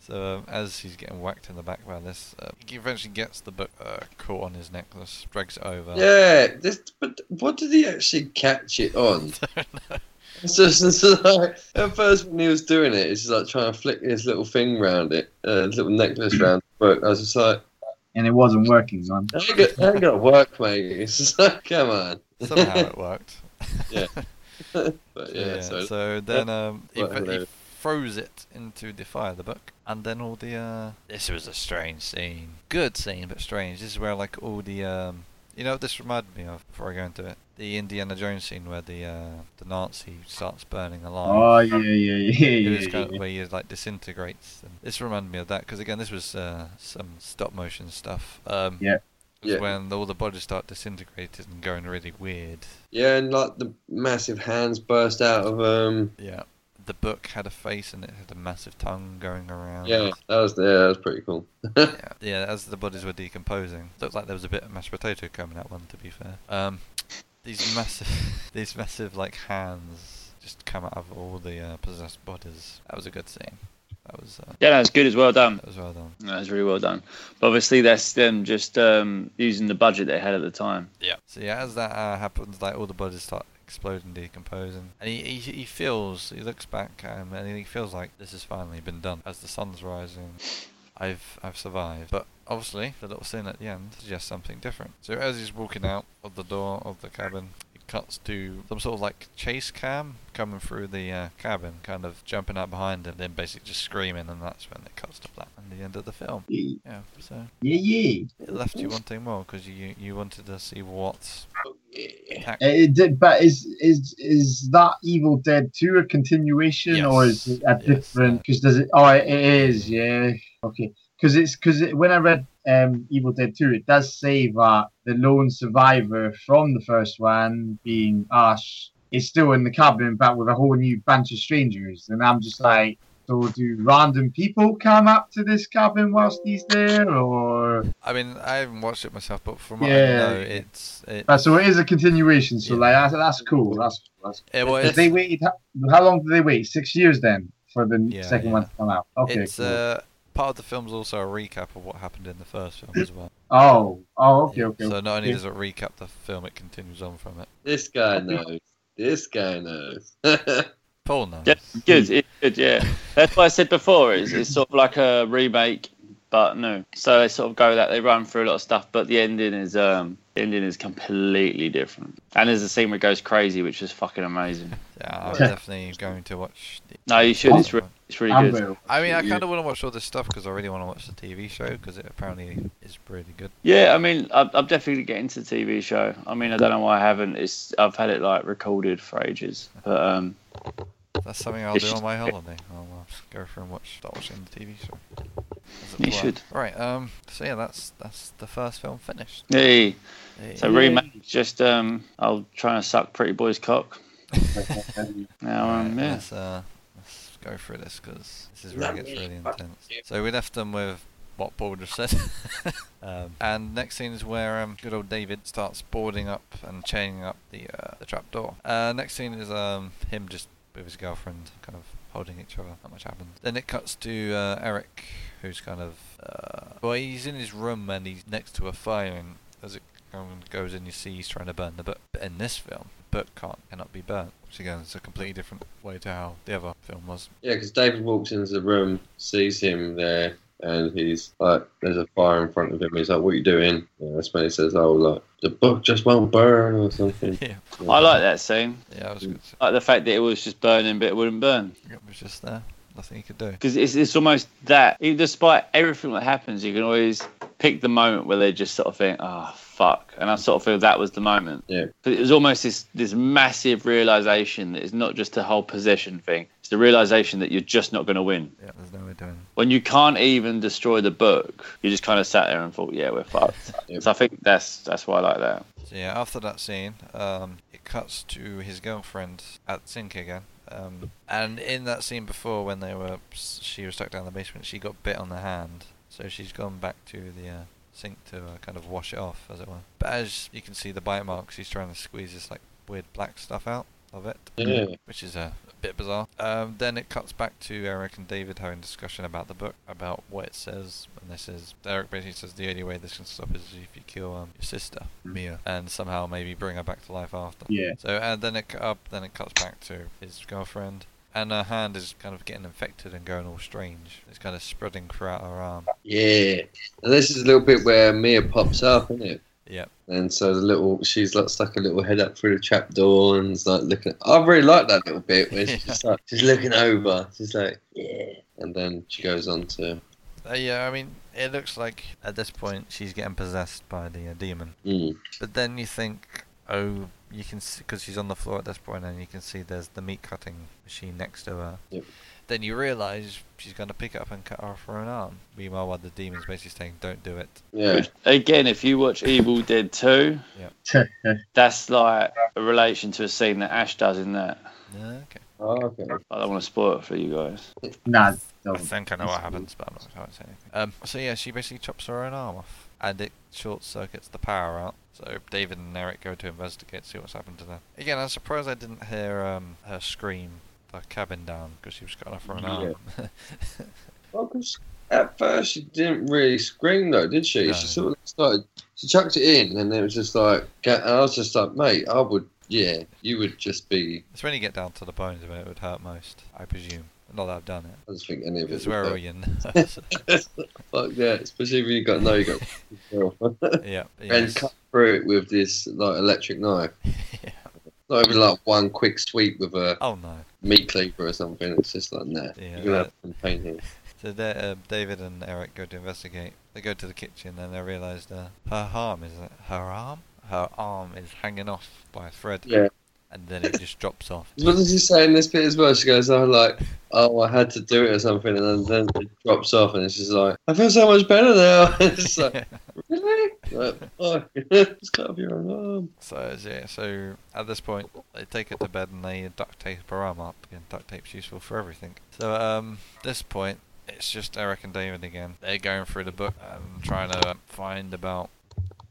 S3: so um, as he's getting whacked in the back by this, uh, he eventually gets the book uh, caught on his necklace, drags it over.
S4: Yeah, this, but what did he actually catch it on? It's just it's just like, at first when he was doing it, it's just like trying to flick his little thing round it, uh, little necklace round. But I was just like,
S2: and it wasn't working, son.
S3: Oh.
S4: that ain't got- that ain't gonna work, mate. It's just like, come on.
S3: Somehow it worked.
S4: But
S3: Yeah,
S4: yeah, so,
S3: then um, he,
S4: Quite
S3: put- he
S4: hilarious.
S3: throws it into the fire, the book, and then all the. Uh, this was a strange scene. Good scene, but strange. This is where like all the. Um, you know what this reminded me of before I go into it? the Indiana Jones scene where the uh, the Nazi starts burning alive.
S2: Oh yeah, yeah, yeah,
S3: It
S2: yeah.
S3: was
S2: yeah.
S3: kind of where he like disintegrates. And this reminded me of that because again, this was uh, some stop motion stuff. Um,
S2: Yeah.
S3: it was
S4: Yeah.
S3: when all the bodies start disintegrating and going really weird.
S4: Yeah, and like the massive hands burst out of um.
S3: Yeah, the book had a face and it had a massive tongue going around.
S4: Yeah, that was yeah, that was pretty cool.
S3: yeah, yeah. As the bodies were decomposing, looked like there was a bit of mashed potato coming out one. To be fair, um, these massive, these massive like hands just come out of all the uh, possessed bodies. That was a good scene. That was uh,
S1: Yeah, that's good as well done.
S3: that was well done.
S1: No, That's really well done. But obviously, that's them just um, using the budget they had at the time.
S3: Yeah. So yeah, as that uh, happens, like all the bodies start exploding, decomposing, and he, he he feels he looks back at him and he feels like this has finally been done. As the sun's rising, I've I've survived. But obviously, the little scene at the end suggests something different. So as he's walking out of the door of the cabin. it Cuts to some sort of like chase cam coming through the uh, cabin, kind of jumping out behind him, then basically just screaming, and that's when it cuts to black and the end of the film.
S2: Yeah,
S3: Yeah, so
S2: yeah.
S3: it left you wanting more because you you wanted to see what
S2: It, Uh, it did, but is is is that Evil Dead Two a continuation or is
S3: Yes,
S2: it a
S3: yes,
S2: different? Because does it? Oh, it is. Yeah. Okay. Because it's because it, when I read um, Evil Dead Two, it does say that the lone survivor from the first one, being Ash, is still in the cabin, but with a whole new bunch of strangers. And I'm just like, so do random people come up to this cabin whilst he's there, or?
S3: I mean, I haven't watched it myself, but from what I
S2: Yeah.
S3: know, it's it.
S2: But so it is a continuation. So
S3: Yeah.
S2: like that's, that's cool. That's that's.
S3: it
S2: If
S3: well, it's,
S2: they waited. How, how long did they wait? Six years then for the
S3: Yeah,
S2: second
S3: yeah.
S2: one to come out. Okay.
S3: it's
S2: cool.
S3: uh, part of the film's also a recap of what happened in the first film as well.
S2: oh. Oh. Okay.
S3: Yeah.
S2: Okay.
S3: So not only
S2: okay.
S3: does it recap the film, it continues on from it.
S4: This guy knows. This guy knows.
S3: Paul knows.
S1: Yeah, good. It's good. Yeah, that's what I said before. It's, it's sort of like a remake, but no. So they sort of go that they run through a lot of stuff, but the ending is um, the ending is completely different. And there's a scene where it goes crazy, which is fucking amazing.
S3: Yeah, I'm
S2: Yeah.
S3: definitely going to watch. The...
S1: No, you should. It's, re- it's really
S2: I'm
S1: good.
S2: well.
S3: I mean, I kind of want to watch all this stuff because I really want to watch the TV show because it apparently is really good.
S1: Yeah, I mean, I'm, I'm definitely getting to the TV show. I mean, I don't know why I haven't. It's I've had it like recorded for ages, but um,
S3: That's something I'll
S1: It's
S3: do
S1: just-
S3: on my holiday. I'll uh, go through and watch start watching the TV show. As it
S1: You
S3: were.
S1: should.
S3: Right. Um. So yeah, that's that's the first film finished.
S1: hey, so
S3: Yeah.
S1: remake is just um, I'll try and suck pretty boy's cock. Now,
S3: Alright,
S1: um, yeah.
S3: let's, uh, let's go through this because this is where it gets really intense. So we left them with what Paul just said. um, and next scene is where um, good old David starts boarding up and chaining up the, uh, the trap door. Uh, next scene is um, him just with his girlfriend kind of holding each other. Not much happens. Then it cuts to uh, Eric, who's kind of. Uh, well, he's in his room and he's next to a fire, and as it um, goes in, you see he's trying to burn the book. But in this film, the book can't cannot be burnt, which again is a completely different way to how the other film was.
S4: yeah, because David walks into the room, sees him there, and he's like, "There's a fire in front of him." He's like, "What are you doing?" And that's when he says, "Oh, like the book just won't burn or something."
S3: yeah,
S1: I like that scene.
S3: yeah, it was good.
S1: I like the fact that it was just burning, but it wouldn't burn.
S3: It was just there, nothing he could do.
S1: because it's, it's almost that even despite everything that happens you can always pick the moment where they just sort of think oh fuck and i sort of feel that was the moment
S4: Yeah.
S1: but it was almost this this massive realization that it's not just the whole possession thing it's the realization that you're just not going to win
S3: Yeah, there's no way doing.
S1: when you can't even destroy the book you just kind of sat there and thought yeah we're fucked
S4: Yeah.
S1: so i think that's that's why i like that
S3: So yeah, after that scene, um, it cuts to his girlfriend at the sink again. Um, and in that scene before, when they were, she was stuck down in the basement. She got bit on the hand, so she's gone back to the uh, sink to uh, kind of wash it off, as it were. But as you can see, the bite marks. He's trying to squeeze this like weird black stuff out of it,
S4: Yeah.
S3: which is a, a bit bizarre. Um, then it cuts back to Eric and David having a discussion about the book, about what it says, and this is Eric basically says the only way this can stop is if you kill um, your sister Mia and somehow maybe bring her back to life after.
S2: Yeah.
S3: So and then it cu- up, then it cuts back to his girlfriend, and her hand is kind of getting infected and going all strange. It's kind of spreading throughout her arm.
S4: Yeah, and this is a little bit where Mia pops up, isn't it?
S3: Yep.
S4: And so the little, she's like stuck a little head up through the trap door and is like looking. I really like that little bit where she's
S3: Yeah.
S4: just like she's looking over. She's like, yeah, and then she goes on to.
S3: Uh, yeah, I mean, it looks like at this point she's getting possessed by the uh, demon.
S4: Mm.
S3: But then you think, oh, you can see because she's on the floor at this point, and you can see there's the meat cutting machine next to her.
S4: Yep.
S3: Then you realise she's going to pick it up and cut off her own arm. Meanwhile, while the demon's basically saying, "Don't do it."
S4: Yeah.
S1: Again, if you watch Evil Dead 2, that's like a relation to a scene that Ash does in that.
S3: Yeah, okay.
S4: Oh, okay.
S1: I don't want to spoil it for you guys.
S2: nah,
S3: I
S2: don't.
S3: think I know
S2: That's
S3: what happens, but I'm not, I won't say anything. Um, so yeah, she basically chops her own arm off, and it short circuits the power out. So David and Eric go to investigate, see what's happened to them. Again, I'm surprised I didn't hear um, her scream, the cabin down, because she was cutting off her own
S4: Yeah.
S3: arm.
S4: Well, 'cause at first she didn't really scream though, did she?
S3: No.
S4: She sort of started. She chucked it in, and then it was just like. And I was just like, mate, I would. Yeah, you would just be.
S3: it's when you get down to the bones when it would hurt most, I presume. Not that I've done it.
S4: I don't think any of us.
S3: Because where are your nerves?
S4: Fuck yeah, especially when you got no, you got.
S3: yeah.
S4: and
S3: yes.
S4: cut through it with this like electric knife.
S3: Yeah.
S4: Not even like one quick sweep with a
S3: Oh no.
S4: meat cleaver or something. It's just like nah.
S3: Yeah,
S4: you're gonna
S3: that-
S4: have some pain here.
S3: So there, uh, David and Eric go to investigate. They go to the kitchen and they realise uh, her arm is her arm. Her arm is hanging off by a thread.
S4: Yeah.
S3: And then it just drops off.
S4: What does she say in this bit as well? She goes, "Oh, like, oh, I had to do it or something," and then, then it drops off, and it's just like, "I feel so much better now." it's like, really? Like, fuck, it's cut off your own arm.
S3: so yeah. So at this point, they take her to bed and they duct tape her arm up. And duct tape's useful for everything. So um, this point, it's just Eric and David again. They're going through the book and trying to find about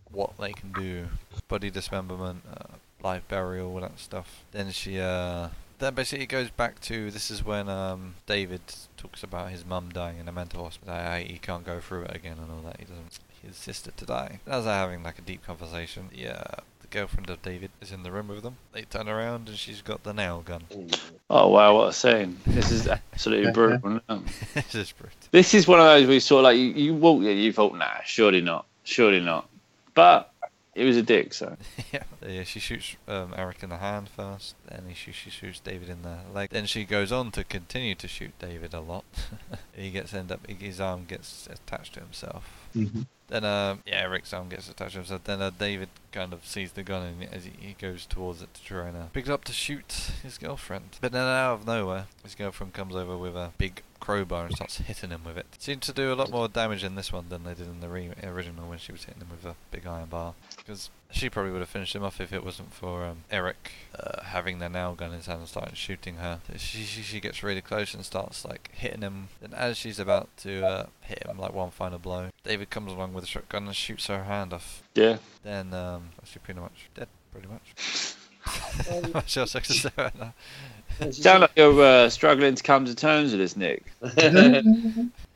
S3: what they can do, body dismemberment, uh, live burial, all that stuff. Then she, uh, then basically it goes back to this is when um, David talks about his mum dying in a mental hospital. Uh, he can't go through it again and all that. He doesn't. His sister to die. As they're having like a deep conversation, yeah, the girlfriend of David is in the room with them. They turn around and she's got the nail gun.
S1: Oh, wow, what a scene. This is absolutely brutal. isn't it?
S3: this is brutal.
S1: This is one of those where you sort of like, you, you walk in, you thought, nah, surely not. Surely not. But it was a dick, so.
S3: yeah. yeah, she shoots um, Eric in the hand first, then he shoots, she shoots David in the leg. Then she goes on to continue to shoot David a lot. he gets end up, his arm gets attached to himself.
S2: Mhm.
S3: Then, uh, yeah, Eric's arm gets attached to himself. Then uh, David kind of sees the gun and as he, he goes towards it to try and uh, pick it up to shoot his girlfriend. But then out of nowhere, his girlfriend comes over with a big crowbar and starts hitting him with it. Seemed to do a lot more damage in this one than they did in the re- original when she was hitting him with a big iron bar. Because she probably would have finished him off if it wasn't for um, Eric uh, having the nail gun in his hand and starting shooting her. She, she she gets really close and starts like hitting him. And as she's about to uh, hit him like one final blow, David comes along with a shotgun and shoots her hand off.
S1: Yeah.
S3: Then um, she's pretty much dead. Pretty much. Much else I can say right now.
S1: Sound like you're uh, struggling to come to terms with this, Nick.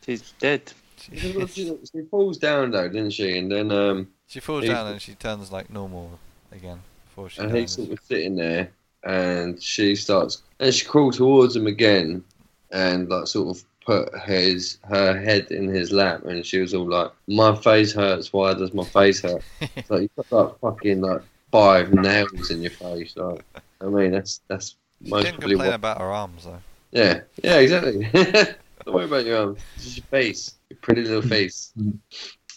S1: She's dead.
S3: She,
S4: she, she falls down though, didn't she? And then um,
S3: she falls
S4: He-
S3: down and she turns like normal again before she
S4: and he's
S3: dies.
S4: sort of sitting there, and she starts and she crawled towards him again, and like sort of put his her head in his lap, and she was all like, "My face hurts. Why does my face hurt?" It's like you got like fucking like five nails in your face. Like I mean, that's that's
S3: She
S4: most
S3: didn't
S4: probably
S3: complain
S4: what.
S3: about her arms though.
S4: Yeah, yeah, exactly. Don't worry about your arm. Just your face, your pretty little face.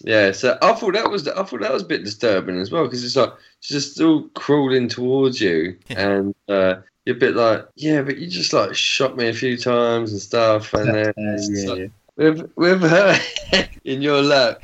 S4: Yeah, so I thought that was I thought that was a bit disturbing as well because it's like she's just still crawling towards you, and uh, you're a bit like, yeah, but you just like shot me a few times and stuff, and then
S2: Uh,
S4: it's
S2: yeah,
S4: like,
S2: yeah.
S4: with with her in your lap,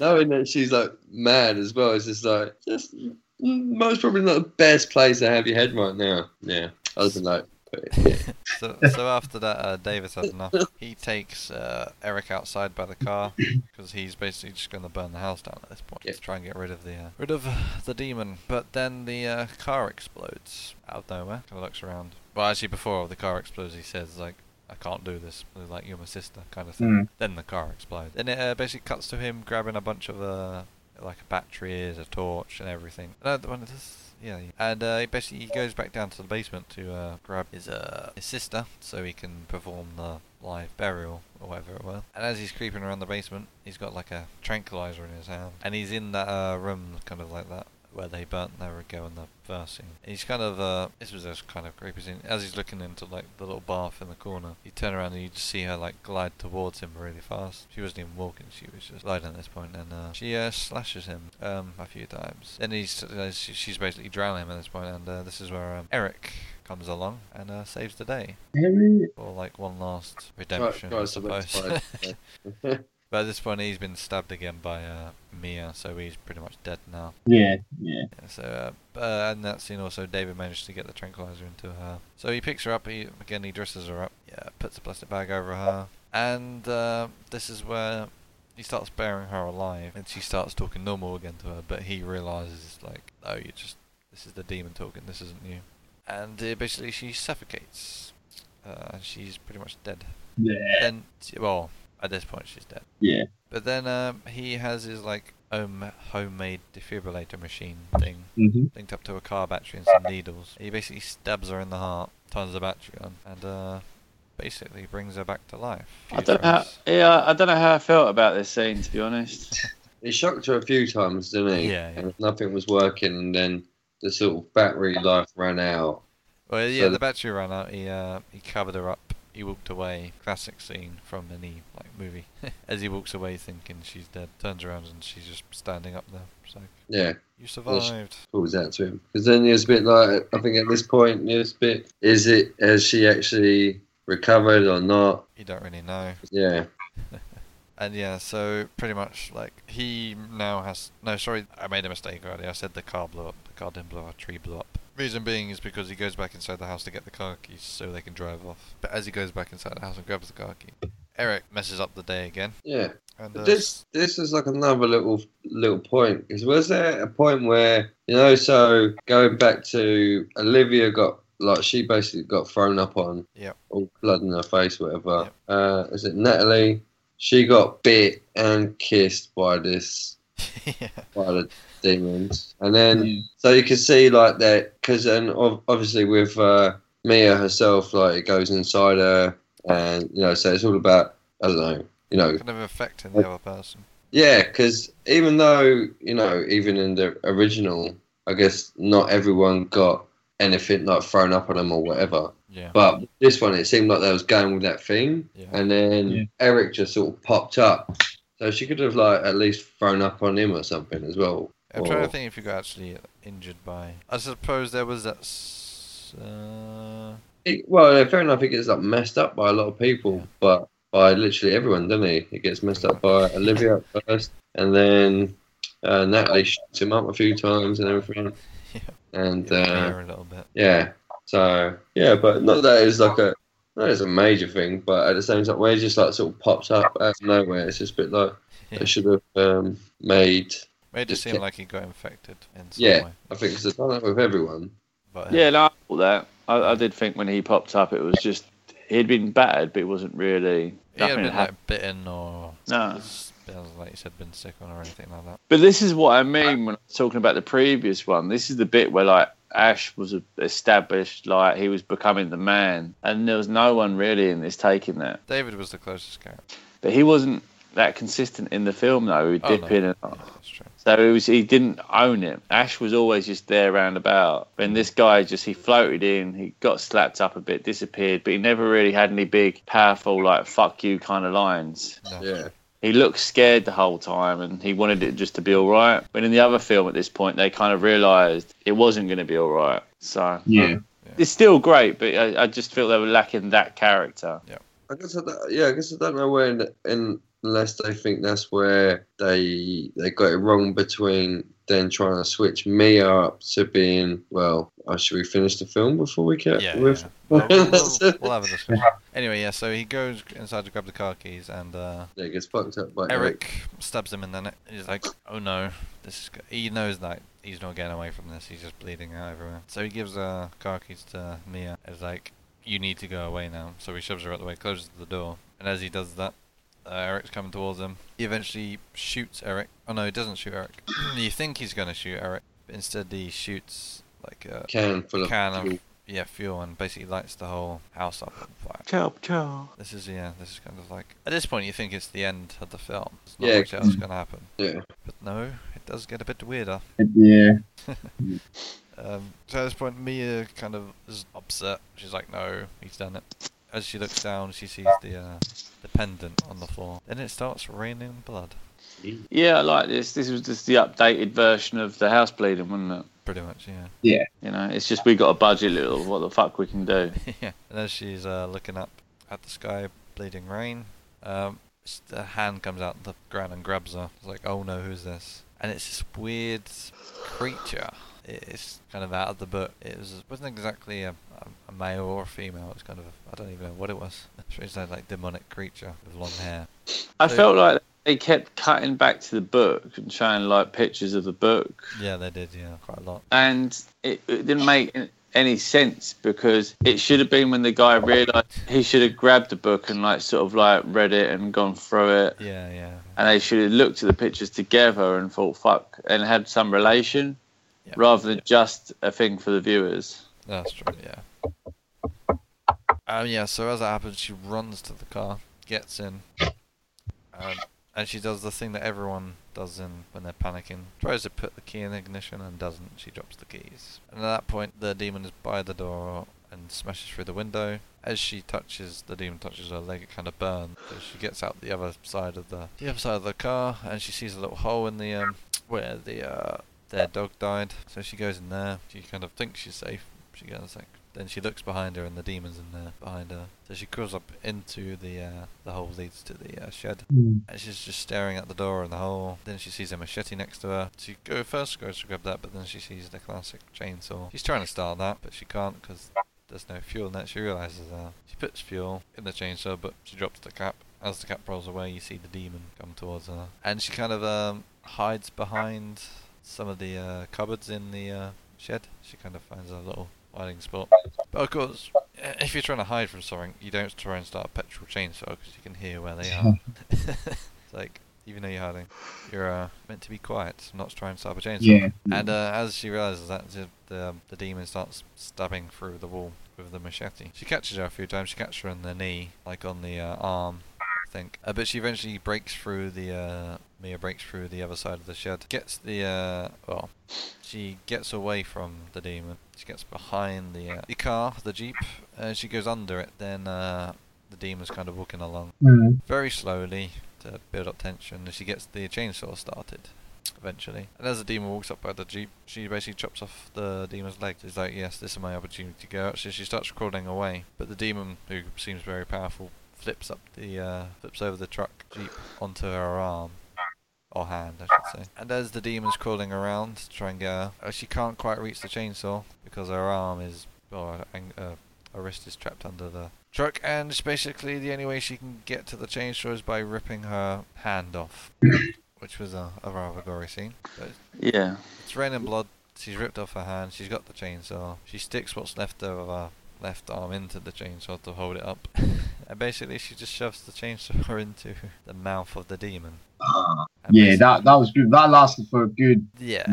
S4: knowing that she's like mad as well, it's just like just mm, most probably not the best place to have your head right now. Yeah, other than like. put it- yeah.
S3: So, so after that, uh, David's had enough. He takes uh, Eric outside by the car because he's basically just going to burn the house down at this point
S4: Yeah.
S3: to try and get rid of the uh, rid of the demon. But then the uh, car explodes out of nowhere. Kind of looks around. Well, actually, before the car explodes, he says like, "I can't do this. Like you're my sister," kind of thing.
S2: Mm.
S3: Then the car explodes. Then it uh, basically cuts to him grabbing a bunch of uh, like batteries, a torch, and everything. No, the one of this. Yeah, and uh, he basically he goes back down to the basement to uh, grab his uh, his sister so he can perform the live burial or whatever it was. And as he's creeping around the basement, he's got like a tranquilizer in his hand, and he's in that uh, room kind of like that where they burnt Narugo in the first scene. He's kind of uh, this was a kind of creepy scene. As he's looking into like the little bath in the corner, you turn around and you just see her like glide towards him really fast. She wasn't even walking; she was just gliding at this point, and uh, she uh, slashes him um, a few times. Then he's uh, she- she's basically drowning him at this point, and uh, this is where um, Eric comes along and uh, saves the day for like one last redemption, I
S4: guys, I'm about to
S3: suppose.
S4: fight.
S3: but at this point, he's been stabbed again by uh, Mia, so he's pretty much dead now.
S2: Yeah, yeah.
S3: Yeah, so, uh, b- uh, and that scene also, David managed to get the tranquilizer into her. So he picks her up. He again, he dresses her up. Yeah, puts a plastic bag over her, and uh, this is where he starts burying her alive, and she starts talking normal again to her. But he realizes like, oh, you just this is the demon talking. This isn't you. And uh, basically, she suffocates, uh, and she's pretty much dead.
S2: Yeah.
S3: Then, well, at this point, she's dead.
S2: Yeah.
S3: But then um, he has his like home homemade defibrillator machine thing
S2: Mm-hmm.
S3: linked up to a car battery and some needles. He basically stabs her in the heart, turns the battery on, and uh, basically brings her back to life.
S1: I don't know. How, yeah, I don't know how I felt about this scene to be honest.
S4: He shocked her a few times, didn't he?
S3: Yeah, yeah.
S4: And nothing was working, and then the sort of battery life ran out.
S3: Well, yeah,
S4: So-
S3: the battery ran out. He uh, he covered her up. He walked away. Classic scene from any like movie. As he walks away, thinking she's dead, turns around and she's just standing up there. It's like
S4: Yeah,
S3: you
S4: Well, she-
S3: survived.
S4: what was that to him? Because then he was a bit like, I think at this point, he was a bit, is it, has she actually recovered or not?
S3: You don't really know.
S4: Yeah.
S3: And yeah, so pretty much like he now has no. Sorry, I made a mistake earlier. I said the car blew up. The car didn't blow up. Tree blew up. Reason being is because he goes back inside the house to get the car keys so they can drive off. But as he goes back inside the house and grabs the car key, Eric messes up the day again.
S4: Yeah.
S3: And uh,
S4: This this is like another little little point. Because was there a point where you know? So going back to Olivia got like she basically got thrown up on.
S3: Yep.
S4: All blood in her face, whatever.
S3: Yep.
S4: Uh, is it Natalie? She got bit and kissed by this
S3: yeah,
S4: by the demons, and then so you can see like that because and ob- obviously with uh, Mia herself, like it goes inside her, and you know, so it's all about I don't know, you know,
S3: kind of affecting the other person.
S4: yeah, because even though you know, even in the original, I guess not everyone got anything like thrown up on them or whatever.
S3: Yeah,
S4: But this one, it seemed like they was going with that theme,
S3: Yeah.
S4: and then
S2: Yeah.
S4: Eric just sort of popped up. So she could have like at least thrown up on him or something as well.
S3: I'm trying
S4: or-
S3: to think if you got actually injured by. I suppose there was that. S- uh,
S4: It, well, yeah, fair enough. It gets like messed up by a lot of people, but by literally everyone, doesn't he? It gets messed up by Olivia at first, and then uh, Natalie shoots him up a few times and everything.
S3: Yeah.
S4: And
S3: yeah,
S4: uh,
S3: a little bit.
S4: yeah, so yeah, but not that it's like a that is a major thing, but at the same time, where it just like sort of pops up out of nowhere, it's just a bit like
S3: Yeah.
S4: they should have um, made.
S3: Made it
S4: just
S3: seem
S4: get-
S3: like he got infected in some
S4: Yeah,
S3: way.
S4: I think because they've done that with everyone.
S3: But, uh,
S1: yeah, no, I thought that. I, I did think when he popped up, it was just he'd been battered, but it wasn't really
S3: He had
S1: nothing
S3: been
S1: had happened.
S3: like bitten or
S1: No.
S3: s- like you said, been sick on or anything like that.
S1: But this is what I mean when I was talking about the previous one. This is the bit where like Ash was established, like he was becoming the man, and there was no one really in this taking that.
S3: David was the closest character.
S1: But he wasn't that consistent in the film though. He'd
S3: Oh,
S1: dip
S3: no.
S1: in and
S3: Yeah,
S1: out.
S3: that's true.
S1: So it was he didn't own it. Ash was always just there round about. And this guy just he floated in, he got slapped up a bit, disappeared, but he never really had any big, powerful like "fuck you" kind of lines.
S3: No.
S4: Yeah,
S1: He looked scared the whole time, and he wanted it just to be all right. But in the other film, at this point, they kind of realised it wasn't going to be all right. So
S2: Yeah.
S1: it's still great, but I, I just feel they were lacking that character.
S4: I guess I don't, yeah, I guess I don't know where in, in unless they think that's where they they got it wrong between then trying to switch me up to being well. Uh, should we finish the film before we get
S3: Yeah,
S4: with?
S3: yeah. Well, we'll,
S4: That's
S3: we'll-
S4: it.
S3: we'll have a discussion. Anyway, yeah, so he goes inside to grab the car keys and uh,
S4: Yeah, it gets fucked up by Eric.
S3: Eric stabs him in the neck. He's like, oh no, this is. go-" He knows that he's not getting away from this. He's just bleeding out everywhere. So he gives uh, car keys to Mia. It's like, you need to go away now. So he shoves her out the way, closes the door, and as he does that, uh, Eric's coming towards him. He eventually shoots Eric. Oh no, he doesn't shoot Eric. you think he's gonna shoot Eric, but instead he shoots like a
S4: Can full of
S3: can of yeah fuel and basically lights the whole house up on fire.
S1: Ciao, ciao.
S3: This is yeah, this is kind of like at this point you think it's the end of the film. It's not
S4: Yeah.
S3: much else gonna happen.
S4: Yeah.
S3: But no, it does get a bit weirder.
S2: Yeah.
S3: Um, so at this point, Mia kind of is upset. She's like, "No, he's done it." As she looks down, she sees the uh, the pendant on the floor. Then it starts raining blood,
S1: Yeah, I like this. This was just the updated version of the house bleeding, wasn't it?
S3: pretty much. Yeah,
S1: You know, it's just we got a budget little. What the fuck we can do?
S3: yeah. And as she's uh, looking up at the sky, bleeding rain, um, s- a hand comes out the ground and grabs her. It's like, "Oh no, who's this?" And it's this weird creature. It's kind of out of the book. It was wasn't exactly a, a, a male or a female. It's kind of I don't even know what it was. It's like, like demonic creature with long hair.
S1: I
S3: So-
S1: felt like they kept cutting back to the book and showing like pictures of the book,
S3: Yeah, they did. Yeah, quite a lot.
S1: and it, it didn't make any sense because it should have been when the guy realized he should have grabbed the book and like sort of like read it and gone through it,
S3: Yeah, yeah.
S1: and they should have looked at the pictures together and thought fuck and had some relation
S3: Yeah.
S1: rather than just a thing for the viewers.
S3: That's true, yeah. Um, yeah, so as that happens, she runs to the car, gets in, um, and she does the thing that everyone does in when they're panicking. Tries to put the key in the ignition and doesn't. She drops the keys. And at that point, the demon is by the door and smashes through the window. As she touches, the demon touches her leg, it kind of burns. So she gets out the other side of the, the other side of the car, and she sees a little hole in the um, where the uh, their dog died. So she goes in there. She kind of thinks she's safe. She goes like. Then she looks behind her, and the demon's in there behind her. So she crawls up into the uh, the hole leads to the uh, shed,
S2: Mm.
S3: and she's just staring at the door in the hole. Then she sees a machete next to her. She go first goes to grab that, but then she sees the classic chainsaw. She's trying to start that, but she can't because there's no fuel in that. She realizes that. She puts fuel in the chainsaw, but she drops the cap. As the cap rolls away, you see the demon come towards her, and she kind of um, hides behind some of the uh, cupboards in the uh, shed. She kind of finds a little hiding spot. But of course, i- if you're trying to hide from something, you don't try and start a petrol chainsaw because you can hear where they are. it's like, even though you're hiding, you're uh, meant to be quiet, not try and start a chainsaw.
S2: Yeah.
S3: And uh, as she realizes that, the, the, um, the demon starts stabbing through the wall with the machete. She catches her a few times. She catches her on the knee, like on the uh, arm, I think. Uh, but she eventually breaks through the. Uh, Mia breaks through the other side of the shed. Gets the. Uh, well, she gets away from the demon. She gets behind the, uh, the car, the jeep, and she goes under it. Then uh, the demon's kind of walking along
S2: Mm.
S3: very slowly to build up tension. and She gets the chainsaw started eventually. And as the demon walks up by the jeep, she basically chops off the demon's leg. She's like, "Yes, this is my opportunity to go." So she starts crawling away, but the demon, who seems very powerful, flips up the uh, flips over the truck jeep onto her arm. Or hand, I should say. And as the demon's crawling around to try and get her, uh, she can't quite reach the chainsaw because her arm is, or uh, her wrist is trapped under the truck, and it's basically the only way she can get to the chainsaw is by ripping her hand off, which was a, a rather gory scene. But
S1: Yeah.
S3: it's raining blood. She's ripped off her hand. She's got the chainsaw. She sticks what's left of her left arm into the chainsaw to hold it up, and basically she just shoves the chainsaw into the mouth of the demon. And
S2: Ah. Yeah,
S3: basi-
S2: that that was good. That lasted for a good.
S3: yeah,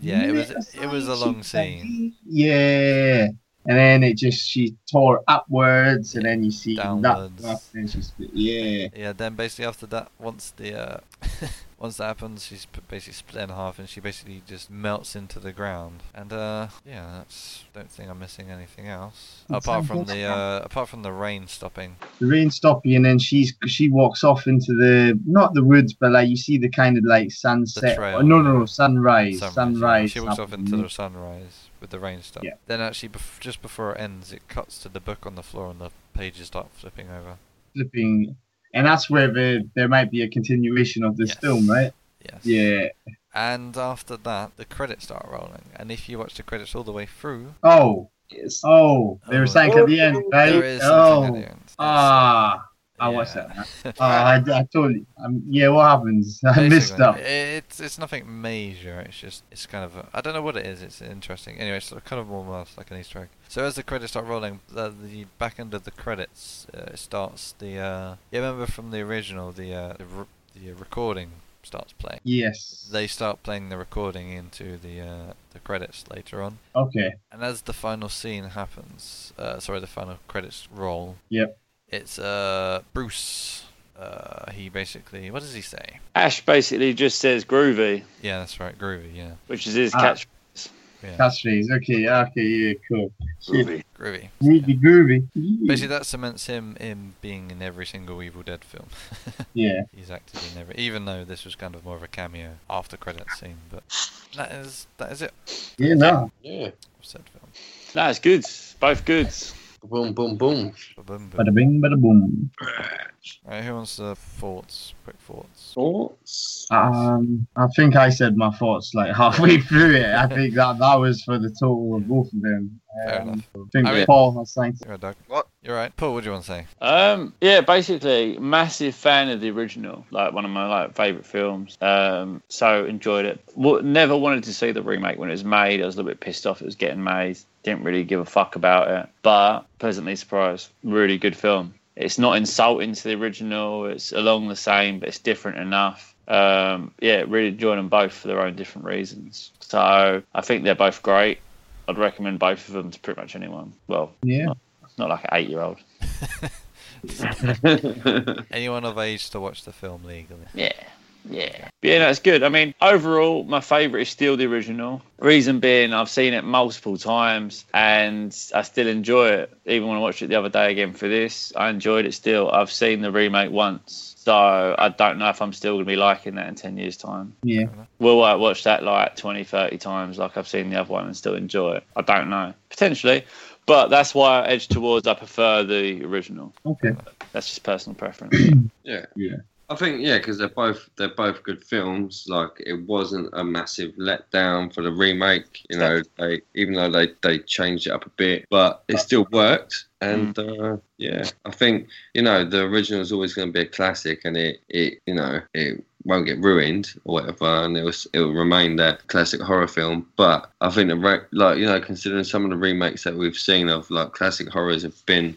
S3: yeah. It
S2: minute
S3: was
S2: or
S3: it was a
S2: something,
S3: long
S2: something.
S3: scene.
S2: Yeah, and then it just she tore upwards, and then you see
S3: Downwards.
S2: that. that and she's- yeah,
S3: Yeah, then basically after that, once the uh, once that happens, she's p- basically split in half, and she basically just melts into the ground. And uh, yeah, that's don't think I'm missing anything else
S2: That
S3: apart
S2: sounds
S3: from
S2: good.
S3: the uh, apart from the rain stopping.
S2: the rain stopping, and then she's she walks off into the not the woods, but like you see the kind of like sunset.
S3: trail.
S2: Oh, no, no, no, sunrise, sunrise.
S3: yeah. She walks off
S2: happening.
S3: into the sunrise with the rain stop.
S2: Yeah.
S3: Then actually, bef- just before it ends, it cuts to the book on the floor, and the pages start flipping over.
S2: flipping, and that's where the, there might be a continuation of this
S3: Yes.
S2: film, right?
S3: Yes.
S2: Yeah.
S3: And after that, the credits start rolling, and if you watch the credits all the way through,
S2: Oh,
S4: Yes.
S2: oh, there was something at the end, right?
S3: there is something
S2: oh,
S3: at the end. It's,
S2: ah, I watched
S3: yeah.
S2: that. Uh, I, I totally. Um, yeah, what happens? I missed
S3: Basically,
S2: up.
S3: It's it's nothing major. It's just it's kind of a, I don't know what it is. It's interesting. Anyway, it's kind of almost like an Easter egg. So as the credits start rolling, the, the back end of the credits uh, it starts the uh, you remember from the original the uh, the, r- the recording starts playing.
S2: Yes.
S3: They start playing the recording into the uh, the credits later on.
S2: Okay.
S3: And as the final scene happens, uh, sorry, the final credits roll.
S2: Yep.
S3: It's uh Bruce uh, he basically what does he say?
S1: Ash basically just says groovy,
S3: Yeah, that's right, groovy. Yeah,
S1: which is his
S2: Ah.
S1: catch.
S3: yeah,
S2: Catchphrase. Okay, okay, yeah, cool. Shit.
S1: Groovy.
S3: groovy.
S2: Groovy, groovy.
S3: Basically, that cements him in being in every single Evil Dead film.
S2: Yeah.
S3: He's acted in every, even though this was kind of more of a cameo after credit scene. But that is that is it.
S2: Yeah, no.
S4: Yeah.
S3: of Said film.
S1: That's good. Both good.
S4: Boom, boom, boom.
S3: Boom, boom.
S2: Bada bing, bada boom.
S3: Right, who wants the thoughts? Quick thoughts.
S4: Thoughts?
S2: Um, I think I said my thoughts like halfway through it. I think that that was for the total of both of them.
S3: Fair
S2: Um,
S3: enough.
S2: I think
S3: I mean-
S2: Paul has signed.
S3: You're right, Doug.
S5: What?
S3: You're right. Paul, what do you want to say?
S1: Um, yeah, basically, massive fan of the original, like one of my like favorite films. Um, so enjoyed it. Wa- never wanted to see the remake when it was made. I was a little bit pissed off it was getting made. Didn't really give a fuck about it, but pleasantly surprised. Really good film. It's not insulting to the original. It's along the same, but it's different enough. Um, yeah, really enjoyed them both for their own different reasons. So I think they're both great. I'd recommend both of them to pretty much anyone. Well,
S2: Yeah.
S1: not like an eight-year-old.
S3: Anyone of age to watch the film legally?
S1: Yeah. Yeah. But yeah, that's good. I mean, overall, my favourite is still the original. Reason being, I've seen it multiple times and I still enjoy it. Even when I watched it the other day again for this, I enjoyed it still. I've seen the remake once. So I don't know if I'm still going to be liking that in 10 years' time.
S2: Yeah.
S1: Will I watch that like 20, 30 times like I've seen the other one and still enjoy it? I don't know. Potentially. But that's why I edge towards I prefer the original.
S2: Okay.
S1: That's just personal preference.
S4: I think yeah, because they're both they're both good films. Like it wasn't a massive letdown for the remake, you know. They even though they they changed it up a bit, but it still worked. And uh, yeah, I think you know the original is always going to be a classic, and it it you know it won't get ruined or whatever, and it was it will remain that classic horror film. But I think the re- like you know considering some of the remakes that we've seen of like classic horrors have been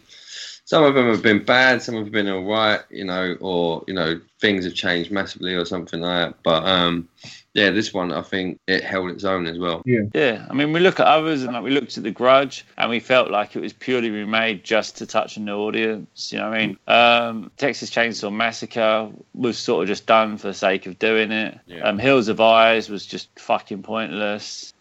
S4: some of them have been bad, some have been all right, you know, or you know things have changed massively or something like that. But um, yeah, this one I think it held its own as well.
S1: Yeah, I mean, we look at others and like we looked at The Grudge, and we felt like it was purely remade just to touch on the audience. You know what I mean? Um, Texas Chainsaw Massacre was sort of just done for the sake of doing it.
S4: Yeah.
S1: Um, Hills of Eyes was just fucking pointless.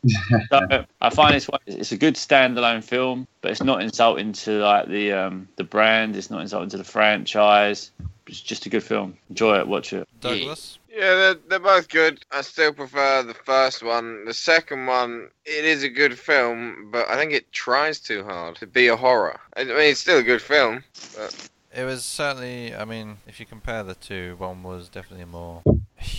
S1: so I find this one, it's a good standalone film, but it's not insulting to like the um, the brand. It's not insulting to the franchise. It's just a good film. Enjoy it. Watch it.
S3: Douglas.
S5: Yeah, they're, they're both good. I still prefer the first one. The second one, it is a good film, but I think it tries too hard to be a horror. I mean, it's still a good film.
S3: It was certainly, I mean, if you compare the two, one was definitely more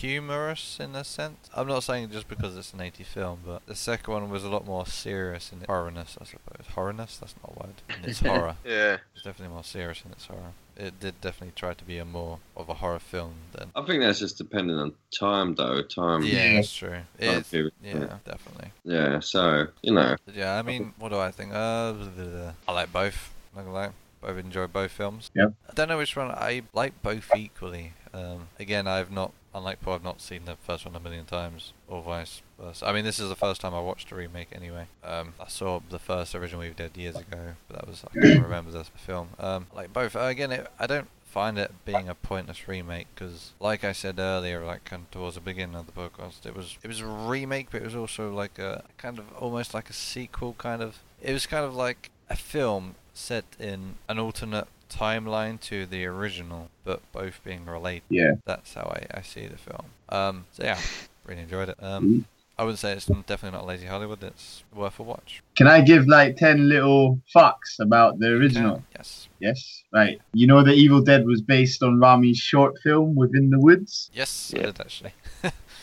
S3: humorous in a sense. I'm not saying just because it's an 80 film, but the second one was a lot more serious in its horrorness, I suppose. Horrorness? That's not a word. In its horror.
S5: Yeah.
S3: It's definitely more serious in its horror. It did definitely try to be a more of a horror film than.
S4: I think that's just dependent on time, though. Time.
S3: Um, Yeah, that's true.
S4: Time
S3: It's,
S4: period.
S3: yeah, definitely.
S4: Yeah. So you know.
S3: Yeah, I mean, what do I think? Uh, blah, blah, blah. I like both. Not gonna lie, I've enjoyed both films.
S2: Yep.
S3: I don't know which one I like both equally. Um, again, I've not, unlike Paul, I've not seen the first one a million times, or vice versa. I mean, this is the first time I watched a remake anyway. Um, I saw the first original we did years ago, but that was I can't remember the film. Um, I like both. Uh, again, it, I don't find it being a pointless remake because, like I said earlier, like kind of towards the beginning of the podcast, it was it was a remake, but it was also like a kind of almost like a sequel kind of. It was kind of like a film set in an alternate timeline to the original, but both being related.
S2: Yeah.
S3: That's how I, I see the film. Um, so yeah, really enjoyed it. Um,
S2: Mm-hmm.
S3: I would say it's definitely not lazy Hollywood. It's worth a watch.
S2: Can I give like 10 little facts about the original?
S3: Yes.
S2: Yes. Right. You know, The Evil Dead was based on Rami's short film, Within the Woods?
S3: Yes, I
S1: Yeah.
S3: did actually.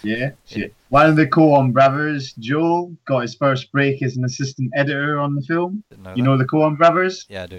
S2: Yeah, shit. One of the Coen brothers, Joel, got his first break as an assistant editor on the film.
S3: Didn't know
S2: You
S3: that.
S2: know the Coen brothers?
S3: Uh-huh. Yeah, I do.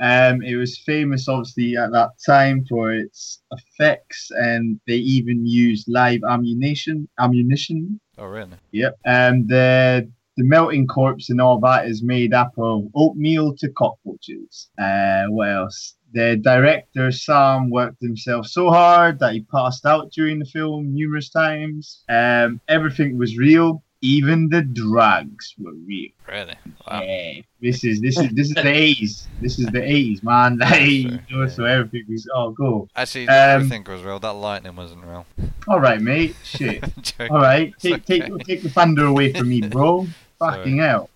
S2: Yeah. Um, it was famous, obviously, at that time for its effects, and they even used live ammunition. Ammunition.
S3: Oh, really?
S2: Yep. Um, the the melting corpse and all that is made up of oatmeal to cockroaches. Uh, what else? The director Sam worked himself so hard that he passed out during the film numerous times. Um, everything was real. even the drugs were real.
S3: Really? Wow.
S2: Yeah, this is this is this is the eighties. This is the eighties, man. Like, you know, so everything was oh go.
S3: Actually,
S2: Um,
S3: I think it was real. That lightning wasn't real.
S2: All right, mate. Shit.
S3: Joke.
S2: All right,
S3: It's
S2: take take
S3: okay.
S2: take the thunder away from me, bro. Fucking hell.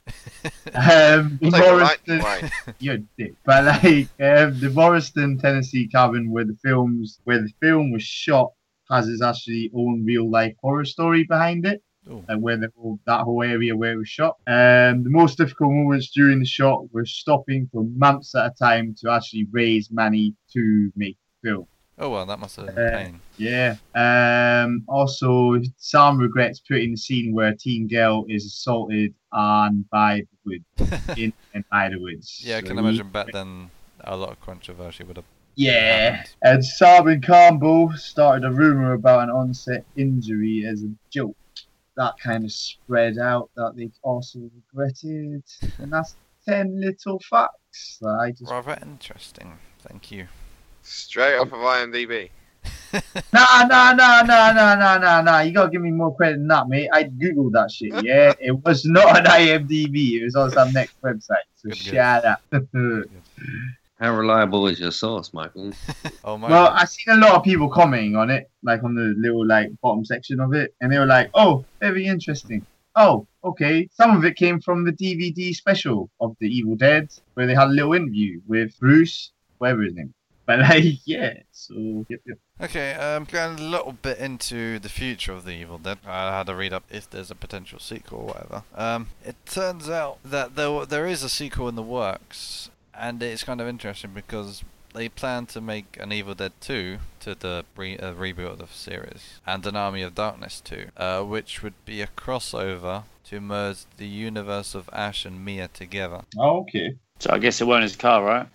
S2: Um, the
S5: Take the lightning
S2: Morriston,
S5: away.
S2: you're a dick. But like um, the Morriston, Tennessee cabin where the films where the film was shot has its actually own real life horror story behind it.
S3: Ooh.
S2: Like where the whole, that whole area where it was shot. Um, the most difficult moments during the shot were stopping for months at a time to actually raise money to make the film.
S3: Oh well, that must have been
S2: uh,
S3: pain.
S2: Yeah. Um, also, Sam regrets putting the scene where a teen girl is assaulted and by the woods. in and by the woods.
S3: yeah, I
S2: So
S3: can
S2: he-
S3: imagine back then a lot of controversy would have.
S2: Yeah. And Sam and Campbell started a rumor about an onset injury as a joke. That kind of spread out that they also regretted. And that's 10 little facts that I just.
S3: Rather interesting. Thank you.
S5: Straight off of IMDb.
S2: Nah, nah, nah, nah, nah, nah, nah, nah. You gotta give me more credit than that, mate. I googled that shit. Yeah, it was not on IMDb. It was on some next website. So
S3: Good
S2: shut up.
S3: Good, good.
S4: How reliable is your source, Michael?
S3: Oh my.
S2: well, I seen a lot of people commenting on it, like on the little like bottom section of it, and they were like, "Oh, very interesting." Oh, okay. Some of it came from the DVD special of The Evil Dead, where they had a little interview with Bruce, whatever his name. But like, yeah. So yep, yep.
S3: Okay, um, going a little bit into the future of the Evil Dead. I had to read up if there's a potential sequel or whatever. Um, it turns out that there wa- there is a sequel in the works, and it's kind of interesting because they plan to make an Evil Dead 2 to the re- uh, reboot of the series, and an Army of Darkness 2, uh, which would be a crossover to merge the universe of Ash and Mia together.
S2: Oh, okay.
S1: So I guess it weren't his car, right?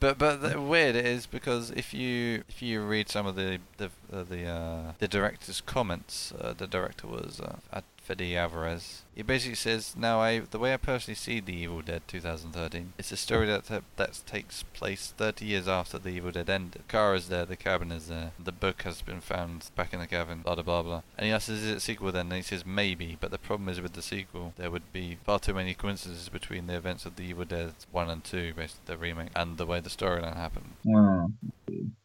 S3: But but the weird it is because if you if you read some of the the uh, the, uh, the director's comments, uh, the director was uh, Ad- Fede Alvarez. He basically says, "Now I the way I personally see The Evil Dead 2013, it's a story that that that takes place 30 years after The Evil Dead ended. The car is there, the cabin is there, the book has been found back in the cabin, blah blah blah." blah. And he asks, "Is it a sequel then?" And he says, "Maybe, but the problem is with the sequel, there would be far too many coincidences between the events of The Evil Dead 1 and 2, basically the remake, and the way the storyline happened."
S2: Wow.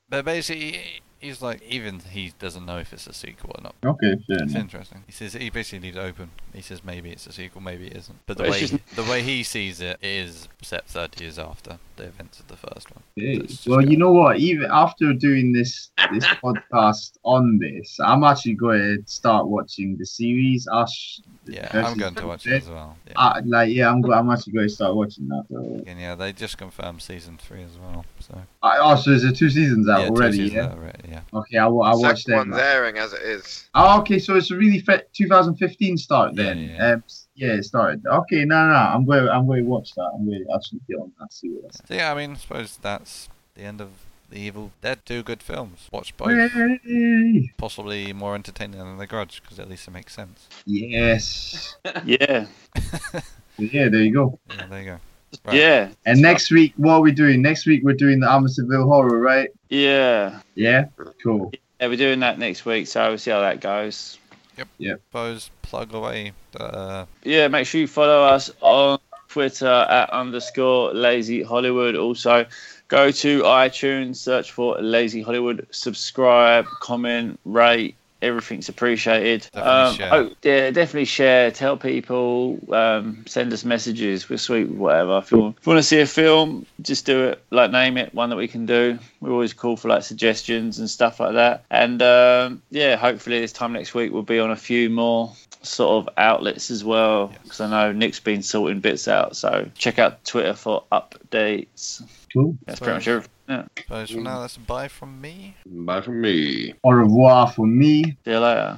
S3: But basically, he's like, even he doesn't know if it's a sequel or not.
S2: Okay. Fair
S3: It's
S1: Mm-hmm.
S2: enough.
S3: interesting. He says he basically leaves it open. He says maybe it's a sequel, maybe it isn't. But the
S1: Well,
S3: way
S1: it's
S3: the way he sees it is set 30 years after the events of the first one.
S2: Okay.
S3: Let's just
S2: Well,
S3: go.
S2: you know what? Even after doing this this podcast on this, I'm actually going to start watching the series. Ash,
S3: Yeah,
S2: Versus
S3: I'm going to watch it
S2: Dead.
S3: as well. Yeah.
S2: uh, like, yeah, I'm go- I'm actually going to start watching that. So.
S3: And yeah, they just confirmed season three as well. So
S2: I, oh, so is there two seasons out
S3: yeah, two
S2: already?
S3: seasons
S2: Yeah.
S3: out already, yeah.
S2: Okay, I, wa- I watched
S5: Second
S2: them.
S5: one's airing as it is.
S2: Oh, okay, so it's a really fe- 2015 start
S3: Yeah,
S2: then.
S3: yeah.
S2: Um, s- yeah, it started. Okay, no, no, I'm going. to I'm going to watch that. I'm going to actually get on that. See what that's.
S3: So yeah, I mean, I suppose that's the end of The Evil Dead. Two good films, watched by
S2: Yay!
S3: possibly more entertaining than The Grudge, because at least it makes sense.
S2: Yes.
S1: Yeah.
S2: Yeah, there you go.
S3: Yeah, there you go. Right.
S1: Yeah.
S2: And next week, what are we doing? Next week, we're doing the Amityville Horror, right?
S1: Yeah.
S2: Yeah. Cool.
S1: Yeah, we're doing that next week, so we'll see how that goes.
S3: Suppose plug away. Uh,
S1: Yeah, make sure you follow us on Twitter at underscore lazy Hollywood. Also, go to iTunes, search for Lazy Hollywood, subscribe, comment, rate. Everything's appreciated.
S3: Definitely
S1: um,
S3: share.
S1: Oh, yeah, definitely share. Tell people. Um, send us messages. We're sweet. with Whatever. If you, want, if you want to see a film, just do it. Like name it. One that we can do. We're always cool for like suggestions and stuff like that. And um, yeah, hopefully this time next week we'll be on a few more sort of outlets as well
S3: Yes.
S1: because I know Nick's been sorting bits out. So check out Twitter for updates.
S2: Cool.
S1: That's
S3: Sorry.
S1: pretty much everything. Yeah.
S3: Suppose for now, that's a bye from me.
S4: Bye from me.
S2: Au revoir for me.
S1: See you later.